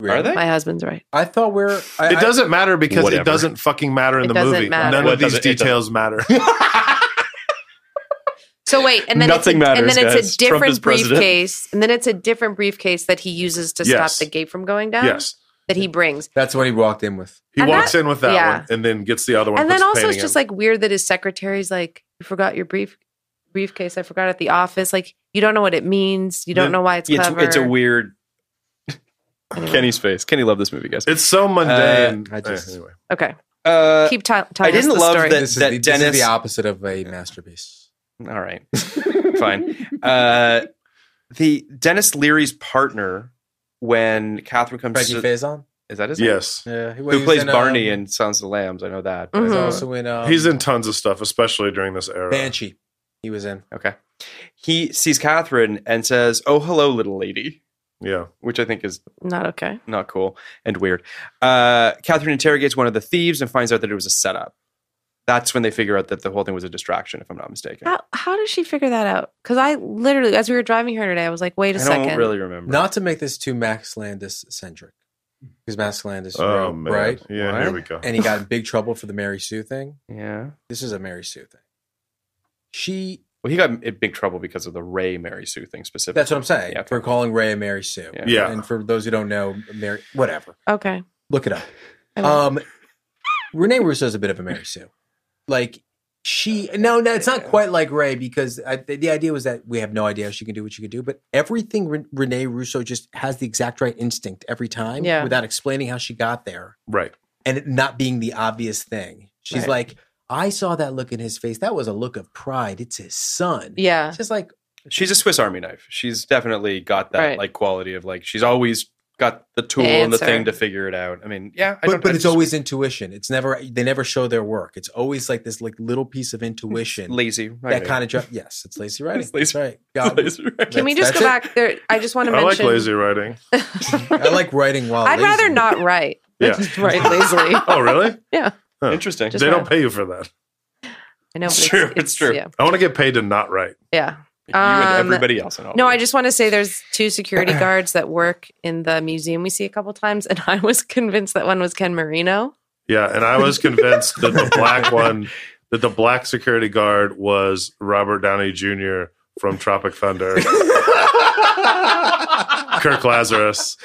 S4: Are they?
S6: My husband's right.
S3: i thought we're I,
S5: It doesn't matter because
S4: Whatever.
S5: it doesn't fucking matter in
S6: It
S5: the
S6: doesn't
S5: movie.
S6: matter.
S5: None
S4: Well, it
S5: of these
S4: doesn't- it doesn't.
S5: details matter.
S6: So wait, and then
S4: Nothing
S6: it's a, and
S4: matters,
S6: then
S4: guys.
S6: it's
S4: Trump
S6: a different
S4: is president.
S6: briefcase, and then it's a different briefcase that he uses to
S5: Yes.
S6: stop the gate from going down.
S5: yes,
S6: that he brings,
S3: that's what he walked in with
S5: he
S6: And
S5: walks
S6: that-
S5: in with that
S6: yeah.
S5: one and then gets the other one.
S6: and
S5: puts
S6: then
S5: the
S6: also it's
S5: painting
S6: just
S5: in.
S6: like weird that his secretary's like, "You forgot your brief briefcase. I forgot at the office. Like you don't know what it means. You don't
S4: Then
S6: know why it's
S4: It's,
S6: clever.
S4: it's a weird.
S6: Anyway.
S4: Kenny's face. Kenny loved this movie, guys.
S5: it's so mundane.
S3: I just-
S5: Eh, anyway.
S6: Okay,
S4: Uh,
S6: keep t- telling.
S4: I didn't
S6: us the
S4: love
S6: story.
S4: that-
S3: this, is the, this is
S4: Dennis-
S3: the opposite of a masterpiece
S4: all right, fine. Uh, the Dennis Leary's partner when Catherine comes
S3: Frankie
S4: to
S3: Faison?
S4: is that his name?
S5: Yes,
S3: yeah he, well, he was
S4: Who plays
S3: in, um,
S4: Barney in Sounds of the Lambs? I know that. but-
S3: he was
S6: Mhm.
S3: also in um,
S5: uh, he's in tons of stuff, especially during this era.
S3: banshee he was in
S4: uh, Okay. He sees Catherine and says, "Oh, hello, little lady,"
S5: Yeah,
S4: which I think is
S6: Not okay.
S4: not cool and weird. Uh, Catherine interrogates one of the thieves and finds out that it was a setup. That's when they figure out that the whole thing was a distraction, if I'm not mistaken.
S3: Ah,
S6: How how does she figure that out? Because I literally, as we were driving here today, I was like, wait a
S4: I
S6: second.
S4: don't really remember.
S3: Not to make this too Max Landis centric, because Max Landis,
S5: Oh,
S3: wrote,
S5: man.
S3: right?
S5: Yeah, here we go.
S3: And he got in big trouble for the Mary Sue thing.
S4: yeah.
S3: This is a Mary Sue thing. She.
S4: Well, he got in big trouble because of the Ray Mary Sue thing specifically.
S3: That's what I'm saying.
S4: Yeah, okay.
S3: For calling Ray a Mary Sue.
S4: Yeah.
S5: Yeah.
S3: And for those who don't know, Mary, whatever,
S6: okay.
S3: look it up.
S6: I will.
S3: Um, Renee Russo is a bit of a Mary Sue. like she no no it's not quite like Ray because I, the, the idea was that we have no idea how she can do what she can do, but everything Re- Renee Russo just has the exact right instinct every time
S6: Yeah.
S3: without explaining how she got there
S5: Right.
S3: and it not being the obvious thing. She's
S6: Right.
S3: like, I saw that look in his face. That was a look of pride. It's his son.
S6: Yeah.
S3: It's just like
S4: She's a Swiss Army knife. She's definitely got that
S6: Right.
S4: like quality of like she's always got the tool
S6: The
S4: and the
S6: answer.
S4: thing to figure it out. I mean, yeah, I
S3: but, but
S4: I
S3: it's
S4: just-
S3: always intuition. It's never they never show their work. It's always like this like little piece of intuition.
S4: lazy.
S3: That kind of job. Yes, it's lazy writing.
S4: It's lazy-
S3: That's right. God,
S4: lazy writing.
S6: Can we just go
S3: That's- that's
S6: back there? I just want to
S5: I like
S6: mention.
S5: lazy writing.
S3: I like writing while
S6: I'd
S3: lazy.
S6: rather not write.
S5: Yeah.
S6: Just write lazily.
S5: Oh, really?
S6: Yeah,
S5: Huh.
S4: Interesting.
S6: Just
S5: they
S6: write.
S5: don't pay you for that.
S6: I know. but
S4: It's true. It's true.
S6: Yeah.
S5: I want to get paid to not write.
S6: yeah.
S4: you and
S6: Um,
S4: everybody else. And all
S6: No,
S4: of
S6: I
S4: it.
S6: just want to say there's two security guards that work in the museum we see a couple times, and I was convinced that one was Ken Marino.
S5: Yeah, and I was convinced that the black one, that the black security guard was Robert Downey Jr. from Tropic Thunder, Kirk Lazarus.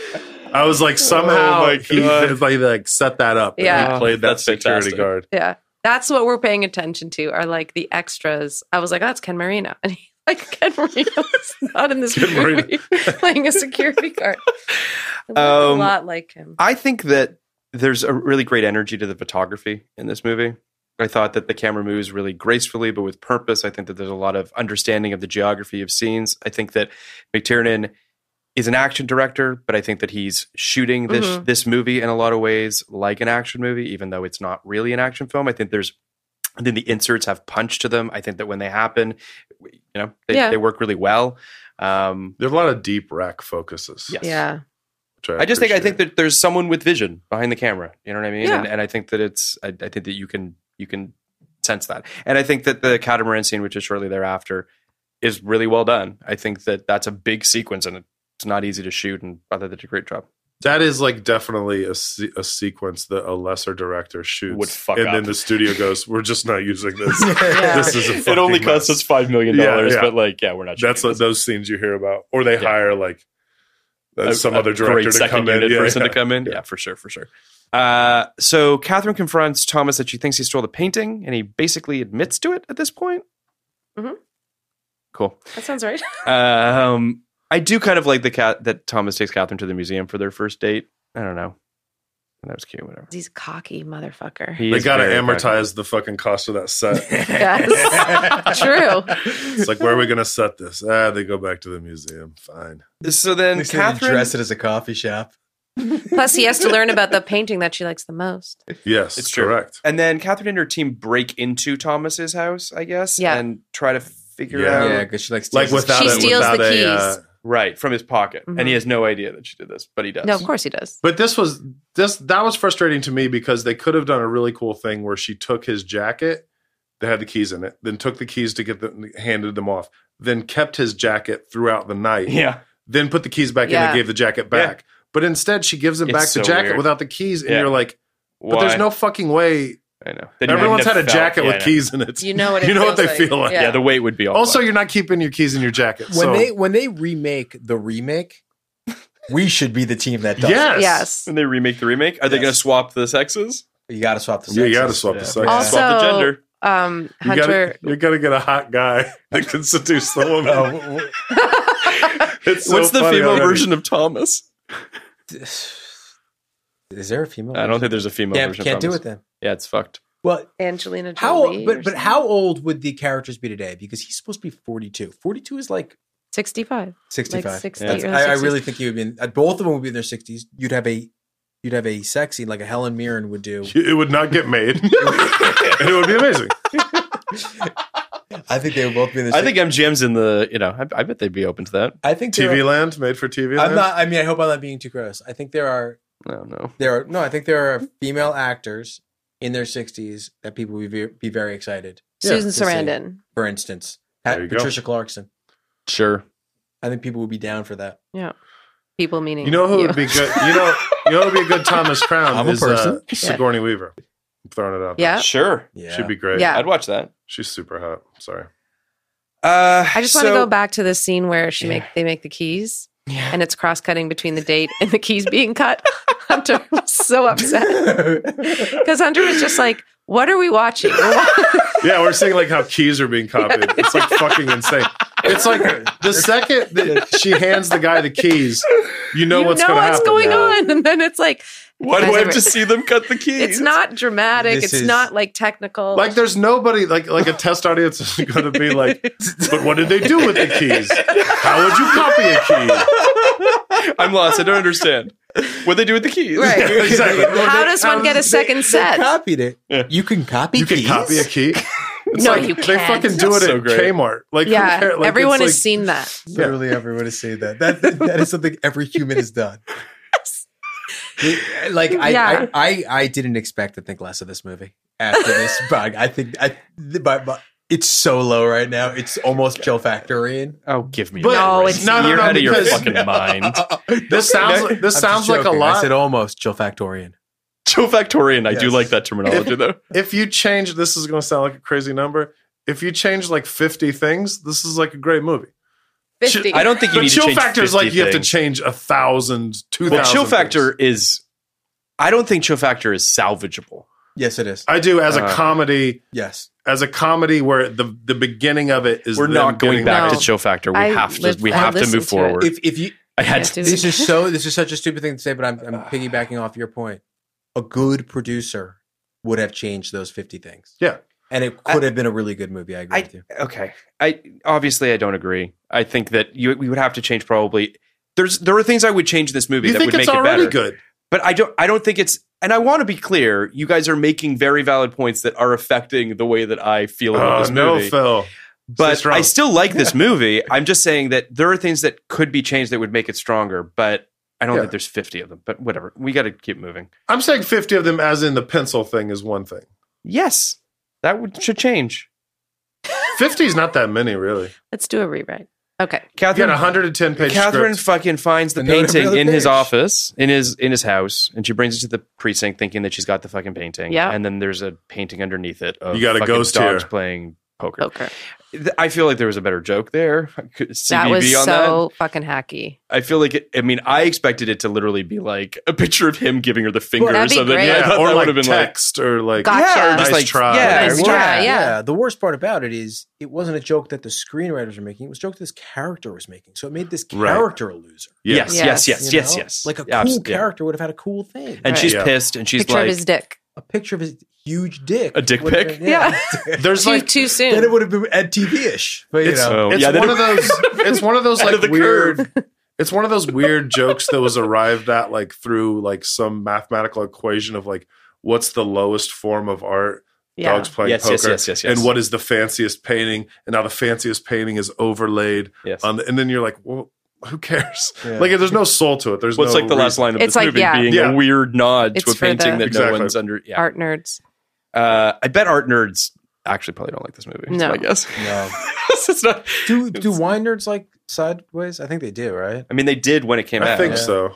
S5: I was like, somehow
S4: Oh my
S5: he
S4: God. Oh,
S5: like, like set that up. and
S6: Yeah.
S5: he played that
S4: That's
S5: security
S4: fantastic.
S5: guard.
S6: Yeah, that's what we're paying attention to are like the extras. I was like, oh, that's Ken Marino, and he, like Ken Marino is not in this
S5: Ken Marino.
S6: movie playing a security guard. I look
S4: Um,
S6: a lot like him.
S4: I think that there's a really great energy to the photography in this movie. I thought that the camera moves really gracefully, but with purpose. I think that there's a lot of understanding of the geography of scenes. I think that McTiernan is an action director, but I think that he's shooting this
S6: Mhm.
S4: this movie in a lot of ways like an action movie, even though it's not really an action film. I think there's and then the inserts have punch to them. I think that when they happen, you know, they,
S6: Yeah.
S4: they work really well. Um,
S5: There's a lot of deep rack focuses.
S4: Yes.
S6: Yeah,
S5: which I,
S4: I just think I
S5: appreciate.
S4: think that there's someone with vision behind the camera. You know what I mean?
S6: Yeah.
S4: And, and I think that it's I, I think that you can you can sense that. And I think that the catamaran scene, which is shortly thereafter, is really well done. I think that that's a big sequence and it's not easy to shoot. And I thought they did a great job.
S5: that is like definitely a, se- a sequence that a lesser director shoots,
S4: Would fuck
S5: and
S4: up.
S5: then the studio goes, "We're just not using this.
S6: Yeah.
S5: This is a fucking mess."
S4: five million
S5: $5 million, Yeah, yeah. but,
S4: like, yeah, we're not.
S5: That's what those scenes you hear about, or they hire like uh, some other director
S4: great
S5: to
S4: second
S5: come in.
S4: unit
S5: Yeah,
S4: person
S5: yeah.
S4: to come in. Yeah. for sure, for sure. Uh, so Catherine confronts Thomas that she thinks he stole the painting, and he basically admits to it at this point.
S6: Mhm.
S4: Cool.
S6: that sounds right.
S4: Um, I do kind of like the cat that Thomas takes Catherine to the museum for their first date. I don't know. That was cute. Whatever.
S6: He's a cocky motherfucker.
S4: He
S5: They
S4: is
S5: got to
S4: very
S5: amortize the fucking cost of that set.
S6: Yes. True.
S5: it's like, where are we going to set this? Ah, they go back to the museum. Fine.
S4: attractive. So then
S3: They didn't
S4: Catherine.
S3: dress it as a coffee shop.
S6: Plus, he has to learn about the painting that she likes the most.
S5: Yes,
S4: It's true.
S5: correct.
S4: And then Catherine and her team break into Thomas's house, I guess,
S6: Yeah.
S4: and try to figure
S5: Yeah.
S4: out
S3: Yeah, because she likes
S5: Like
S3: steals-
S5: without
S6: She
S5: a,
S6: steals
S5: without
S6: the
S5: a,
S6: keys.
S5: uh,
S4: right from his pocket,
S6: Mhm.
S4: and he has no idea that she did this, but he does.
S6: No, of course he does.
S5: but this was this that was frustrating to me because they could have done a really cool thing where she took his jacket that had the keys in it, then took the keys to get them handed them off, then kept his jacket throughout the night.
S4: Yeah.
S5: then put the keys back in
S6: Yeah.
S5: and gave the jacket back. But instead, she gives him
S4: It's
S5: back
S4: so
S5: the jacket
S4: weird.
S5: without the keys, and
S4: Yeah.
S5: you're like, but
S4: Why?
S5: there's no fucking way.
S4: I know.
S5: Everyone's had a
S4: Felt-
S5: jacket
S4: yeah, I
S5: with
S4: know.
S5: keys in it.
S6: You know what it
S5: you know what they
S6: feels like.
S5: feel like.
S4: Yeah.
S6: Yeah.
S4: the weight would be all
S5: Also,
S4: black.
S5: you're not keeping your keys in your jacket.
S3: when
S5: so-
S3: they when they remake the remake, we should be the team that does.
S5: yes,
S6: Yes.
S4: when they remake the remake, are they
S3: Yes.
S4: going to swap the sexes?
S3: it. you got to swap the.
S5: You
S3: Sexes.
S5: gotta swap the sexes.
S6: Also,
S4: Swap the gender.
S6: um,
S5: you gotta,
S6: Hunter.
S5: you gotta get a hot guy that can seduce the woman. It's so
S4: What's the
S5: funny
S4: female
S5: already.
S4: version of Thomas?
S3: Is there a female?
S4: I don't think there's a female
S3: Damn,
S4: version.
S3: can't
S4: of
S3: do
S4: Thomas.
S3: it then.
S4: Yeah, it's fucked.
S3: Well,
S6: Angelina Jolie.
S3: how but
S6: or
S3: but
S6: something.
S3: how old would the characters be today? Because he's supposed to be forty two. Forty two is like
S6: 65.
S3: sixty five.
S6: 60,
S4: Yeah.
S3: That's-
S6: early
S3: I, I
S6: 60s.
S3: really think you would be. In, uh, both of them would be in their sixties. You'd have a, you'd have a sexy like a Helen Mirren would do.
S5: It would not get made. it would be amazing.
S3: I think they would both be in their.
S4: I think MGM's in the. You know, I, I bet they'd be open to that.
S3: I think there
S5: TV
S3: Are,
S5: Land, made for TV Land.
S3: I'm not. I mean, I hope I'm not being too gross. I think there are
S4: I don't know.
S3: there are no. I think there are female actors in their sixties that people would be, be very excited.
S6: Susan
S3: to see.
S6: Sarandon.
S3: for instance, Pat,
S5: There you go.
S3: Patricia Clarkson.
S4: Sure.
S3: I think people would be down for that.
S6: Yeah. People meaning.
S5: You know who would be good? You know, you know who would be a good Thomas Crown
S3: I'm a
S5: is uh,
S3: person.
S5: Sigourney Weaver. I'm throwing it out.
S6: Yeah.
S4: Sure.
S5: there.
S3: Yeah,
S5: she'd be great.
S6: Yeah.
S4: I'd watch that.
S5: she's super hot. Sorry,
S4: Uh,
S6: I just want to go back to the scene where she make they make the keys and it's cross cutting between the date and the keys being cut. Hunter was so upset because Hunter was just like, "What are we watching?" We're wa-
S5: Yeah, we're seeing like how keys are being copied. It's like fucking insane. It's like the second that she hands the guy the keys, you know
S6: you
S5: what's
S6: know
S5: going to
S6: what's
S5: happen.
S6: going on, and then it's like
S4: One
S6: Guys,
S4: way
S6: I'm-
S4: to see them cut the keys.
S6: it's not dramatic.
S5: This
S6: it's
S5: is-
S6: not like technical.
S5: Like there's nobody like like a test audience is going to be like, but what did they do with the keys? How would you copy a key?
S4: I'm lost. I don't understand. What they do with the keys?
S6: Right.
S5: Exactly.
S6: How does one get a second set?
S3: copied it. You can copy.
S5: You can
S3: keys?
S5: copy a key. It's
S6: No,
S5: like,
S6: you
S5: They
S6: can't.
S5: fucking do it
S4: That's so
S5: at
S4: great.
S5: Kmart. Like, who
S6: yeah,
S5: care- like,
S6: everyone
S5: it's
S6: has
S5: like-
S6: seen that.
S3: Literally, everyone has seen that. That that is something every human has done. Like I,
S6: Yeah.
S3: I, I, I didn't expect to think less of this movie after this, but I think I, but, but it's so low right now. It's almost Kill Factorian.
S4: Oh, give me
S5: But-
S4: that.
S6: No, it's
S5: No, no,
S4: You're
S5: no,
S4: out of your
S5: because-
S4: fucking mind.
S5: This sounds like, this
S3: I'm
S5: sounds
S3: just
S5: like a
S3: joking.
S5: lot.
S3: I said
S4: oh.
S3: almost Jill Factorian.
S4: Joe Factorian. I do
S3: Yes.
S4: like that terminology though.
S5: if you change, this is going to sound like a crazy number. If you change like 50 things, this is like a great movie.
S6: 50.
S4: I don't think you
S5: the
S4: need to
S5: chill
S4: change
S5: factor is
S4: 50
S5: like you have to
S4: things.
S5: change a thousand, two thousand.
S4: Well, chill factor is. I don't think chill factor is salvageable.
S3: Yes, it is.
S5: I do as a
S4: Uh,
S5: comedy,
S3: yes.
S5: as a comedy where the the beginning of it is
S4: We're
S5: them
S4: not going
S5: getting
S4: back
S6: No.
S4: to chill factor. We
S6: I
S4: have to.
S6: lived-
S4: we
S6: I
S4: have to
S6: listened
S4: move
S6: to it.
S4: forward.
S3: If if you
S4: I had
S6: Can't
S4: to.
S6: do
S3: this is so this is such a stupid thing to say, but I'm I'm piggybacking off your point. A good producer would have changed those fifty things.
S5: Yeah.
S3: And it could have been a really good movie. I agree
S4: I
S3: with you.
S4: okay. I obviously I don't agree. I think that you we would have to change probably. There's there are things I would change in this movie
S5: You
S4: that
S5: think
S4: would
S5: it's
S4: make it better.
S5: already good?
S4: But I don't I don't think it's and I want to be clear, you guys are making very valid points that are affecting the way that I feel about
S5: Oh,
S4: this
S5: no,
S4: movie.
S5: Phil.
S4: but
S5: strong.
S4: I still like this movie. I'm just saying that there are things that could be changed that would make it stronger, but I don't
S5: Yeah.
S4: think there's 50 of them. But whatever. We got to keep moving.
S5: I'm saying 50 of them, as in the pencil thing, is one thing.
S4: Yes. That would, should change.
S5: 50 is not that many, really.
S6: Let's do a rewrite. Okay.
S5: You got
S4: Catherine
S5: a 110 page
S4: Catherine
S5: script.
S4: fucking finds the
S3: And then
S4: painting
S3: another
S4: in his
S3: page.
S4: office, in his in his house, and she brings it to the precinct, thinking that she's got the fucking painting.
S6: Yeah.
S4: and then there's a painting underneath it of
S5: You got a
S4: fucking
S5: ghost
S4: dogs
S5: here.
S4: playing poker.
S6: Poker.
S4: Th- I feel like there was a better joke there. Could- CBB
S6: That was
S4: on
S6: so fucking hacky.
S4: that. I feel like it, I mean I expected it to literally be like a picture of him giving her the finger or
S6: that'd be
S4: something.
S6: great.
S4: I
S5: Yeah,
S4: thought
S5: or
S4: that
S5: like
S4: would have been
S5: text or like
S6: Gotcha.
S4: like yeah, or
S6: Nice
S4: just like
S5: try.
S4: yeah,
S6: Nice
S4: wow.
S6: try, yeah.
S3: The worst part about it is it wasn't a joke that the screenwriters were making. It was a joke this character was making. So it made this
S5: Right.
S3: character a loser.
S4: Yes,
S6: Yeah.
S4: yes, yes,
S3: you
S4: yes,
S3: know?
S4: yes.
S3: Like a cool
S4: Yeah, abs- yeah.
S3: character would have had a cool thing.
S4: And
S6: Right.
S4: she's
S5: Yeah.
S4: pissed, and she's
S6: Picture of
S4: like,
S6: his dick.
S3: a picture of his huge dick.
S4: A dick
S3: would have
S4: pic?
S3: been-
S5: There's
S6: Too,
S5: like
S6: too soon.
S3: then it would have been at TV ish. But you
S5: It's-
S3: know,
S4: Oh,
S5: it's
S4: yeah, they
S5: one
S4: don't-
S5: of those. It's one of those
S4: Out
S5: like
S4: of the
S5: weird. It's one of those weird jokes that was arrived at like through like some mathematical equation of like what's the lowest form of art.
S6: yeah.
S5: Dogs playing
S4: Yes,
S5: poker,
S4: yes, yes, yes, yes.
S5: and what is the fanciest painting, and now the fanciest painting is overlaid
S4: yes.
S5: on, the, and then you're like, well, who cares?
S3: Yeah.
S5: Like, there's no soul to it. There's
S4: What's
S5: no
S4: like the last
S5: reason.
S4: line of this
S6: It's like,
S4: movie
S6: yeah.
S4: being
S5: Yeah.
S4: a weird nod
S6: It's
S4: to a
S6: for
S4: painting
S6: the-
S4: that
S5: Exactly.
S4: no one's under. Yeah.
S6: Art nerds.
S4: Uh, I bet art nerds actually probably don't like this movie.
S6: No.
S4: No, I guess
S3: no.
S4: it's not.
S3: Do do
S4: It's-
S3: wine nerds like sideways? I think they do, right?
S4: I mean, they did when it came
S5: I
S4: out.
S5: think
S3: Yeah.
S5: so.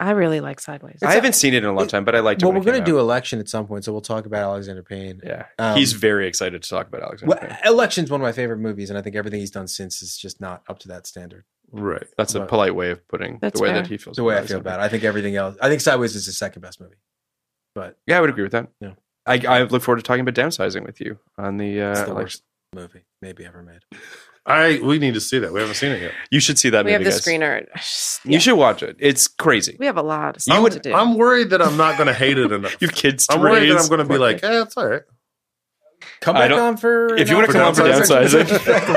S6: I really like Sideways.
S4: I haven't seen it in a long time, but I liked it.
S3: Well,
S4: when
S3: we're
S4: it
S3: going to
S4: came
S3: do election at some point, so we'll talk about Alexander Payne.
S4: out. Yeah,
S3: um,
S4: he's very excited to talk about Alexander.
S3: Well,
S4: Payne.
S3: election's one of my favorite movies, and I think everything he's done since is just not up to that standard.
S5: Right.
S4: That's a
S3: Well,
S4: polite way of putting the
S6: That's
S4: way
S6: fair.
S4: that he feels.
S3: It's the way I
S4: about
S3: feel
S4: Alexander
S3: about it. I think everything else. I think Sideways is his second best movie, but
S4: Payne. Yeah, I would agree with that.
S3: Yeah.
S4: I, I look forward to talking about downsizing with you on the. Uh,
S3: it's the
S4: Alex-
S3: worst movie maybe ever made.
S5: I we need to see that. We haven't seen it yet.
S4: You should see that.
S6: we have
S4: movie,
S6: the
S4: guys.
S6: screener.
S4: You should watch it. It's crazy.
S6: We have a lot of
S4: You
S6: stuff
S4: would-
S6: to do.
S5: I'm worried that I'm not going to hate it enough.
S4: You have kids. To
S5: I'm worried that
S4: raise.
S5: I'm going to be like, eh, it's all right.
S3: Come
S4: I
S3: back
S4: don't-
S3: on for
S4: if you
S3: an
S4: want to come
S3: hour
S4: on for
S3: downsizing.
S4: downsizing,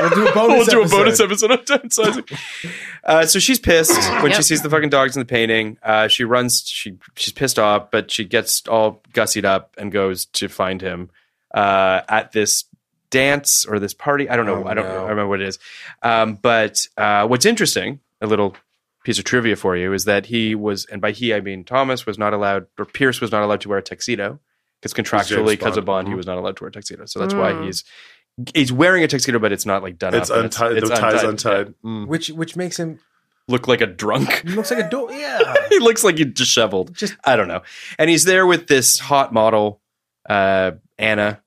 S3: we'll do a bonus.
S4: we'll do a bonus
S3: episode.
S4: episode on downsizing. Uh, so she's pissed when
S6: Yeah.
S4: she sees the fucking dogs in the painting. Uh, she runs. She she's pissed off, but she gets all gussied up and goes to find him uh, at this dance or this party. I don't know.
S3: Oh,
S4: I don't.
S3: no.
S4: I remember what it is. Um, but uh, what's interesting, a little piece of trivia for you, is that he was, and by he I mean Thomas was not allowed, or Pierce was not allowed to wear a tuxedo because contractually, because of Bond,
S5: Bond.
S4: he
S5: Mhm.
S4: was not allowed to wear a tuxedo. So that's
S6: Mm.
S4: why he's he's wearing a tuxedo, but it's not like done
S5: It's
S4: up. and
S5: untied. The tie's untied. Mm.
S3: Which which makes him
S4: Look like a drunk.
S3: he looks like a door. Yeah.
S4: he looks like he's disheveled. Just I don't know. And he's there with this hot model, uh, Anna,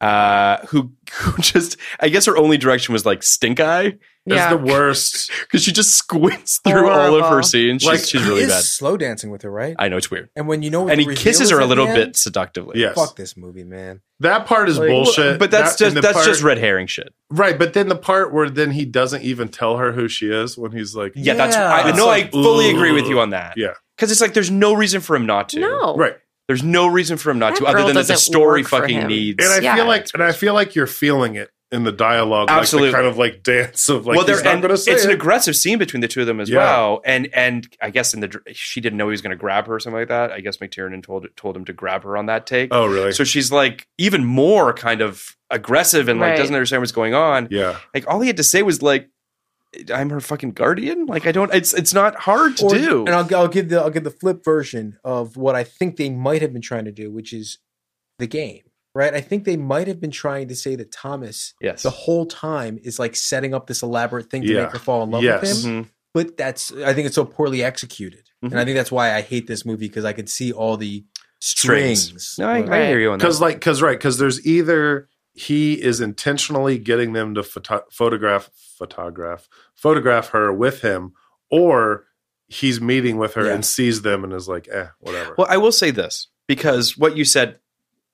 S4: uh, who, who just I guess her only direction was like stink eye.
S6: Yeah.
S5: is the worst.
S4: Because she just squints through all of her
S3: Horrible.
S4: scenes. She's,
S5: Like,
S4: she's
S3: he
S4: really
S3: is
S4: bad.
S3: slow dancing with her, right?
S4: I know it's weird.
S3: and when you know, what
S4: And
S3: the
S4: he
S3: reveal
S4: kisses
S3: is
S4: her a
S3: at the
S4: little
S3: end,
S4: bit seductively.
S5: Yes.
S3: Fuck this movie, man.
S5: That part is
S3: Like-
S5: bullshit.
S4: But that's
S5: That- and
S4: just
S5: the
S4: that's
S5: part-
S4: just red herring shit.
S5: Right, but then the part where then he doesn't even tell her who she is when he's like,
S4: Yeah, that's I
S3: Yeah.
S4: know I
S5: It's like,
S4: fully
S5: ugh.
S4: agree with you on that.
S5: Yeah.
S4: Because it's like there's no reason for him not to.
S6: No.
S5: right.
S4: There's no reason for him not
S6: That
S4: to, other
S6: girl
S4: than that the
S6: doesn't
S4: story
S6: work for
S4: fucking
S6: him.
S4: needs.
S5: And I
S6: Yeah.
S5: feel like, and I feel like you're feeling it in the dialogue,
S4: Absolutely.
S5: like the kind of like dance of like,
S4: well,
S5: he's
S4: there
S5: not
S4: and
S5: going to say
S4: it's an
S5: it.
S4: aggressive scene between the two of them as
S5: Yeah.
S4: well. And and I guess in the dr- she didn't know he was going to grab her or something like that. I guess McTiernan told told him to grab her on that take.
S5: Oh, really?
S4: So she's like even more kind of aggressive and like
S6: Right.
S4: doesn't understand what's going on.
S5: yeah,
S4: Like all he had to say was like, "I'm her fucking guardian." Like I don't. It's it's not hard to
S3: Or-
S4: do.
S3: And I'll, I'll give the I'll give the flip version of what I think they might have been trying to do, which is the game, right? I think they might have been trying to say that Thomas,
S4: Yes.
S3: the whole time is like setting up this elaborate thing to
S5: Yeah.
S3: make her fall in love with
S5: Yes. Mm-hmm.
S3: him.
S4: Mhm.
S3: But that's I think it's so poorly executed,
S4: Mhm.
S3: and I think that's why I hate this movie because I can see all the
S4: Strings.
S3: strings.
S4: No, I, I
S6: Right.
S4: hear you on that.
S5: because like because right because there's either he is intentionally getting them to photo- photograph photograph photograph her with him, or he's meeting with her
S3: Yeah.
S5: and sees them and is like, eh, whatever.
S4: Well, I will say this because what you said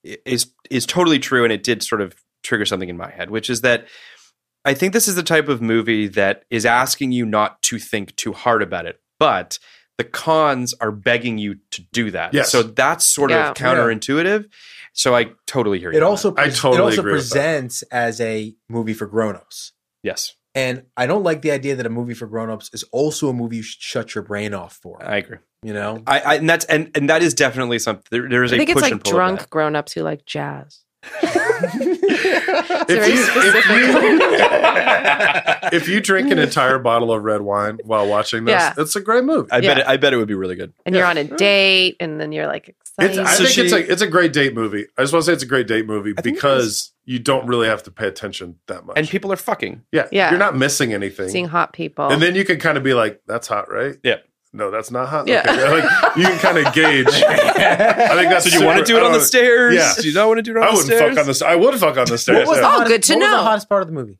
S4: i- is is totally true, and it did sort of trigger something in my head, which is that I think this is the type of movie that is asking you not to think too hard about it, but the cons are begging you to do that.
S5: Yes.
S4: So that's sort
S6: Yeah.
S4: of counterintuitive. So I totally hear you.
S3: It
S4: on
S3: also
S4: that.
S5: I
S3: pres-
S5: totally
S3: it also
S5: agree with that.
S3: presents as a movie for grown-ups.
S4: yes,
S3: And I don't like the idea that a movie for grown-ups is also a movie you should shut your brain off for.
S4: I agree.
S3: you know?
S4: I, I and that's and and that is definitely something. There, there is
S6: I
S4: a
S6: think
S4: push
S6: it's like
S4: and pull of that.
S6: drunk grown ups who like jazz.
S5: if,
S6: very
S5: you, if, you, if you drink an entire bottle of red wine while watching this,
S6: Yeah.
S5: it's a great movie.
S4: I bet.
S6: Yeah.
S4: It, I bet it would be really good.
S6: And you're on a date and then you're like
S5: It's,
S6: excited.
S5: I
S4: So
S5: think it's
S4: she-
S5: a it's a great date movie. I just want to say it's a great date movie
S4: I think
S5: because you don't really have to pay attention that much.
S4: And people are fucking.
S5: yeah,
S6: Yeah.
S5: you're not missing anything.
S6: seeing hot people.
S5: and then you can kind of be like, "That's hot, right?"
S4: Yeah.
S5: No, that's not hot.
S6: Yeah.
S5: Okay. Like, you can kind of gauge. I think that's.
S4: So do you want to
S5: super-
S4: do it
S5: I
S4: on the
S5: don't-
S4: stairs?
S5: uh, Yeah.
S4: Do you not want to do it on
S5: I
S4: the
S5: wouldn't
S4: stairs?
S5: fuck on the. st- I would fuck on the stairs.
S6: was
S5: yeah.
S6: the- Oh, good to
S3: what
S6: know.
S3: Was the hottest part of the movie.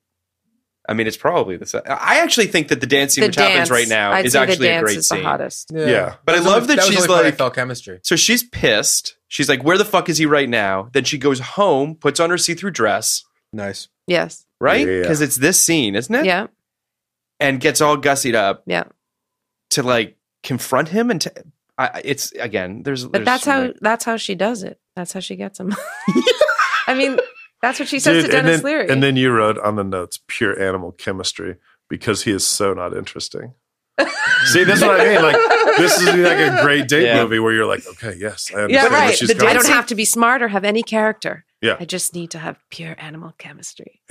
S4: I mean, it's probably the. se- I actually think that the dance scene,
S6: the
S4: which happens right now,
S6: I'd
S4: is
S6: say
S4: actually
S6: the
S4: a
S6: dance
S4: great
S6: is
S4: scene.
S6: the hottest.
S3: Yeah,
S4: But I
S3: That's
S4: love
S3: the-
S4: that
S3: was the
S4: she's
S3: only part I
S4: like-
S3: felt chemistry.
S4: So she's pissed. She's like, "Where the fuck is he right now?" Then she goes home, puts on her see-through dress,
S3: Nice.
S6: Yes.
S4: right?
S5: Yeah.
S4: Because it's this scene, isn't it?
S6: Yeah.
S4: And gets all gussied up
S6: Yeah.
S4: to like confront him, and to, I, I- it's again. There's,
S6: But that's how that's how she does it. That's how she gets them. I mean, that's what she says
S5: Dude,
S6: to Dennis
S5: and then,
S6: Leary.
S5: And then you wrote on the notes pure animal chemistry because he is so not interesting. See, that's what I mean. Like, this is like a great date
S4: Yeah.
S5: movie where you're like, okay, yes, I understand
S6: yeah,
S5: where
S6: right.
S5: she's
S6: The
S5: coming
S6: I don't
S5: from.
S6: have to be smart or have any character.
S5: Yeah.
S6: I just need to have pure animal chemistry.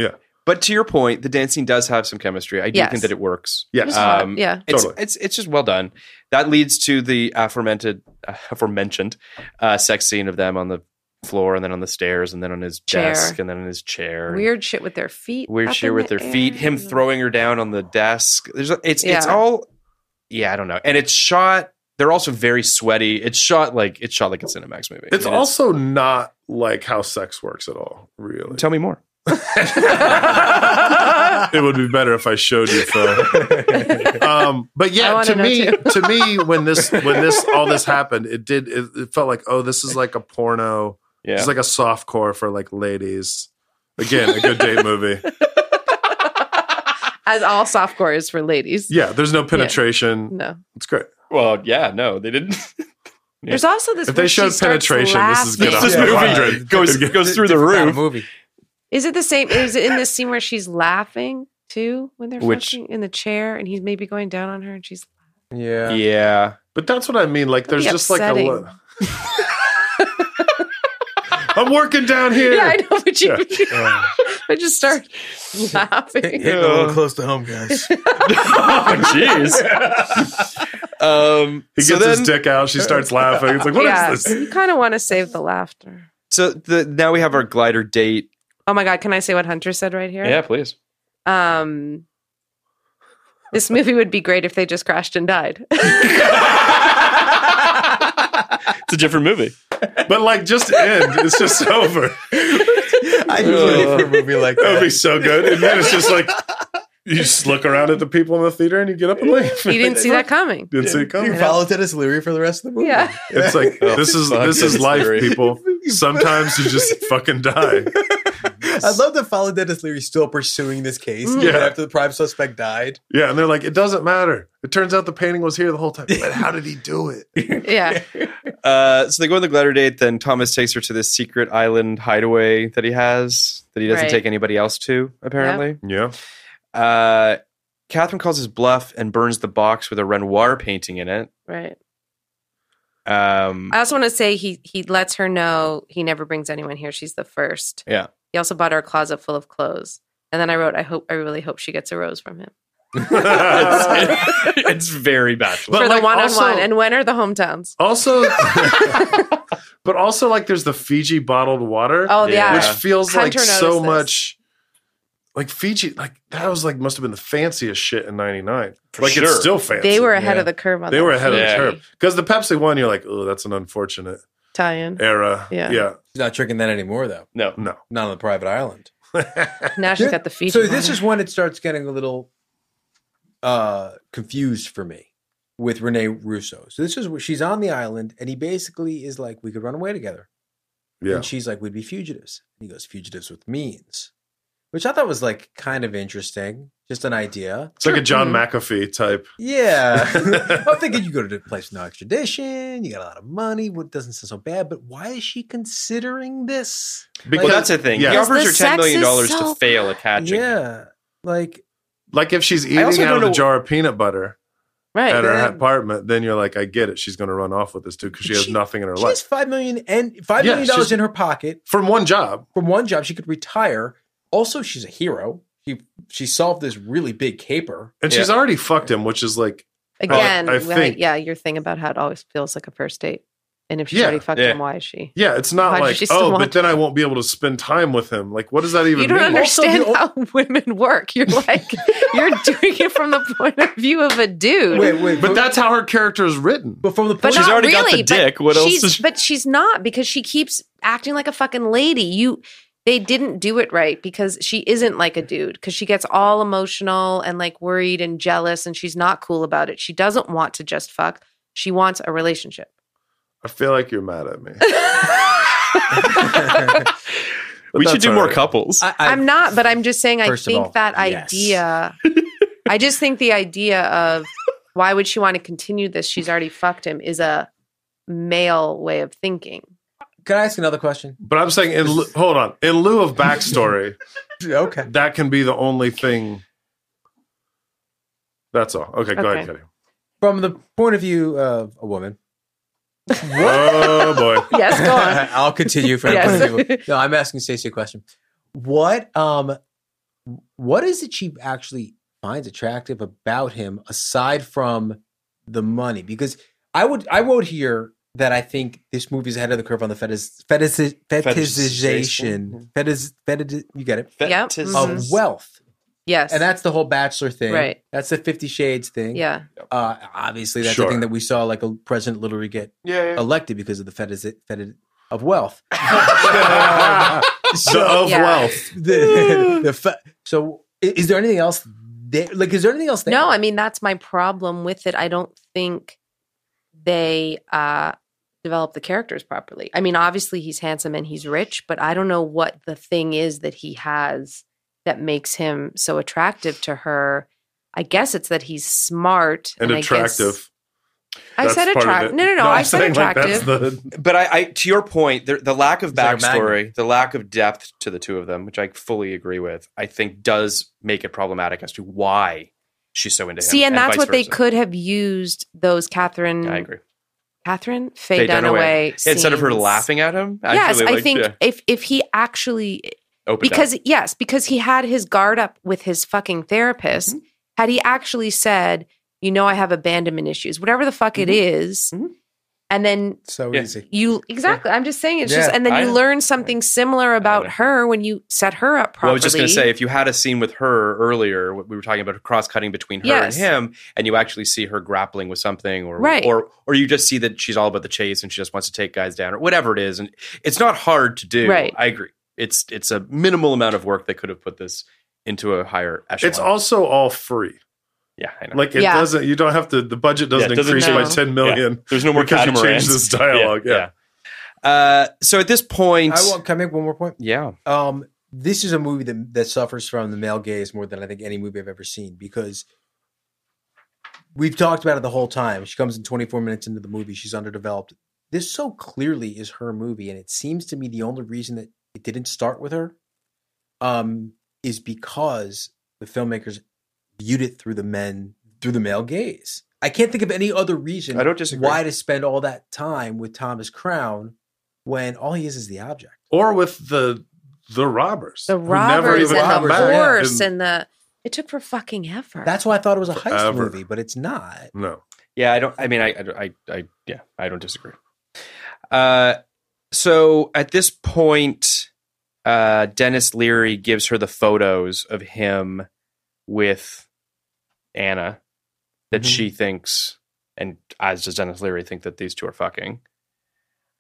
S4: But to your point, the dance scene does have some chemistry. I do
S6: Yes.
S4: think that it works.
S5: Yes.
S6: Uh,
S4: Um,
S6: Yeah.
S4: It's,
S5: Totally.
S4: it's it's just well done. That leads to the aforementioned aforementioned uh, sex scene of them on the floor and then on the stairs and then on his
S6: Chair.
S4: desk and then on his chair.
S6: Weird shit with their feet.
S4: weird
S6: up
S4: shit
S6: in
S4: with
S6: the
S4: their feet.
S6: air.
S4: Him throwing her down on the desk. There's it's it's
S6: Yeah.
S4: all yeah I don't know. And it's shot. They're also very sweaty. It's shot like it's shot like a Cinemax movie.
S5: It's
S4: I mean,
S5: also not like how sex works at all, really.
S4: tell me more.
S5: it would be better if I showed you, Phil. um, but
S6: I
S5: yeah,
S6: wanna
S5: to
S6: know
S5: me,
S6: too.
S5: to me, when this when this all this happened, it did. It, it felt like, oh, this is like a porno.
S4: Yeah.
S5: It's like a soft core for like ladies. Again, a good date movie.
S6: As all softcore is for ladies.
S5: Yeah, there's no penetration.
S6: No.
S5: It's great.
S4: well, yeah, no, they didn't.
S6: There's also this.
S5: If they
S6: where she
S5: showed
S6: starts
S5: penetration, this is
S6: laughing.
S5: gonna-
S4: this
S5: Yeah.
S4: movie goes goes through the
S3: Different kind
S4: roof.
S3: of movie.
S6: Is it the same? Is it in this scene where she's laughing too when they're
S4: Which-
S6: fucking in the chair and he's maybe going down on her and she's
S3: Yeah.
S4: Yeah.
S5: But that's what I mean. Like,
S6: That'd
S5: there's
S6: be
S5: just like a.
S6: upsetting.
S5: lo- I'm working down here.
S6: yeah, I know, but you,
S5: Yeah.
S6: I just start
S3: Hitting
S6: laughing.
S3: it a little close to home, guys.
S4: Oh, jeez. um,
S5: He
S4: so
S5: gets
S4: then,
S5: his dick out. She starts laughing. It's like, what is
S6: yeah,
S5: this?
S6: you kind of want to save the laughter.
S4: so the, now we have our glider date.
S6: Oh my god, can I say what Hunter said right here?
S4: please.
S6: Um, this movie would be great if they just crashed and died.
S4: It's a different movie.
S5: But like, just end. It's just over.
S3: I was waiting for a movie like
S5: That would
S3: that.
S5: be so good. And then it's just like, You just look around at the people in the theater and you get up and leave.
S6: You didn't see that coming.
S5: Didn't see it coming.
S11: You follow Dennis Leary for the rest of the movie.
S6: Yeah.
S5: It's like
S11: Oh,
S5: this is
S11: fuck,
S5: this is
S11: that's
S5: life,
S11: scary.
S5: people. Sometimes you just fucking die.
S11: I'd love to follow Dennis Leary still pursuing this case
S3: Mm-hmm.
S5: Mm.
S11: even
S5: Yeah.
S11: after the prime suspect died.
S5: Yeah, and they're like, it doesn't matter. It turns out the painting was here the whole time. But how did he do it?
S6: Yeah.
S4: Uh, so they go on the glider date. Then Thomas takes her to this secret island hideaway that he has that he doesn't
S6: Right.
S4: take anybody else to, apparently.
S5: Yeah.
S4: Uh, Catherine calls his bluff and burns the box with a Renoir painting in it.
S6: Right.
S4: Um,
S6: I also want to say he he lets her know he never brings anyone here. She's the first.
S4: yeah.
S6: He also bought her a closet full of clothes. And then I wrote, I hope I really hope she gets a rose from him. Oh,
S4: it's, it's very bachelor.
S6: for the one on
S5: also-
S6: one. And when are the hometowns?
S5: Also, but also like there's the Fiji bottled water.
S6: Oh, yeah.
S5: which feels
S6: Hunter
S5: like
S6: noticed
S5: so
S6: this.
S5: much. Like Fiji, like that was like must have been the fanciest shit in '99.
S4: For
S5: Like it's
S4: sure.
S5: still fancy.
S6: They were ahead of the curve on
S5: They
S6: that
S5: were ahead
S4: Yeah.
S5: of the curve because the Pepsi one, you're like, oh, that's an unfortunate
S6: tie in.
S5: era.
S6: Yeah.
S5: yeah,
S11: She's not drinking that anymore, though.
S4: No.
S5: no.
S11: Not on the private island.
S6: Now she's got the feature.
S3: So this is when it starts getting a little uh confused for me with Renee Russo. So this is where she's on the island and he basically is like, We could run away together.
S5: Yeah,
S3: And she's like, We'd be fugitives. And he goes, Fugitives with means. Which I thought was like kind of interesting. Just an idea.
S5: it's like a John McAfee type.
S3: Yeah. I'm thinking you go to a place with no extradition, you got a lot of money, what doesn't sound so bad, but why is she considering this?
S5: Because-
S4: well, that's the thing. He
S5: Yeah.
S4: offers her
S6: Because the
S4: ten million dollars
S6: sex is
S4: to
S6: so-
S4: fail a catching.
S3: Yeah. Like
S5: Like if she's eating
S4: also
S5: out
S4: don't
S5: of a
S4: know-
S5: jar of peanut butter
S6: right.
S5: at her
S6: then-
S5: apartment, then you're like, I get it. She's going to run off with this dude because she has
S3: She-
S5: nothing in her
S3: she has
S5: life
S3: five million and five
S5: Yeah,
S3: million dollars
S5: she's-
S3: in her pocket
S5: from one job.
S3: from one job. She could retire. Also, she's a hero. She she solved this really big caper.
S5: And she's already fucked him, which is like,
S6: Again,
S5: I
S6: right,
S5: think-
S6: yeah, your thing about how it always feels like a first date. And if she's
S5: Yeah,
S6: already fucked
S4: yeah.
S6: him, why is she?
S5: yeah, it's not
S6: Why does
S5: like,
S6: she still
S5: oh,
S6: want
S5: but then I won't be able to spend time with him. Like, what does that even
S6: you don't
S5: mean?
S6: understand
S3: Also, the
S6: how women work. You're like, you're doing it from the point of view of a dude.
S3: Wait, wait,
S5: But that's how her character is written.
S3: but from the point
S6: But
S4: She's
S6: not
S4: already got
S6: really,
S4: the dick.
S6: But
S4: What else
S6: she's,
S4: is-
S6: But she's not because she keeps acting like a fucking lady. You, they didn't do it right because she isn't like a dude because she gets all emotional and like worried and jealous and she's not cool about it. She doesn't want to just fuck. She wants a relationship.
S5: I feel like you're mad at me. But
S4: We should
S5: that's
S4: do
S5: all
S4: more
S5: right.
S4: couples.
S3: I,
S6: I, am not, but I'm just saying. I
S3: First of
S6: think
S3: all,
S6: that
S3: yes.
S6: idea. I just think the idea of why would she want to continue this? She's already fucked him. Is a male way of thinking.
S3: Can I ask another question?
S5: But I'm saying, in, li- hold on. In lieu of backstory,
S3: Okay.
S5: that can be the only thing. That's all. Okay, go ahead,
S6: Okay.
S5: Kenny.
S3: From the point of view of a woman,
S5: Oh, boy.
S6: Yes, go on.
S3: I'll continue from the
S6: Yes.
S3: point of view. No, I'm asking Stacey a question. What um, what is it she actually finds attractive about him aside from the money? Because I would I wrote here that I think this movie is ahead of the curve on the fetish, fetish, fetishization,
S4: Fetishization.
S3: fetish, fetish, you get it
S6: Yep.
S4: Fetishes.
S6: Mhm.
S3: of wealth,
S6: Yes,
S3: and that's the whole Bachelor thing.
S6: Right.
S3: That's the Fifty Shades thing.
S6: yeah.
S3: Uh, obviously, that's
S5: Sure.
S3: the thing that we saw like a president literally get
S4: yeah,
S3: elected because of the fetish, fetish of wealth.
S5: The of
S6: Yeah.
S5: wealth.
S3: the, the fa- so i- is there anything else there like is there anything else there?
S6: No, I mean that's my problem with it. I don't think they uh develop the characters properly. I mean, obviously he's handsome and he's rich, but I don't know what the thing is that he has that makes him so attractive to her. I guess it's that he's smart
S5: And
S6: I guess-
S5: attractive.
S6: I,
S5: That's
S6: said
S5: part of
S6: attractive.
S5: it.
S6: No, no, no. I
S5: I'm
S6: said
S5: saying, like, that's
S6: attractive.
S5: the,
S4: uh, But I, I, to your point, the, the lack of
S3: It's like a
S4: backstory, the lack of depth to the two of them, which I fully agree with, I think does make it problematic as to why she's so into him.
S6: See, and, that's
S4: vice
S6: what they
S4: versa.
S6: could have used those Catherine,
S4: I agree.
S6: Catherine Faye, Dunaway.
S4: Instead of her
S6: scenes.
S4: laughing at him,
S6: Yes,
S4: actually,
S6: I
S4: like,
S6: think
S4: yeah,
S6: if if he actually
S4: opened up.
S6: because yes, because he had his guard up with his fucking therapist.
S4: Mm-hmm.
S6: Had he actually said, "You know, I have abandonment issues," whatever the fuck it is,
S4: Mhm.
S6: and then
S3: so
S4: Yeah.
S3: easy.
S6: you exactly, I'm just saying it's
S3: Yeah.
S6: just, and then
S4: I
S6: you
S4: know.
S6: learn something similar about
S4: know.
S6: her when you set her up properly.
S4: Well, I was just going to say, if you had a scene with her earlier, what we were talking about cross cutting between her
S6: Yes.
S4: and him, and you actually see her grappling with something, or
S6: Right.
S4: or or you just see that she's all about the chase and she just wants to take guys down, or whatever it is, and it's not hard to do.
S6: Right.
S4: I agree. It's it's a minimal amount of work they could have put this into a higher echelon.
S5: It's also all free.
S4: Yeah, I know.
S5: Like it
S4: Yeah.
S5: doesn't. You don't have to. The budget
S4: Yeah,
S5: doesn't,
S4: it doesn't
S5: increase by
S4: matter.
S5: ten million.
S4: Yeah. There's no more
S5: because you
S4: catamarans.
S5: change this dialogue.
S4: Yeah,
S5: Yeah.
S4: Uh, so at this point,
S3: I want, can I make one more point?
S4: yeah,
S3: Um, this is a movie that that suffers from the male gaze more than I think any movie I've ever seen because we've talked about it the whole time. She comes in 24 minutes into the movie, she's underdeveloped. This so clearly is her movie, and it seems to me the only reason that it didn't start with her um, is because the filmmakers viewed it through the men through the male gaze. I can't think of any other reason
S4: I don't disagree.
S3: why to spend all that time with Thomas Crown when all he is is the object.
S5: Or with the the robbers.
S3: The
S5: who
S3: robbers
S5: even
S3: and
S5: come
S3: the
S5: back.
S6: Horse and the it took for fucking ever.
S3: That's why I thought it was a heist
S5: Forever.
S3: movie, but it's not.
S5: No.
S4: yeah, I don't. I mean, I, I, I, I yeah, I don't disagree. Uh, so at this point, uh, Dennis Leary gives her the photos of him with Anna that
S3: Mhm.
S4: she thinks, and as does Dennis Leary think that these two are fucking.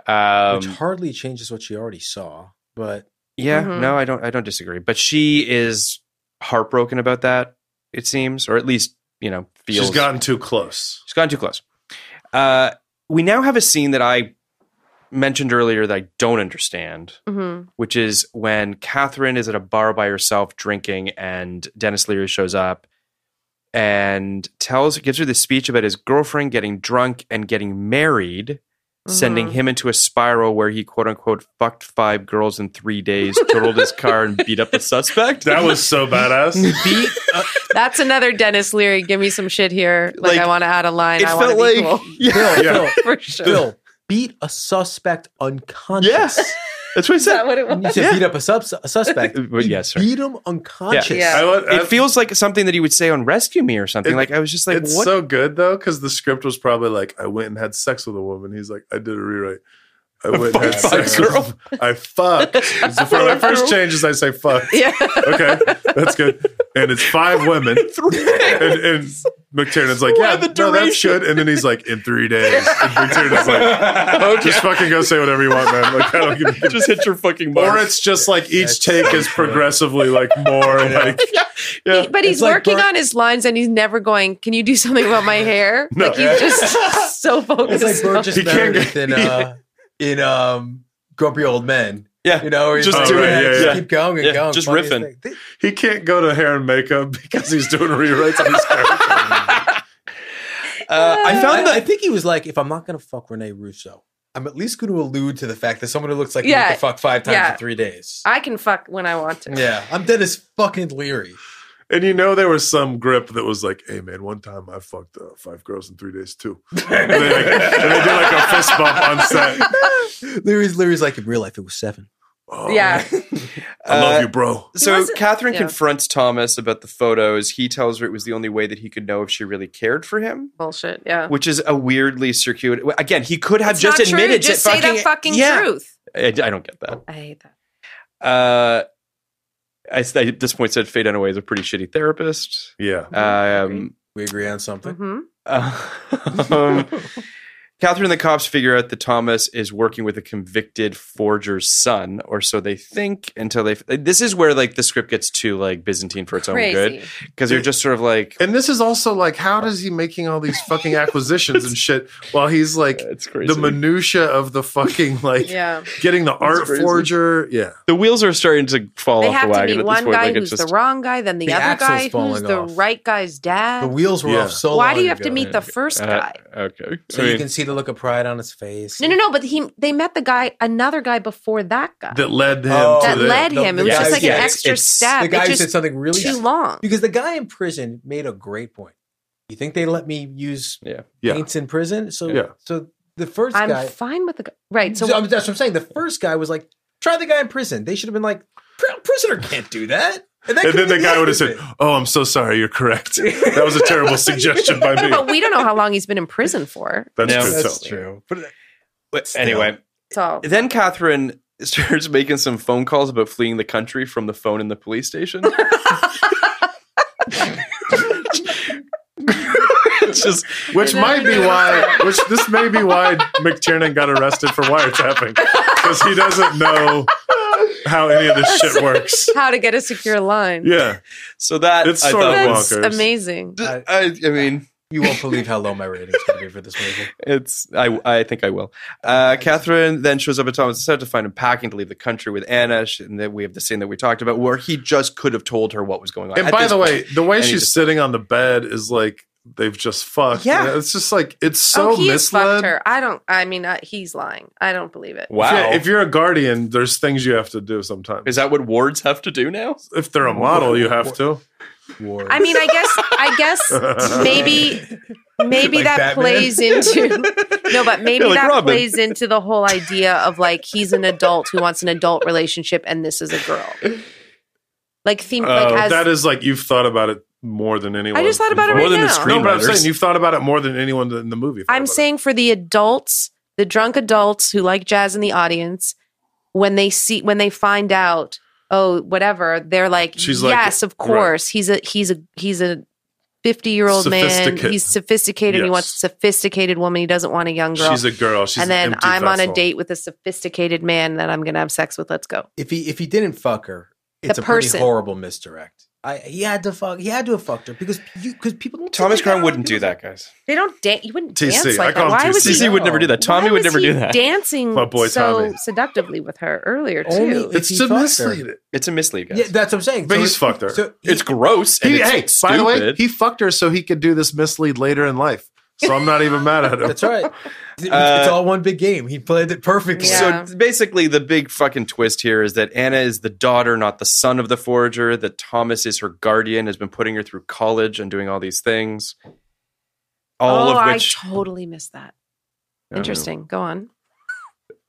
S4: Um,
S3: which hardly changes what she already saw, but
S4: Yeah,
S3: Mhm.
S4: no, I don't I don't disagree. But she is heartbroken about that, it seems, or at least, you know, feels
S5: She's gotten too close.
S4: She's gotten too close. Uh we now have a scene that I mentioned earlier that I don't understand,
S6: Mhm.
S4: which is when Catherine is at a bar by herself drinking and Dennis Leary shows up and tells gives her the speech about his girlfriend getting drunk and getting married, sending
S6: Mhm.
S4: him into a spiral where he quote unquote fucked five girls in three days, totaled his car, and beat up the suspect.
S5: That was so badass.
S4: beat
S6: That's another Dennis Leary. Give me some shit here. Like,
S4: Like,
S6: I want to add a line.
S4: it
S6: I want to
S4: felt
S6: be
S4: like
S6: cool.
S4: yeah,
S3: Bill, Bill,
S6: for sure.
S3: Bill, beat a suspect unconscious.
S4: that's what I
S6: Is that
S4: said.
S6: what it was?
S3: You said beat up a, subs- a suspect.
S4: But yes, sir.
S3: Beat him unconscious.
S6: Yeah.
S5: I want- I-
S4: it feels like something that he would say on Rescue Me or something.
S5: It-
S4: like I was just like,
S5: it's
S4: what?
S5: so good though, because the script was probably like, I went and had sex with a woman. He's like, I did a rewrite. I went and had
S4: fucked
S5: sex
S4: my
S5: with- I fucked. It's the first, my first change is I say fuck.
S6: Yeah.
S5: Okay, that's good. And it's five women. and, and McTiernan's like,
S4: Why
S5: yeah,
S4: the
S5: no, that's
S4: duration?
S5: good. And then he's like, in three days. And McTiernan's like, just fucking go say whatever you want, man. Like, I don't give a
S4: just hit your fucking
S5: Or it's just like each take is progressively like more like
S6: He- but he's
S3: It's like
S6: working
S3: Bert-
S6: on his lines and he's never going, Can you do something about my hair?
S5: No.
S6: Like he's just so
S3: It's
S6: focused.
S3: like Burgess
S5: He can't
S3: Meredith in, uh, in um, Grumpy Old Men.
S4: Yeah.
S3: You know, he's
S5: Just
S3: like,
S5: do
S3: "Yeah,
S5: it, yeah,
S3: just
S5: yeah.
S3: keep going and
S4: Yeah,
S3: going.
S4: just
S3: funniest
S4: riffing.
S3: thing."
S5: he can't go to hair and makeup because he's doing rewrites on his character.
S4: Uh, I found
S3: I, I
S4: that
S3: think he was like, if I'm not going to fuck Rene Russo, I'm at least going to allude to the fact that someone who looks like
S6: Yeah.
S3: me to fuck five times
S6: Yeah.
S3: in three days.
S6: I can fuck when I want to.
S3: yeah, I'm Dennis fucking Leary.
S5: And you know there was some grip that was like, "Hey man, one time I fucked uh, five girls in three days too." And they, like, and they did like a fist bump on set.
S3: Leary's Leary's like in real life it was seven.
S5: Oh,
S6: Yeah.
S5: I love
S4: Uh,
S5: you, bro.
S4: so
S6: wasn't-
S4: Catherine
S6: yeah.
S4: confronts Thomas about the photos. He tells her it was the only way that he could know if she really cared for him,
S6: Bullshit. Yeah.
S4: which is a weirdly circuitous. Again, he could have
S6: It's
S4: just
S6: not true.
S4: admitted to
S6: Just say
S4: fucking,
S6: the fucking
S4: yeah.
S6: truth.
S4: I, I don't get that.
S6: I hate that.
S4: Uh, I, I at this point said Faye Dunaway is a pretty shitty therapist.
S5: Yeah.
S4: Um,
S3: We agree on something.
S6: hmm
S4: Um, Catherine and the cops figure out that Thomas is working with a convicted forger's son, or so they think. Until they, this is where like the script gets too like Byzantine for its
S6: Crazy.
S4: own good because they're just sort of like
S5: And this is also like, how does he making all these fucking acquisitions and shit while he's like
S4: it's crazy.
S5: the minutia of the fucking like
S6: Yeah.
S5: getting the art
S4: crazy.
S5: forger? Yeah.
S4: the wheels are starting to fall
S6: They
S4: off the
S6: have to
S4: wagon
S6: be
S4: at this
S6: one
S4: point.
S6: guy
S4: like
S6: who's
S4: it's just
S6: the wrong guy, then the,
S3: The
S6: other
S3: axle's
S6: guy who's
S3: falling
S6: the
S3: off.
S6: right guy's dad.
S3: The wheels were
S5: Yeah.
S3: off so
S6: Why
S3: long
S6: do you have to
S3: ago.
S6: meet the first
S4: Uh,
S6: guy?
S4: okay.
S3: So
S4: I
S3: you
S4: mean,
S3: can see the look of pride on his face.
S6: No, no, no. But he they met the guy, another guy before that guy
S5: That led him
S3: Oh.
S5: to
S6: that
S5: the,
S6: led
S3: the-
S6: him.
S3: the
S6: it was
S3: guy
S6: just
S3: who
S6: like
S3: said-
S6: an
S3: it's-
S6: extra
S4: it's-
S6: step.
S3: The guy
S6: it
S3: who
S6: just
S3: said something really
S6: too long.
S3: because the guy in prison made a great point. You think they let me use
S4: yeah.
S5: Yeah.
S3: paints in prison? So,
S5: Yeah.
S3: so the 1st
S6: I'm
S3: guy.
S6: fine with the guy. Right. So,
S3: So, I'm- that's what I'm saying. The first guy was like, try the guy in prison. They should have been like, "Pr- prisoner can't do that. that
S5: And
S3: could
S5: then
S3: have been
S5: the guy would have
S3: end
S5: said,
S3: of it.
S5: "Oh, I'm so sorry. You're correct. That was a terrible suggestion by me."
S6: but we don't know how long he's been in prison for.
S5: That's
S4: No.
S5: true.
S3: That's
S5: too.
S3: true. But
S4: But anyway,
S6: So
S4: then Catherine starts making some phone calls about fleeing the country from the phone in the police station. it's just
S5: Which might be why, which this may be why McTiernan got arrested for wiretapping because he doesn't know how any of this shit works.
S6: How to get a secure line.
S5: Yeah.
S4: So that
S5: it's
S4: I
S5: sort of
S4: thought
S6: That's
S5: bonkers.
S6: amazing.
S4: I, I mean,
S3: uh, you won't believe how low my rating's going to be for this movie.
S4: It's I I think I will. Uh, Catherine then shows up at Thomas' set to find him packing to leave the country with Anna, She- and then we have the scene that we talked about where he just could have told her what was going on.
S5: And
S4: at
S5: by
S4: this
S5: the
S4: point.
S5: way, the way
S4: And he
S5: she's
S4: just-
S5: sitting on the bed is like they've just fucked.
S6: Yeah.
S5: And it's just like it's so
S6: oh, he has fucked
S5: misled.
S6: her. I don't. I mean, uh, he's lying. I don't believe it.
S5: If you're, if you're a guardian, there's things you have to do sometimes.
S4: Is that what wards have to do now?
S5: If they're a model, you have to.
S6: I mean, I guess. I guess maybe. Maybe
S5: Like
S6: that
S5: Batman?
S6: plays into no, but maybe
S5: Yeah, like
S6: that
S5: Robin.
S6: plays into the whole idea of like he's an adult who wants an adult relationship, and this is a girl. Like theme, like
S5: Oh,
S6: as
S5: that is like you've thought about it more than anyone.
S6: just thought about it More right than the now.
S5: No, but I'm
S6: screenwriters.
S5: saying you've thought about it more than anyone in the movie.
S6: I'm saying for the adults, the drunk adults who like jazz in the audience, when they see when they find out, oh, whatever, they're like,
S5: She's like-
S6: yes, of
S5: right.
S6: course. He's a he's a he's a 50 year old man.
S5: Sophisticate.
S6: He's sophisticated. He
S5: Yes.
S6: wants a sophisticated woman. He doesn't want a young girl.
S5: She's a girl. She's
S6: and
S5: an
S6: then
S5: empty
S6: I'm on a
S5: vessel.
S6: date with a sophisticated man that I'm going to have sex with. Let's go.
S3: If he if he didn't fuck her,
S6: The
S3: it's a pretty
S6: person.
S3: horrible misdirect. I, he had to fuck. He had to have fucked her because you because people don't.
S4: Thomas Crown wouldn't do that, guys.
S6: They don't dance. You wouldn't
S4: TC.
S6: dance
S4: I
S6: like
S4: call
S6: that.
S4: him
S6: Why was
S4: TC.
S6: he
S4: would never do that. Tommy would never do that.
S6: dancing
S4: My boy
S6: so
S4: Tommy.
S6: seductively with her earlier too?
S4: It's a mislead. It's a mislead, guys.
S3: Yeah, that's what I'm saying.
S5: But
S3: So
S5: he's
S3: it-
S5: fucked her.
S3: so
S4: it's gross. And
S5: He-
S4: it's
S5: hey,
S4: stupid.
S5: by the way, he fucked her so he could do this mislead later in life. So I'm not even mad at him.
S3: That's right. It's
S4: Uh,
S3: all one big game. He played it perfectly.
S4: So basically, the big fucking twist here is that Anna is the daughter, not the son of the forger. That Thomas is her guardian, has been putting her through college and doing all these things. All
S6: oh,
S4: of which,
S6: I totally missed that.
S4: Oh.
S6: Interesting. Go on.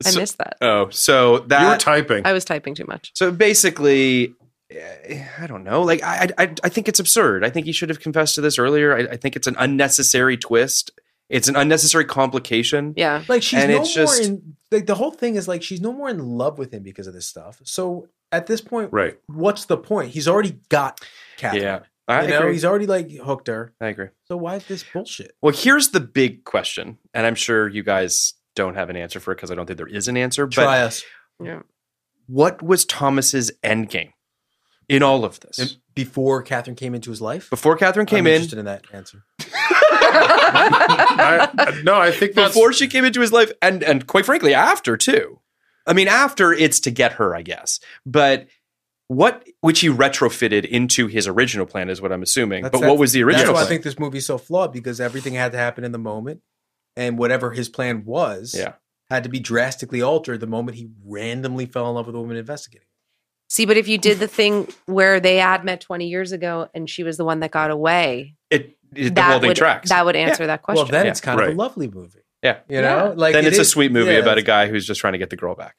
S6: I
S4: So-
S6: missed that.
S4: oh, so that
S5: You were typing.
S6: I was typing too much.
S4: So basically, eh, I don't know. Like, I, I, I think it's absurd. I think he should have confessed to this earlier. I, I think it's an unnecessary twist. It's an unnecessary complication.
S6: Yeah.
S3: Like she's
S4: And
S3: no
S4: it's
S3: more
S4: just-
S3: in like the whole thing is like she's no more in love with him because of this stuff. So at this point,
S5: Right.
S3: what's the point? He's already got Catherine.
S4: Yeah, I
S3: you know,
S4: agree.
S3: he's already like hooked her.
S4: I agree.
S3: So why is this bullshit?
S4: Well, here's the big question, and I'm sure you guys don't have an answer for it because I don't think there is an answer. But
S3: Try us.
S6: Yeah.
S4: what was Thomas's end game in all of this?
S3: Before Catherine came into his life,
S4: Before Catherine
S3: I'm
S4: came in,
S3: interested in that answer.
S5: I, no, I think that's
S4: before she came into his life, and and quite frankly, after too. I mean, after it's to get her, I guess. But what, which he retrofitted into his original plan, is what I'm assuming.
S3: That's-
S4: but
S3: that's-
S4: what was the original?
S3: That's why I
S4: plan?
S3: think this movie's so flawed because everything had to happen in the moment, and whatever his plan was,
S4: Yeah.
S3: had to be drastically altered the moment he randomly fell in love with a woman investigating.
S6: See, but if you did the thing where they had met 20 years ago and she was the one that got away,
S4: it, it the whole thing
S6: would,
S4: tracks.
S6: that would answer that question.
S3: Well, then
S4: Yeah.
S3: it's kind of
S5: Right.
S3: a lovely movie.
S4: yeah.
S3: You know, like
S4: then
S3: it
S4: it's a
S3: is-
S4: sweet movie
S3: yeah,
S4: about a guy who's just trying to get the girl back.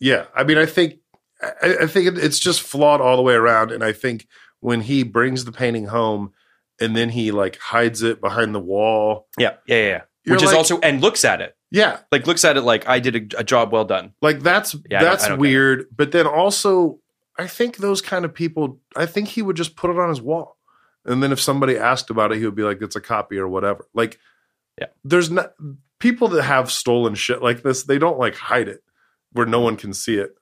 S5: Yeah, I mean, I think I, I think it, it's just flawed all the way around, and I think when he brings the painting home and then he like hides it behind the wall,
S4: Yeah, yeah, yeah. yeah.
S5: You're
S4: Which is
S5: like-
S4: also and looks at it
S5: yeah,
S4: like looks at it like I did a, a job well done.
S5: like that's
S4: Yeah, I don't-
S5: that's
S4: I don't get
S5: weird. But then also, I think those kind of people, I think he would just put it on his wall, and then if somebody asked about it, he would be like, "It's a copy or whatever." Like,
S4: Yeah.
S5: there's not people that have stolen shit like this. They don't like hide it where no one can see it.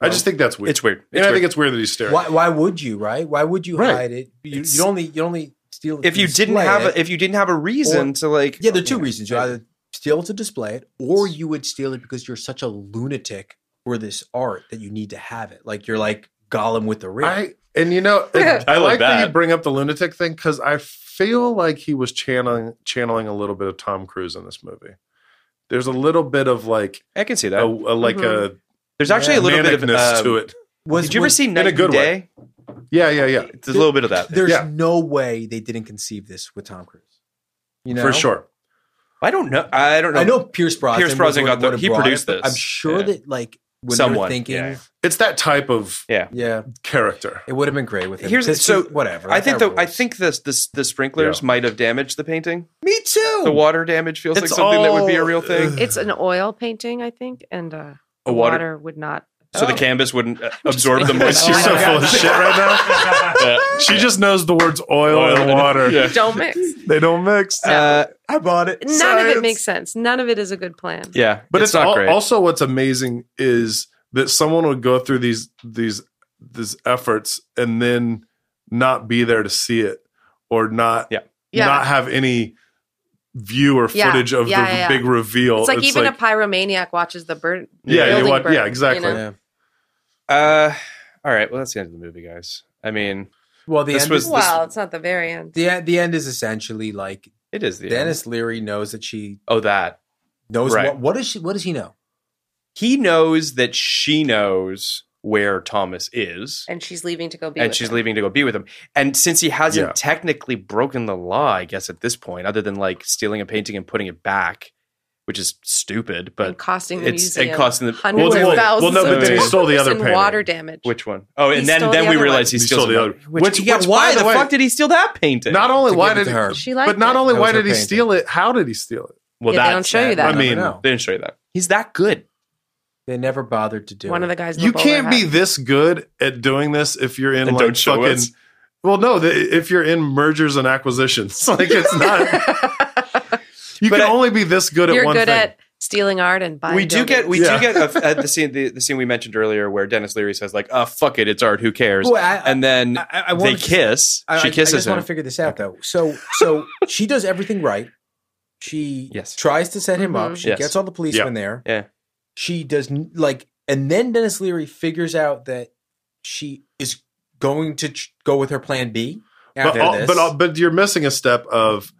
S5: I
S4: No.
S5: just think that's weird.
S4: It's weird.
S5: and
S4: It's
S5: I think
S4: weird.
S5: it's weird that he's staring.
S3: Why, why would you, right? Why would you
S5: Right.
S3: hide it? You,
S4: It's-
S3: you only you only steal it
S4: if
S3: to
S4: you didn't
S3: display
S4: have
S3: it.
S4: a, if you didn't have a reason
S3: Or-
S4: to like
S3: yeah, there are two reasons. You either steal it to display it, or you would steal it because you're such a lunatic for this art that you need to have it. Like you're like Gollum with the ring.
S5: I and you know it-
S4: I
S5: I
S4: like
S5: like that.
S4: that.
S5: you bring up the lunatic thing because I feel like he was channeling channeling a little bit of Tom Cruise in this movie. There's a little bit of like
S4: I can see
S5: a,
S4: that.
S5: a like
S6: Mm-hmm.
S5: a
S4: There's actually a little bit of
S5: manicness
S4: um,
S5: to it.
S3: was,
S4: Did you ever
S3: was-
S4: see
S5: a
S4: Night and
S5: good way.
S4: Day?
S5: Yeah, yeah, yeah,
S4: There's a little bit of that.
S3: There's
S5: Yeah.
S3: no way they didn't conceive this with Tom Cruise. You know,
S5: for sure.
S4: I don't know. I don't know.
S3: I know Pierce Brosnan.
S4: Pierce Brosnan
S3: would-
S4: got the-
S3: would have
S4: he
S3: brought
S4: produced
S3: it, but
S4: this.
S3: I'm sure
S4: Yeah.
S3: that like when
S4: Someone.
S3: you're thinking,
S4: Yeah.
S3: yeah,
S5: It's that type of
S4: Yeah.
S5: character.
S3: it would have been great with him.
S4: Here's
S3: 'Cause
S4: so
S3: he- whatever.
S4: I
S3: like,
S4: think
S3: that
S4: the I
S3: rules.
S4: think this this the sprinklers
S5: Yeah.
S4: might have damaged the painting.
S3: me too.
S4: The water damage feels like
S5: It's
S4: something that would be a
S5: all- uh,
S4: real thing.
S6: it's an oil painting, I think, and uh,
S4: A
S6: the
S4: water-
S6: water. Oh. would not.
S4: so the canvas wouldn't uh, absorb the moisture.
S5: She's so full of shit right now. She just knows the words oil, and water.
S4: Yeah.
S6: Don't mix.
S5: They don't mix.
S4: Uh,
S3: I bought it.
S6: None of it makes sense. None of it is a good plan.
S4: yeah,
S5: But it's,
S4: not
S5: al-
S4: great.
S5: also what's amazing is that someone would go through these these these efforts and then not be there to see it or not
S6: Yeah.
S5: not have any view or
S6: Yeah.
S5: footage of
S6: Yeah,
S5: the
S6: yeah, yeah.
S5: big reveal.
S6: It's like even a pyromaniac watches the bird.
S5: yeah, you
S6: building
S5: want,
S6: burn,
S5: yeah, exactly.
S6: you know?
S4: Uh, all right. Well, that's the end of the movie, guys. I mean,
S3: well, the
S4: this
S3: end
S4: was
S3: is-
S4: this-
S6: well, it's not the very end.
S3: the e- the end is essentially like
S4: it is the
S3: Dennis Leary knows that she
S4: oh that
S3: knows
S4: Right.
S3: what what does she what does he know?
S4: he knows that she knows where Thomas is.
S6: And she's leaving to go be.
S4: and
S6: with
S4: she's
S6: him.
S4: leaving to go be with him. And since he hasn't
S5: Yeah.
S4: technically broken the law, I guess at this point, other than like stealing a painting and putting it back, which is stupid, but
S6: And costing the
S4: it's
S6: museum
S4: and costing the
S6: hundreds
S5: Well,
S6: of
S5: well,
S6: thousands
S5: well, no,
S6: of
S5: but then he
S6: dollars
S5: stole the other
S6: in
S5: painting.
S6: water damage.
S4: which one? Oh, and
S6: He
S4: then
S6: stole
S4: then
S6: the
S4: we
S6: other
S4: realized
S6: one.
S4: he
S5: He
S4: steals
S5: stole the
S4: another-
S5: other-
S4: Which,
S5: which-
S4: yeah,
S5: which,
S4: why
S5: by
S4: the
S5: the way-
S4: fuck did he steal that painting?
S5: Not only
S3: To
S5: why
S3: give it
S5: did
S3: to
S5: he,
S3: her.
S6: She liked
S5: but not
S6: it.
S5: only
S3: That
S5: why
S3: was
S5: did
S3: her
S5: he
S3: painting.
S5: steal it, how did he steal it?
S4: well,
S6: Yeah, they
S4: that's-
S6: don't show you that.
S5: I mean,
S3: never know.
S4: they didn't show you that. He's that good.
S3: They never bothered to do
S6: one
S3: it.
S6: of the guys. In
S5: you
S6: the bowler
S5: can't
S6: hat.
S5: be this good at doing this if you're in
S4: And
S5: like
S4: don't show
S5: fucking.
S4: us.
S5: Well, no, the, if you're in mergers and acquisitions, like it's not. you
S4: But
S5: can
S4: I-
S5: only be this good at
S6: You're
S5: one
S6: good
S5: thing.
S6: at stealing art and buying.
S4: we do get we
S5: Yeah.
S4: do get a, at the scene the, the scene we mentioned earlier where Dennis Leary says like, "Oh fuck it, it's art. Who cares?"
S3: Well, I- I-
S4: and then
S3: I- I- I
S4: they
S3: wanted to-
S4: kiss.
S3: I, I-
S4: she
S3: I
S4: kisses
S3: just want
S4: him.
S3: to figure this out though. So so she does everything right. She
S4: Yes.
S3: tries to set him up.
S6: Mhm.
S3: She
S4: Yes.
S3: gets all the policemen there.
S4: Yeah.
S3: She does n- like, and then Dennis Leary figures out that she is going to ch- go with her plan B
S5: but
S3: after
S5: all-
S3: this.
S5: but all- but you're missing a step of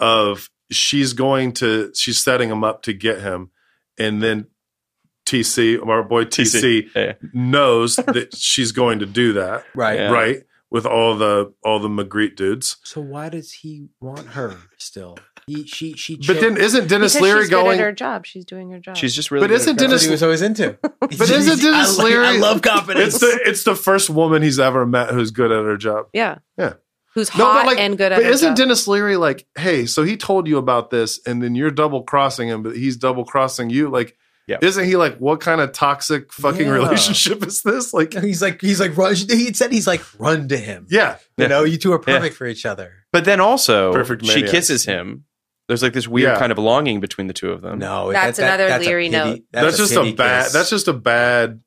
S5: of she's going to she's setting him up to get him, and then TC our boy TC,
S4: Yeah.
S6: Oh.
S5: knows that she's going to do that
S3: right.
S4: Yeah.
S5: right with all the all the Magritte dudes.
S3: So why does he want her still? He, she she.
S5: But then isn't Dennis
S6: Because
S5: Leary
S6: she's good
S5: going?
S6: at her job. She's doing her job.
S4: She's just really.
S5: But
S4: good at
S5: isn't
S4: her job.
S3: Dennis, he was always into.
S5: But isn't Dennis
S3: I, like-
S5: Leary?
S3: I love confidence.
S5: It's the it's the first woman he's ever met who's good at her job.
S6: yeah,
S5: Yeah.
S6: Who's hot and good at.
S5: But
S6: her
S5: isn't
S6: job.
S5: Dennis Leary like, hey, so he told you about this, and then you're double crossing him, but he's double crossing you. Like,
S4: Yeah.
S5: isn't he like, what kind of toxic fucking
S3: Yeah.
S5: relationship is this? Like,
S3: he's like he's like run. He said he's like run to him.
S5: yeah,
S4: Yeah.
S3: You know, you two are perfect for each other.
S4: But then also,
S5: Perfect
S4: she
S5: maniacs.
S4: kisses him. There's like this weird
S5: Yeah.
S4: kind of longing between the two of them.
S3: No,
S6: That's another
S3: a
S6: Leary
S3: pity-
S6: note.
S5: Um, that's, just a
S3: pity
S5: bad.
S3: kiss.
S5: That's just a bad.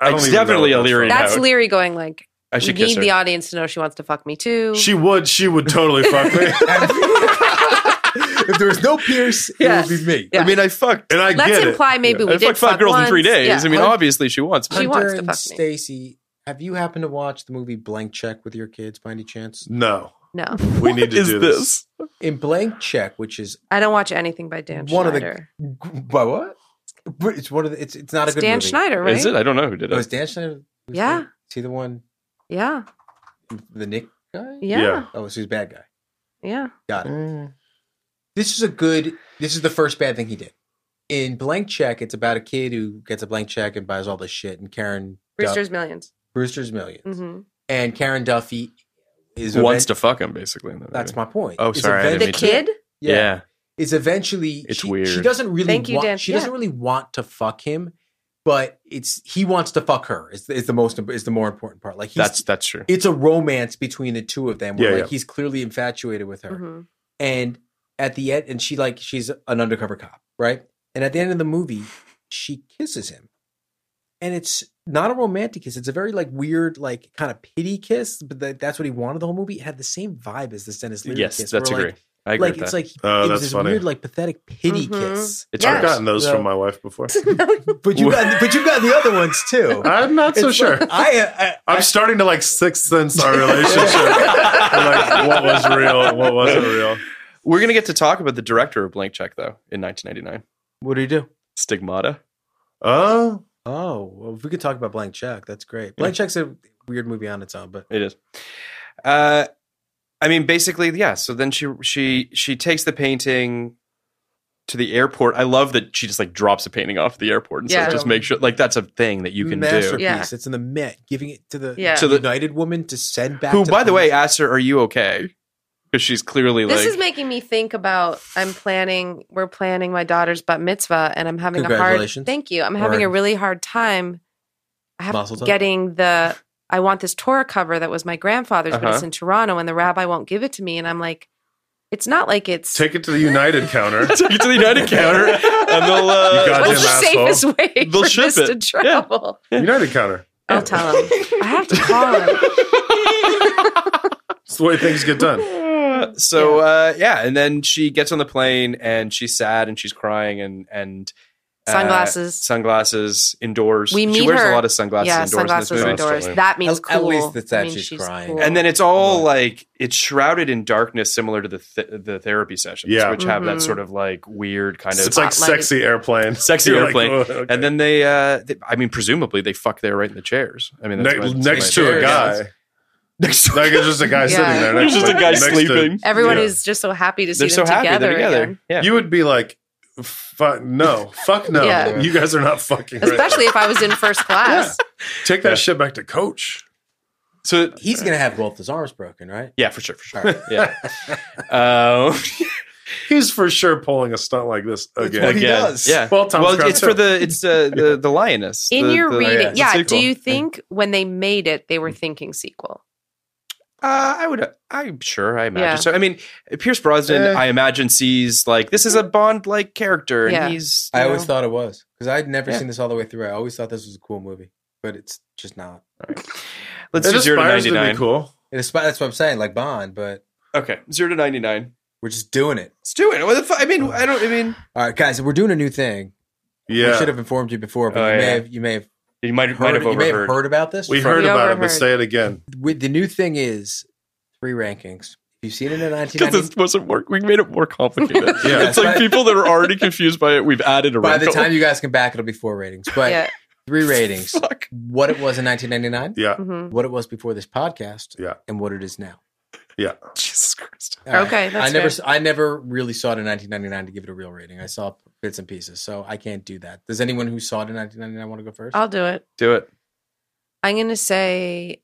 S5: I don't
S4: It's
S5: even know
S4: definitely
S5: what
S4: a
S5: that's
S4: Leary
S5: from.
S6: That's
S4: note.
S6: Leary going like.
S4: I
S6: We
S4: should kiss
S6: need
S4: her.
S6: the audience to know she wants to fuck me too.
S5: She would. She would totally fuck me.
S3: if there was no Pierce,
S6: Yeah.
S3: it would be me.
S6: Yeah.
S4: I mean, I fucked.
S5: and I
S6: Let's
S5: get
S6: imply
S5: it.
S6: maybe
S4: I
S6: we
S4: fucked
S6: did
S4: five
S6: fuck
S4: girls in three
S6: once.
S4: days.
S6: Yeah.
S4: I mean, obviously she wants. me.
S6: She wants to
S3: and
S6: fuck me.
S3: Stacy, have you happened to watch the movie Blank Check with your kids by any chance?
S5: No,
S6: no,
S5: we need to
S4: Is
S5: do
S4: this?
S3: In Blank Check, which is
S6: I don't watch anything by Dan
S3: one of the
S6: Schneider.
S3: by what? It's one of the. It's it's not a
S6: It's
S3: good
S6: Dan
S3: movie.
S6: Schneider, right?
S4: Is it? I don't know who did
S3: Oh, is
S4: it.
S3: Dan Schneider? who's
S6: Yeah.
S3: the- Is he the one?
S6: Yeah,
S3: The Nick guy?
S6: yeah, yeah.
S5: Yeah.
S3: Oh, so he's a bad guy.
S6: yeah.
S3: Got it. This is a good. This is the first bad thing he did. In Blank Check, it's about a kid who gets a blank check and buys all this shit, and Karen Duff-
S6: Brewster's Millions.
S3: Brewster's Million.
S6: hmm
S3: and Karen Duffy is
S4: Wants
S3: eventu-
S4: to fuck him basically. in that
S3: That's
S4: movie.
S3: my point.
S4: Oh,
S3: Is
S4: sorry, I didn't
S6: The
S4: mean to-
S6: kid.
S4: Yeah.
S3: is eventually
S4: It's
S3: she,
S4: weird.
S3: She doesn't really
S6: Thank you,
S3: want,
S6: Dan.
S3: she
S6: Yeah.
S3: doesn't really want to fuck him, but it's he wants to fuck her. Is the, is the most is the more important part. Like he's,
S4: that's that's true.
S3: it's a romance between the two of them where
S5: Yeah,
S3: like
S5: yeah.
S3: he's clearly infatuated with her.
S6: Mhm.
S3: And at the end and she like she's an undercover cop, right? And at the end of the movie, she kisses him. And it's not a romantic kiss. It's a very like weird, like kind of pity kiss, but that, that's what he wanted the whole movie. It had the same vibe as this Dennis Leary
S4: Yes,
S3: kiss.
S4: that's
S3: where, like,
S4: agree. I agree.
S3: like
S4: with
S3: it's
S4: that.
S3: like
S5: Oh,
S3: it was
S5: that's
S3: this
S5: funny.
S3: weird like pathetic pity
S6: Mhm.
S3: kiss.
S4: it's
S6: Yeah.
S5: I've gotten those
S3: So-
S5: from my wife before.
S3: But you got but you got the other ones too.
S5: I'm not so
S3: It's
S5: sure.
S3: like- I, uh, I,
S5: I'm starting to like sixth sense our relationship. like what was real, and what wasn't real.
S4: We're gonna get to talk about the director of Blank Check though in 1999,
S3: what do you do?
S4: Stigmata.
S5: Oh,
S3: Oh, well, if we could talk about Blank Check, that's great. Blank Check's a weird movie on its own, but
S4: It is. Uh, I mean, basically, yeah. So then she she she takes the painting to the airport. I love that she just like drops a painting off at the airport and
S6: Yeah.
S4: says, "Just make sure." Like that's a thing that you can
S3: masterpiece.
S4: do.
S6: Yeah.
S3: It's in the Met, giving it to the
S6: Yeah.
S4: To the-
S3: United Woman to send back.
S4: Who,
S3: to
S4: by the way,
S3: police.
S4: asks her, "Are you okay?" Because she's clearly
S6: This
S4: like,
S6: is making me think about I'm planning we're planning my daughter's bat mitzvah and I'm having a hard
S3: Congratulations.
S6: thank you. I'm having a
S3: Or-
S6: really hard time I have
S3: Mazel tov.
S6: getting the I want this Torah cover that was my grandfather's, but it's
S4: Uh-huh.
S6: in Toronto and the rabbi won't give it to me. And I'm like, It's not like it's
S5: Take it to the United counter.
S4: Take it to the United counter, and they'll. Uh,
S5: you goddamn
S6: What's the
S5: asshole.
S6: safest way
S4: They'll
S6: for
S4: ship
S6: this
S4: it.
S6: to travel?
S5: United counter.
S6: I'll tell him. I have to call him.
S5: It's the way things get done.
S4: so uh, yeah, and then she gets on the plane and she's sad and she's crying and and uh,
S6: Sunglasses.
S4: sunglasses indoors.
S6: We meet
S4: she wears
S6: her.
S4: a lot of sunglasses
S6: yeah,
S4: indoors
S6: sunglasses
S4: in this movie.
S6: indoors. That means
S3: At- at
S6: cool.
S3: least it's that
S6: means
S3: she's crying.
S6: cool.
S4: And then it's all like it's shrouded in darkness, similar to the th- the therapy sessions,
S5: Yeah.
S4: which have that
S6: Mhm.
S4: sort of like weird kind of
S5: It's like sexy airplane.
S4: sexy
S5: You're like,
S4: airplane.
S5: "Oh, okay."
S4: And then they, uh, they- I mean, presumably they fuck there right in the chairs. I mean, that's
S5: Ne-
S4: what- that's
S5: next
S4: what
S5: to a
S4: it
S5: guy.
S4: is. Next to
S5: Like it's just a guy
S6: Yeah.
S5: sitting there.
S4: There's
S5: next-
S4: just a
S5: like,
S4: guy
S5: next to-
S4: sleeping.
S6: Everyone
S5: Yeah.
S6: is just so happy to see
S4: They're so
S6: them
S4: happy
S6: together,
S4: they're together.
S6: again.
S4: Yeah.
S5: You would be like, fuck no, fuck no.
S6: Yeah.
S5: You guys are not fucking. right.
S6: Especially if I was in first class.
S5: Take that shit back to coach.
S4: so
S3: He's gonna have both his arms broken, right?
S4: yeah, for sure, for sure.
S3: All right.
S4: Yeah. Uh,
S5: He's for sure pulling a stunt like this again.
S3: what he
S4: again,
S3: does.
S4: Yeah.
S5: Well, Tom Scott
S4: it's
S5: too.
S4: for the it's uh, the the lioness.
S6: In
S4: the-
S6: your
S4: the-
S6: reading,
S4: the
S6: yeah. do
S4: sequel.
S6: you think when they made it, they were thinking sequel?
S4: Uh, I would. I'm sure. I imagine
S6: Yeah.
S4: so. I mean, Pierce Brosnan.
S5: Eh.
S4: I imagine sees like this is a Bond like character, and
S6: Yeah.
S4: he's.
S3: I
S4: you
S3: always
S4: know-
S3: thought it was because I'd never
S4: Yeah.
S3: seen this all the way through. I always thought this was a cool movie, but it's just not.
S4: let's
S5: it
S4: do zero to
S5: aspires
S4: ninety
S5: to be
S4: nine.
S5: cool.
S3: It is, that's what I'm saying, like Bond, but
S4: Okay, zero to ninety nine.
S3: we're just doing it.
S4: Let's do it. What the fu- I mean, I don't. I mean,
S3: All right, guys, we're doing a new thing. We should
S5: Yeah,
S3: have informed you before, but
S4: Oh,
S3: you, may
S4: yeah.
S3: have, you may have
S4: you might
S3: heard,
S4: might have
S3: you may have
S4: overheard.
S3: heard about this.
S5: we
S3: from-
S5: heard
S6: We
S5: about it, but
S6: overheard.
S5: say it again.
S3: we- the new thing is three rankings. If you've seen it in 1990,
S4: Because this wasn't work. We made it more complicated.
S5: Yeah.
S4: It's like people that are already confused by it. We've added a
S3: by the
S4: wrinkle.
S3: time you guys come back, it'll be four ratings, but
S6: yeah.
S3: three ratings:
S4: Fuck.
S3: what it was in 1999,
S5: Yeah,
S6: hmm
S3: what it was before this podcast,
S5: Yeah.
S3: and what it is now.
S5: yeah.
S4: Jesus Christ.
S3: All right.
S6: Okay, that's
S3: I never,
S6: fair.
S3: I never really saw it in 1999 to give it a real rating. I saw bits and pieces, so I can't do that. Does anyone who saw it in 1999 want to go 1st
S6: I'll do it.
S4: Do it.
S6: I'm gonna say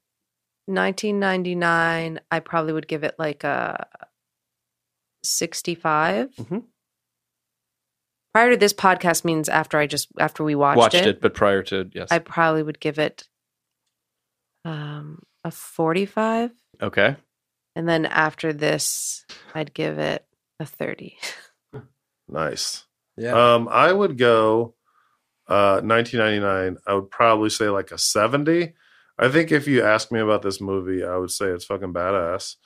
S6: 1999. I probably would give it like a 65.
S4: Mhm.
S6: Prior to this podcast means after I just after we watched,
S4: Watched
S6: it,
S4: it, but prior to yes.
S6: I probably would give it um, a 45,
S4: okay.
S6: and then after this, I'd give it a 30.
S5: Nice.
S3: yeah,
S5: Um, I would go uh 1999. I would probably say like a 70. I think if you ask me about this movie, I would say it's fucking badass.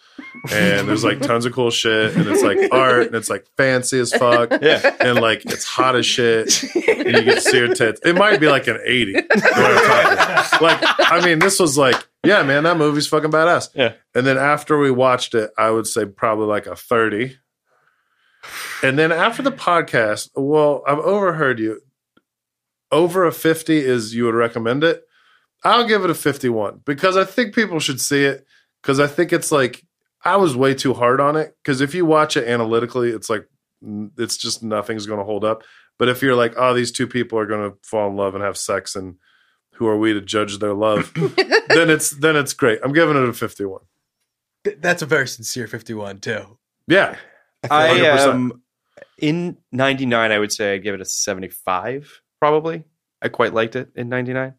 S5: And there's like tons of cool shit and it's like art and it's like fancy as fuck
S4: Yeah.
S5: and like it's hot as shit and you get seared tits. It might be like an 80. is what I'm talking. like I mean, this was like, yeah, man, that movie's fucking badass.
S4: Yeah.
S5: And then after we watched it, I would say probably like a 30. And then after the podcast, well, I've overheard you. Over a 50 is you would recommend it. I'll give it a 51 because I think people should see it because I think it's like I was way too hard on it because if you watch it analytically, it's like n- it's just nothing's going to hold up. But if you're like, oh, these two people are going to fall in love and have sex, and who are we to judge their love? then it's then it's great. I'm giving it a 51.
S3: Th- that's a very sincere 51 too.
S5: Yeah,
S4: I
S5: 100%.
S4: um, in '99, I would say I give it a 75. Probably, I quite liked it in '99.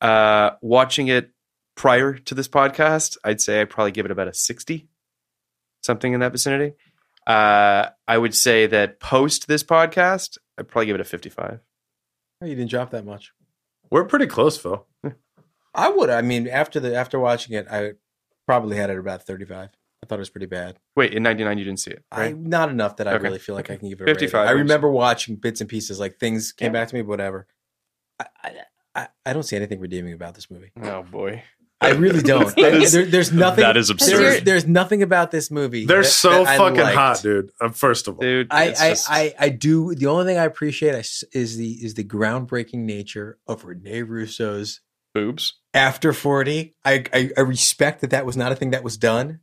S4: Uh, watching it prior to this podcast, I'd say I probably give it about a 60, something in that vicinity. Uh, I would say that post this podcast, I'd probably give it a 55.
S3: Oh, you didn't drop that much.
S5: we're pretty close, Phil.
S3: I would. I mean, after the after watching it, I probably had it about 35. I thought it was pretty bad.
S4: Wait, in '99 you didn't see it,
S3: I
S4: right?
S3: not enough that I
S4: Okay.
S3: really feel like
S4: Okay.
S3: I can give it. a
S4: 55
S3: rating. I
S4: works.
S3: remember watching bits and pieces, like things came
S4: Yeah.
S3: back to me, but whatever. I, I, I, I don't see anything redeeming about this movie.
S4: oh boy,
S3: I really don't.
S4: That is-
S3: There- there's nothing.
S12: that is
S3: there-
S6: absurd.
S3: there's nothing about this movie.
S5: They're
S3: that-
S5: so
S3: that I
S5: fucking
S3: liked.
S5: hot, dude. Um, first of all,
S4: dude!
S3: I,
S4: it's
S3: I,
S4: just-
S3: I, I do. The only thing I appreciate I s- is the is the groundbreaking nature of Rene Russo's
S4: boobs.
S3: after forty. I, I I respect that that was not a thing that was done.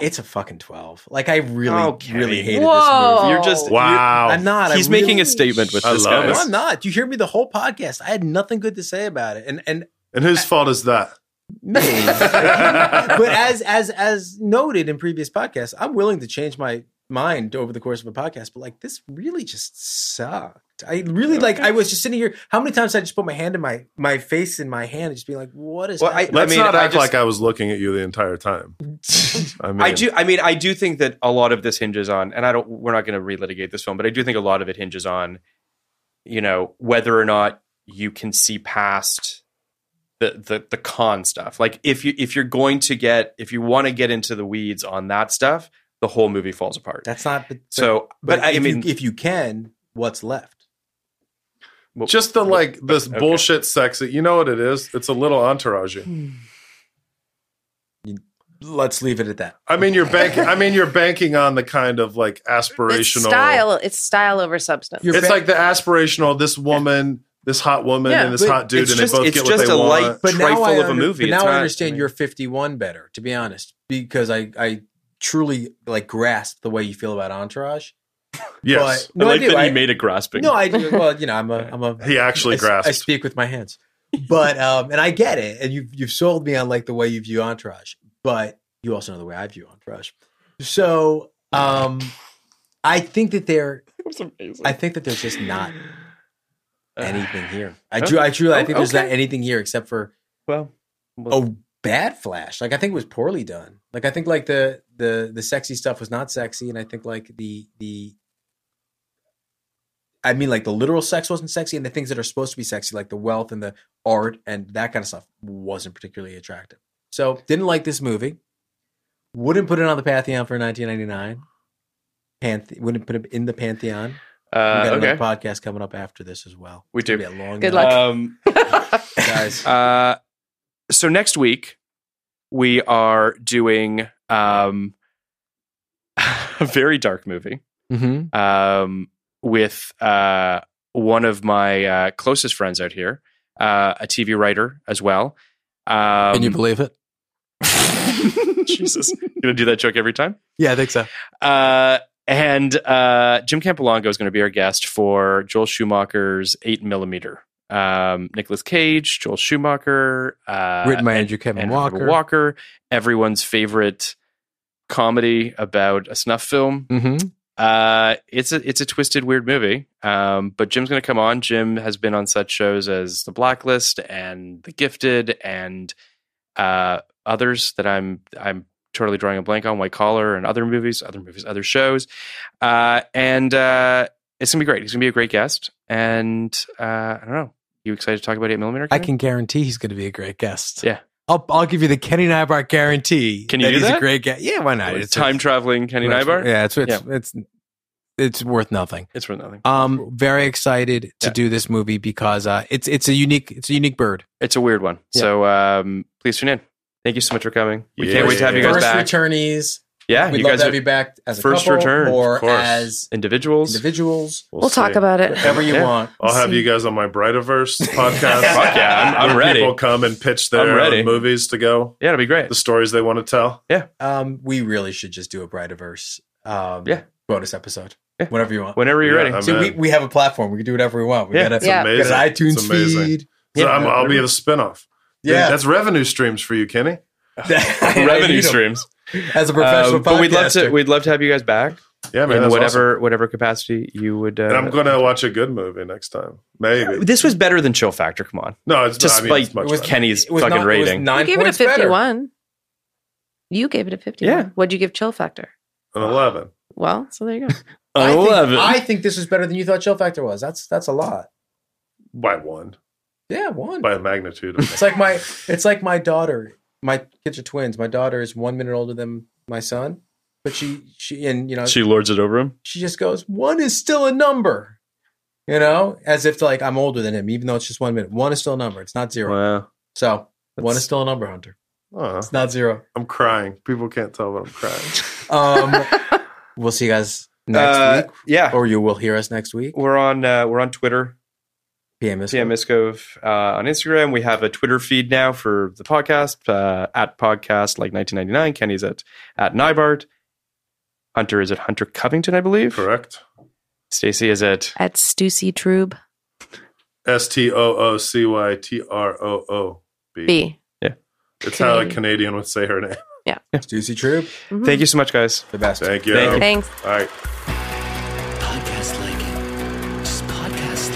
S3: It's a fucking twelve. Like I really
S4: Okay.
S3: really hated this
S6: Whoa.
S3: movie.
S4: You're just
S5: wow.
S3: I'm not. I
S4: He's
S3: really-
S4: making a statement with
S5: I
S4: this.
S5: love
S4: guy.
S5: it.
S3: No, I'm not. You hear me the whole podcast. I had nothing good to say about it, and and
S5: and whose fault is that?
S3: but as as as noted in previous podcasts, I'm willing to change my mind over the course of a podcast. But like this really just sucked. I really
S13: like.
S3: I was just sitting here. How many times I just put my hand in my my face in my hand and just being like, "What is?"
S4: Well,
S3: happening?
S5: Let's not act
S4: just-
S5: like I was looking at you the entire time. I mean,
S4: I do. I mean, I do think that a lot of this hinges on, and I don't. We're not going to relitigate this film, but I do think a lot of it hinges on, you know, whether or not you can see past the the the con stuff. Like if you if you're going to get if you want to get into the weeds on that stuff, the whole movie falls apart.
S3: That's not. But,
S4: so, but, I
S3: if
S4: mean,
S3: you, if you can, what's left?
S5: just the like this
S4: okay.
S5: bullshit sex. that- You know what it is? It's a little entourage.
S3: Let's leave it at that.
S5: I mean, you're banking. I mean, you're banking on the kind of like aspirational
S6: It's style. It's style over substance.
S5: it's like the aspirational. This woman, this hot woman,
S6: Yeah.
S5: and this
S6: But
S5: hot dude,
S4: it's
S5: and
S4: just-
S5: they both
S4: it's
S5: get
S4: just
S5: what they
S4: a
S5: want.
S4: light- Trifle
S3: I
S4: of a
S3: under-
S4: movie.
S3: But now
S4: It's
S3: I
S4: not-
S3: understand you're 51 better, to be honest, because I I truly like grasp the way you feel about Entourage.
S5: Yes.
S3: But- no, I do. I-
S4: a grasping.
S3: No, I do. Well, you know, I'm a I'm a
S5: He actually
S3: I s- I
S5: grasped.
S3: speak with my hands, but um, and I get it, and you've you've sold me on like the way you view Entourage, but you also know the way I view Entourage. So, um, I think that they're. I think that there's just not anything here. I drew. I truly. I think there's not
S4: Okay.
S3: anything here except for
S4: well, Oh,
S3: a bad flash. Like I think it was poorly done. Like I think like the the the sexy stuff was not sexy, and I think like the the I mean like the literal sex wasn't sexy, and the things that are supposed to be sexy, like the wealth and the art and that kind of stuff, wasn't particularly attractive. So didn't like this movie. Wouldn't put it on the pantheon for 1999. Panthe- wouldn't put it in the pantheon.
S4: Uh,
S3: we got
S4: okay.
S3: another podcast coming up after this as well.
S4: We
S3: It's gonna
S4: do.
S3: be a long
S6: Good
S3: night,
S6: luck.
S4: Um,
S3: guys.
S4: Uh, so next week we are doing um, a very dark movie
S3: Mm-hmm.
S4: um, with uh, one of my uh, closest friends out here, uh, a TV writer as well. Um,
S13: Can you believe it?
S4: Jesus, gonna do that joke every time.
S13: Yeah, I think so.
S4: Uh, and uh, Jim Campolongo is going to be our guest for Joel Schumacher's 8 Millimeter. Um, Nicholas Cage, Joel Schumacher, uh,
S13: Written by
S4: and-
S13: Andrew Kevin
S4: and
S13: Walker.
S4: Robert Walker, everyone's favorite comedy about a snuff film.
S13: Mm-hmm.
S4: Uh, it's a it's a twisted, weird movie. Um, but Jim's going to come on. Jim has been on such shows as The Blacklist and The Gifted and uh, others that I'm I'm totally drawing a blank on, White Collar and other movies, other movies, other shows. Uh, and uh, it's gonna be great. He's gonna be a great guest. And uh, I don't know. You excited to talk about eight millimeter?
S13: I can guarantee he's going to be a great guest.
S4: Yeah.
S13: I'll, I'll give you the Kenny Nybar guarantee.
S4: Can you do
S13: he's
S4: that?
S13: a great guest. Yeah, why not?
S4: With time traveling Kenny Nybar.
S13: Yeah, it's it's, it's it's worth nothing.
S4: It's worth nothing.
S13: Um, very excited to
S4: Yeah.
S13: do this movie because uh, it's it's a unique it's a unique bird.
S4: It's a weird one.
S13: Yeah.
S4: So um, please tune in. Thank you so much for coming. We can't
S5: Yeah.
S4: wait to have you guys
S3: First
S4: back.
S3: returnees.
S4: yeah,
S3: We'd
S4: you
S3: love
S4: guys
S3: to
S4: are
S3: have you back as a
S4: first
S3: couple
S4: return, of
S3: or
S5: course.
S3: as
S4: individuals.
S3: individuals,
S6: We'll talk
S5: see.
S6: about it.
S3: whatever you
S4: Yeah.
S3: want.
S5: I'll have you guys on my Brightiverse podcast.
S4: Fuck yeah, I'm- I'm
S5: Where
S4: ready.
S5: People come and pitch
S4: I'm
S5: their
S4: ready.
S5: own movies to go,
S4: yeah, it'll be great.
S5: the stories they want to tell.
S3: Um, we really should just do a Brightiverse um,
S4: Yeah.
S3: bonus episode.
S4: Yeah.
S3: Whenever you want.
S4: Whenever you're
S5: Yeah,
S4: ready.
S5: I'm
S3: See,
S5: in.
S3: we, we have a platform. We can do whatever we want. We
S4: Yeah.
S3: got, a,
S6: Yeah.
S3: we got an
S5: Amazing. It's
S3: iTunes
S5: amazing.
S3: feed.
S5: So
S4: Yeah.
S5: I'm, I'll be the spinoff.
S3: Yeah.
S5: That's revenue streams for you, Kenny.
S3: I need
S4: Revenue
S3: 'em
S4: streams.
S3: As a professional
S4: Um, but we'd love to
S3: podcaster.
S4: we'd love to have you guys back
S5: Yeah, man.
S4: in
S5: that's awesome.
S4: whatever whatever capacity you would. Uh,
S5: And I'm going to watch a good movie next time. Maybe.
S4: This was better than Chill Factor. Come on,
S5: No, it's not. I mean, it's
S4: despite
S5: much
S3: was-
S5: better.
S4: Kenny's
S3: It was
S4: fucking
S3: not- it was
S4: rating.
S3: nine
S6: You gave it a
S3: points better.
S6: 51. You gave it a 51.
S4: Yeah.
S6: What'd you give Chill Factor?
S5: An 11.
S6: Well, so there you go.
S3: I think,
S4: Eleven.
S3: I think this is better than you thought Chill Factor was. That's that's a lot.
S5: By one.
S3: Yeah, one.
S5: By a magnitude of
S3: It's like my it's like my daughter. My kids are twins. My daughter is one minute older than my son, but she she and you know she,
S4: lords it over him.
S3: just goes one is still a number, you know, as if like I'm older than him, even though it's just one minute. One is still a number. It's not zero.
S4: Wow.
S3: So one
S4: That's-
S3: is still a number, Hunter.
S5: Uh,
S3: It's not zero.
S5: I'm crying. People can't tell, but I'm crying.
S3: Um, we'll see you guys next
S4: Uh,
S3: week,
S4: Yeah,
S3: or you will hear us next week.
S4: we're on uh, we're on Twitter.
S3: PM is
S4: PM Iskov uh, on Instagram. We have a Twitter feed now for the podcast uh, at podcast like 1999. Kenny's at at Nybart. Hunter is at Hunter Covington, I believe.
S5: Correct.
S4: Stacy is at
S6: At Stussy Troob
S5: S T O O C Y T R O O B.
S6: B.
S5: It's how a Canadian would say her name.
S3: Juicy Troop,
S4: Thank you so much, guys.
S3: the best.
S5: Thank you.
S4: Thank you.
S6: Thanks.
S5: All right.
S2: Podcast like it. Just podcast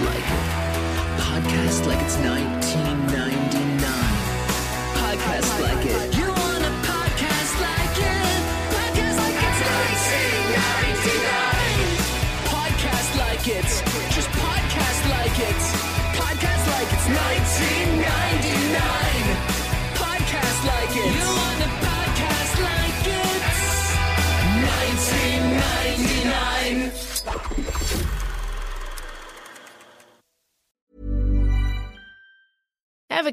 S2: like it. You want a podcast like it? Podcast like it's 1999. Podcast like it. Just podcast like it. Podcast like it's 1999. Podcast like it. You want a podcast like it? 1999.
S14: Ever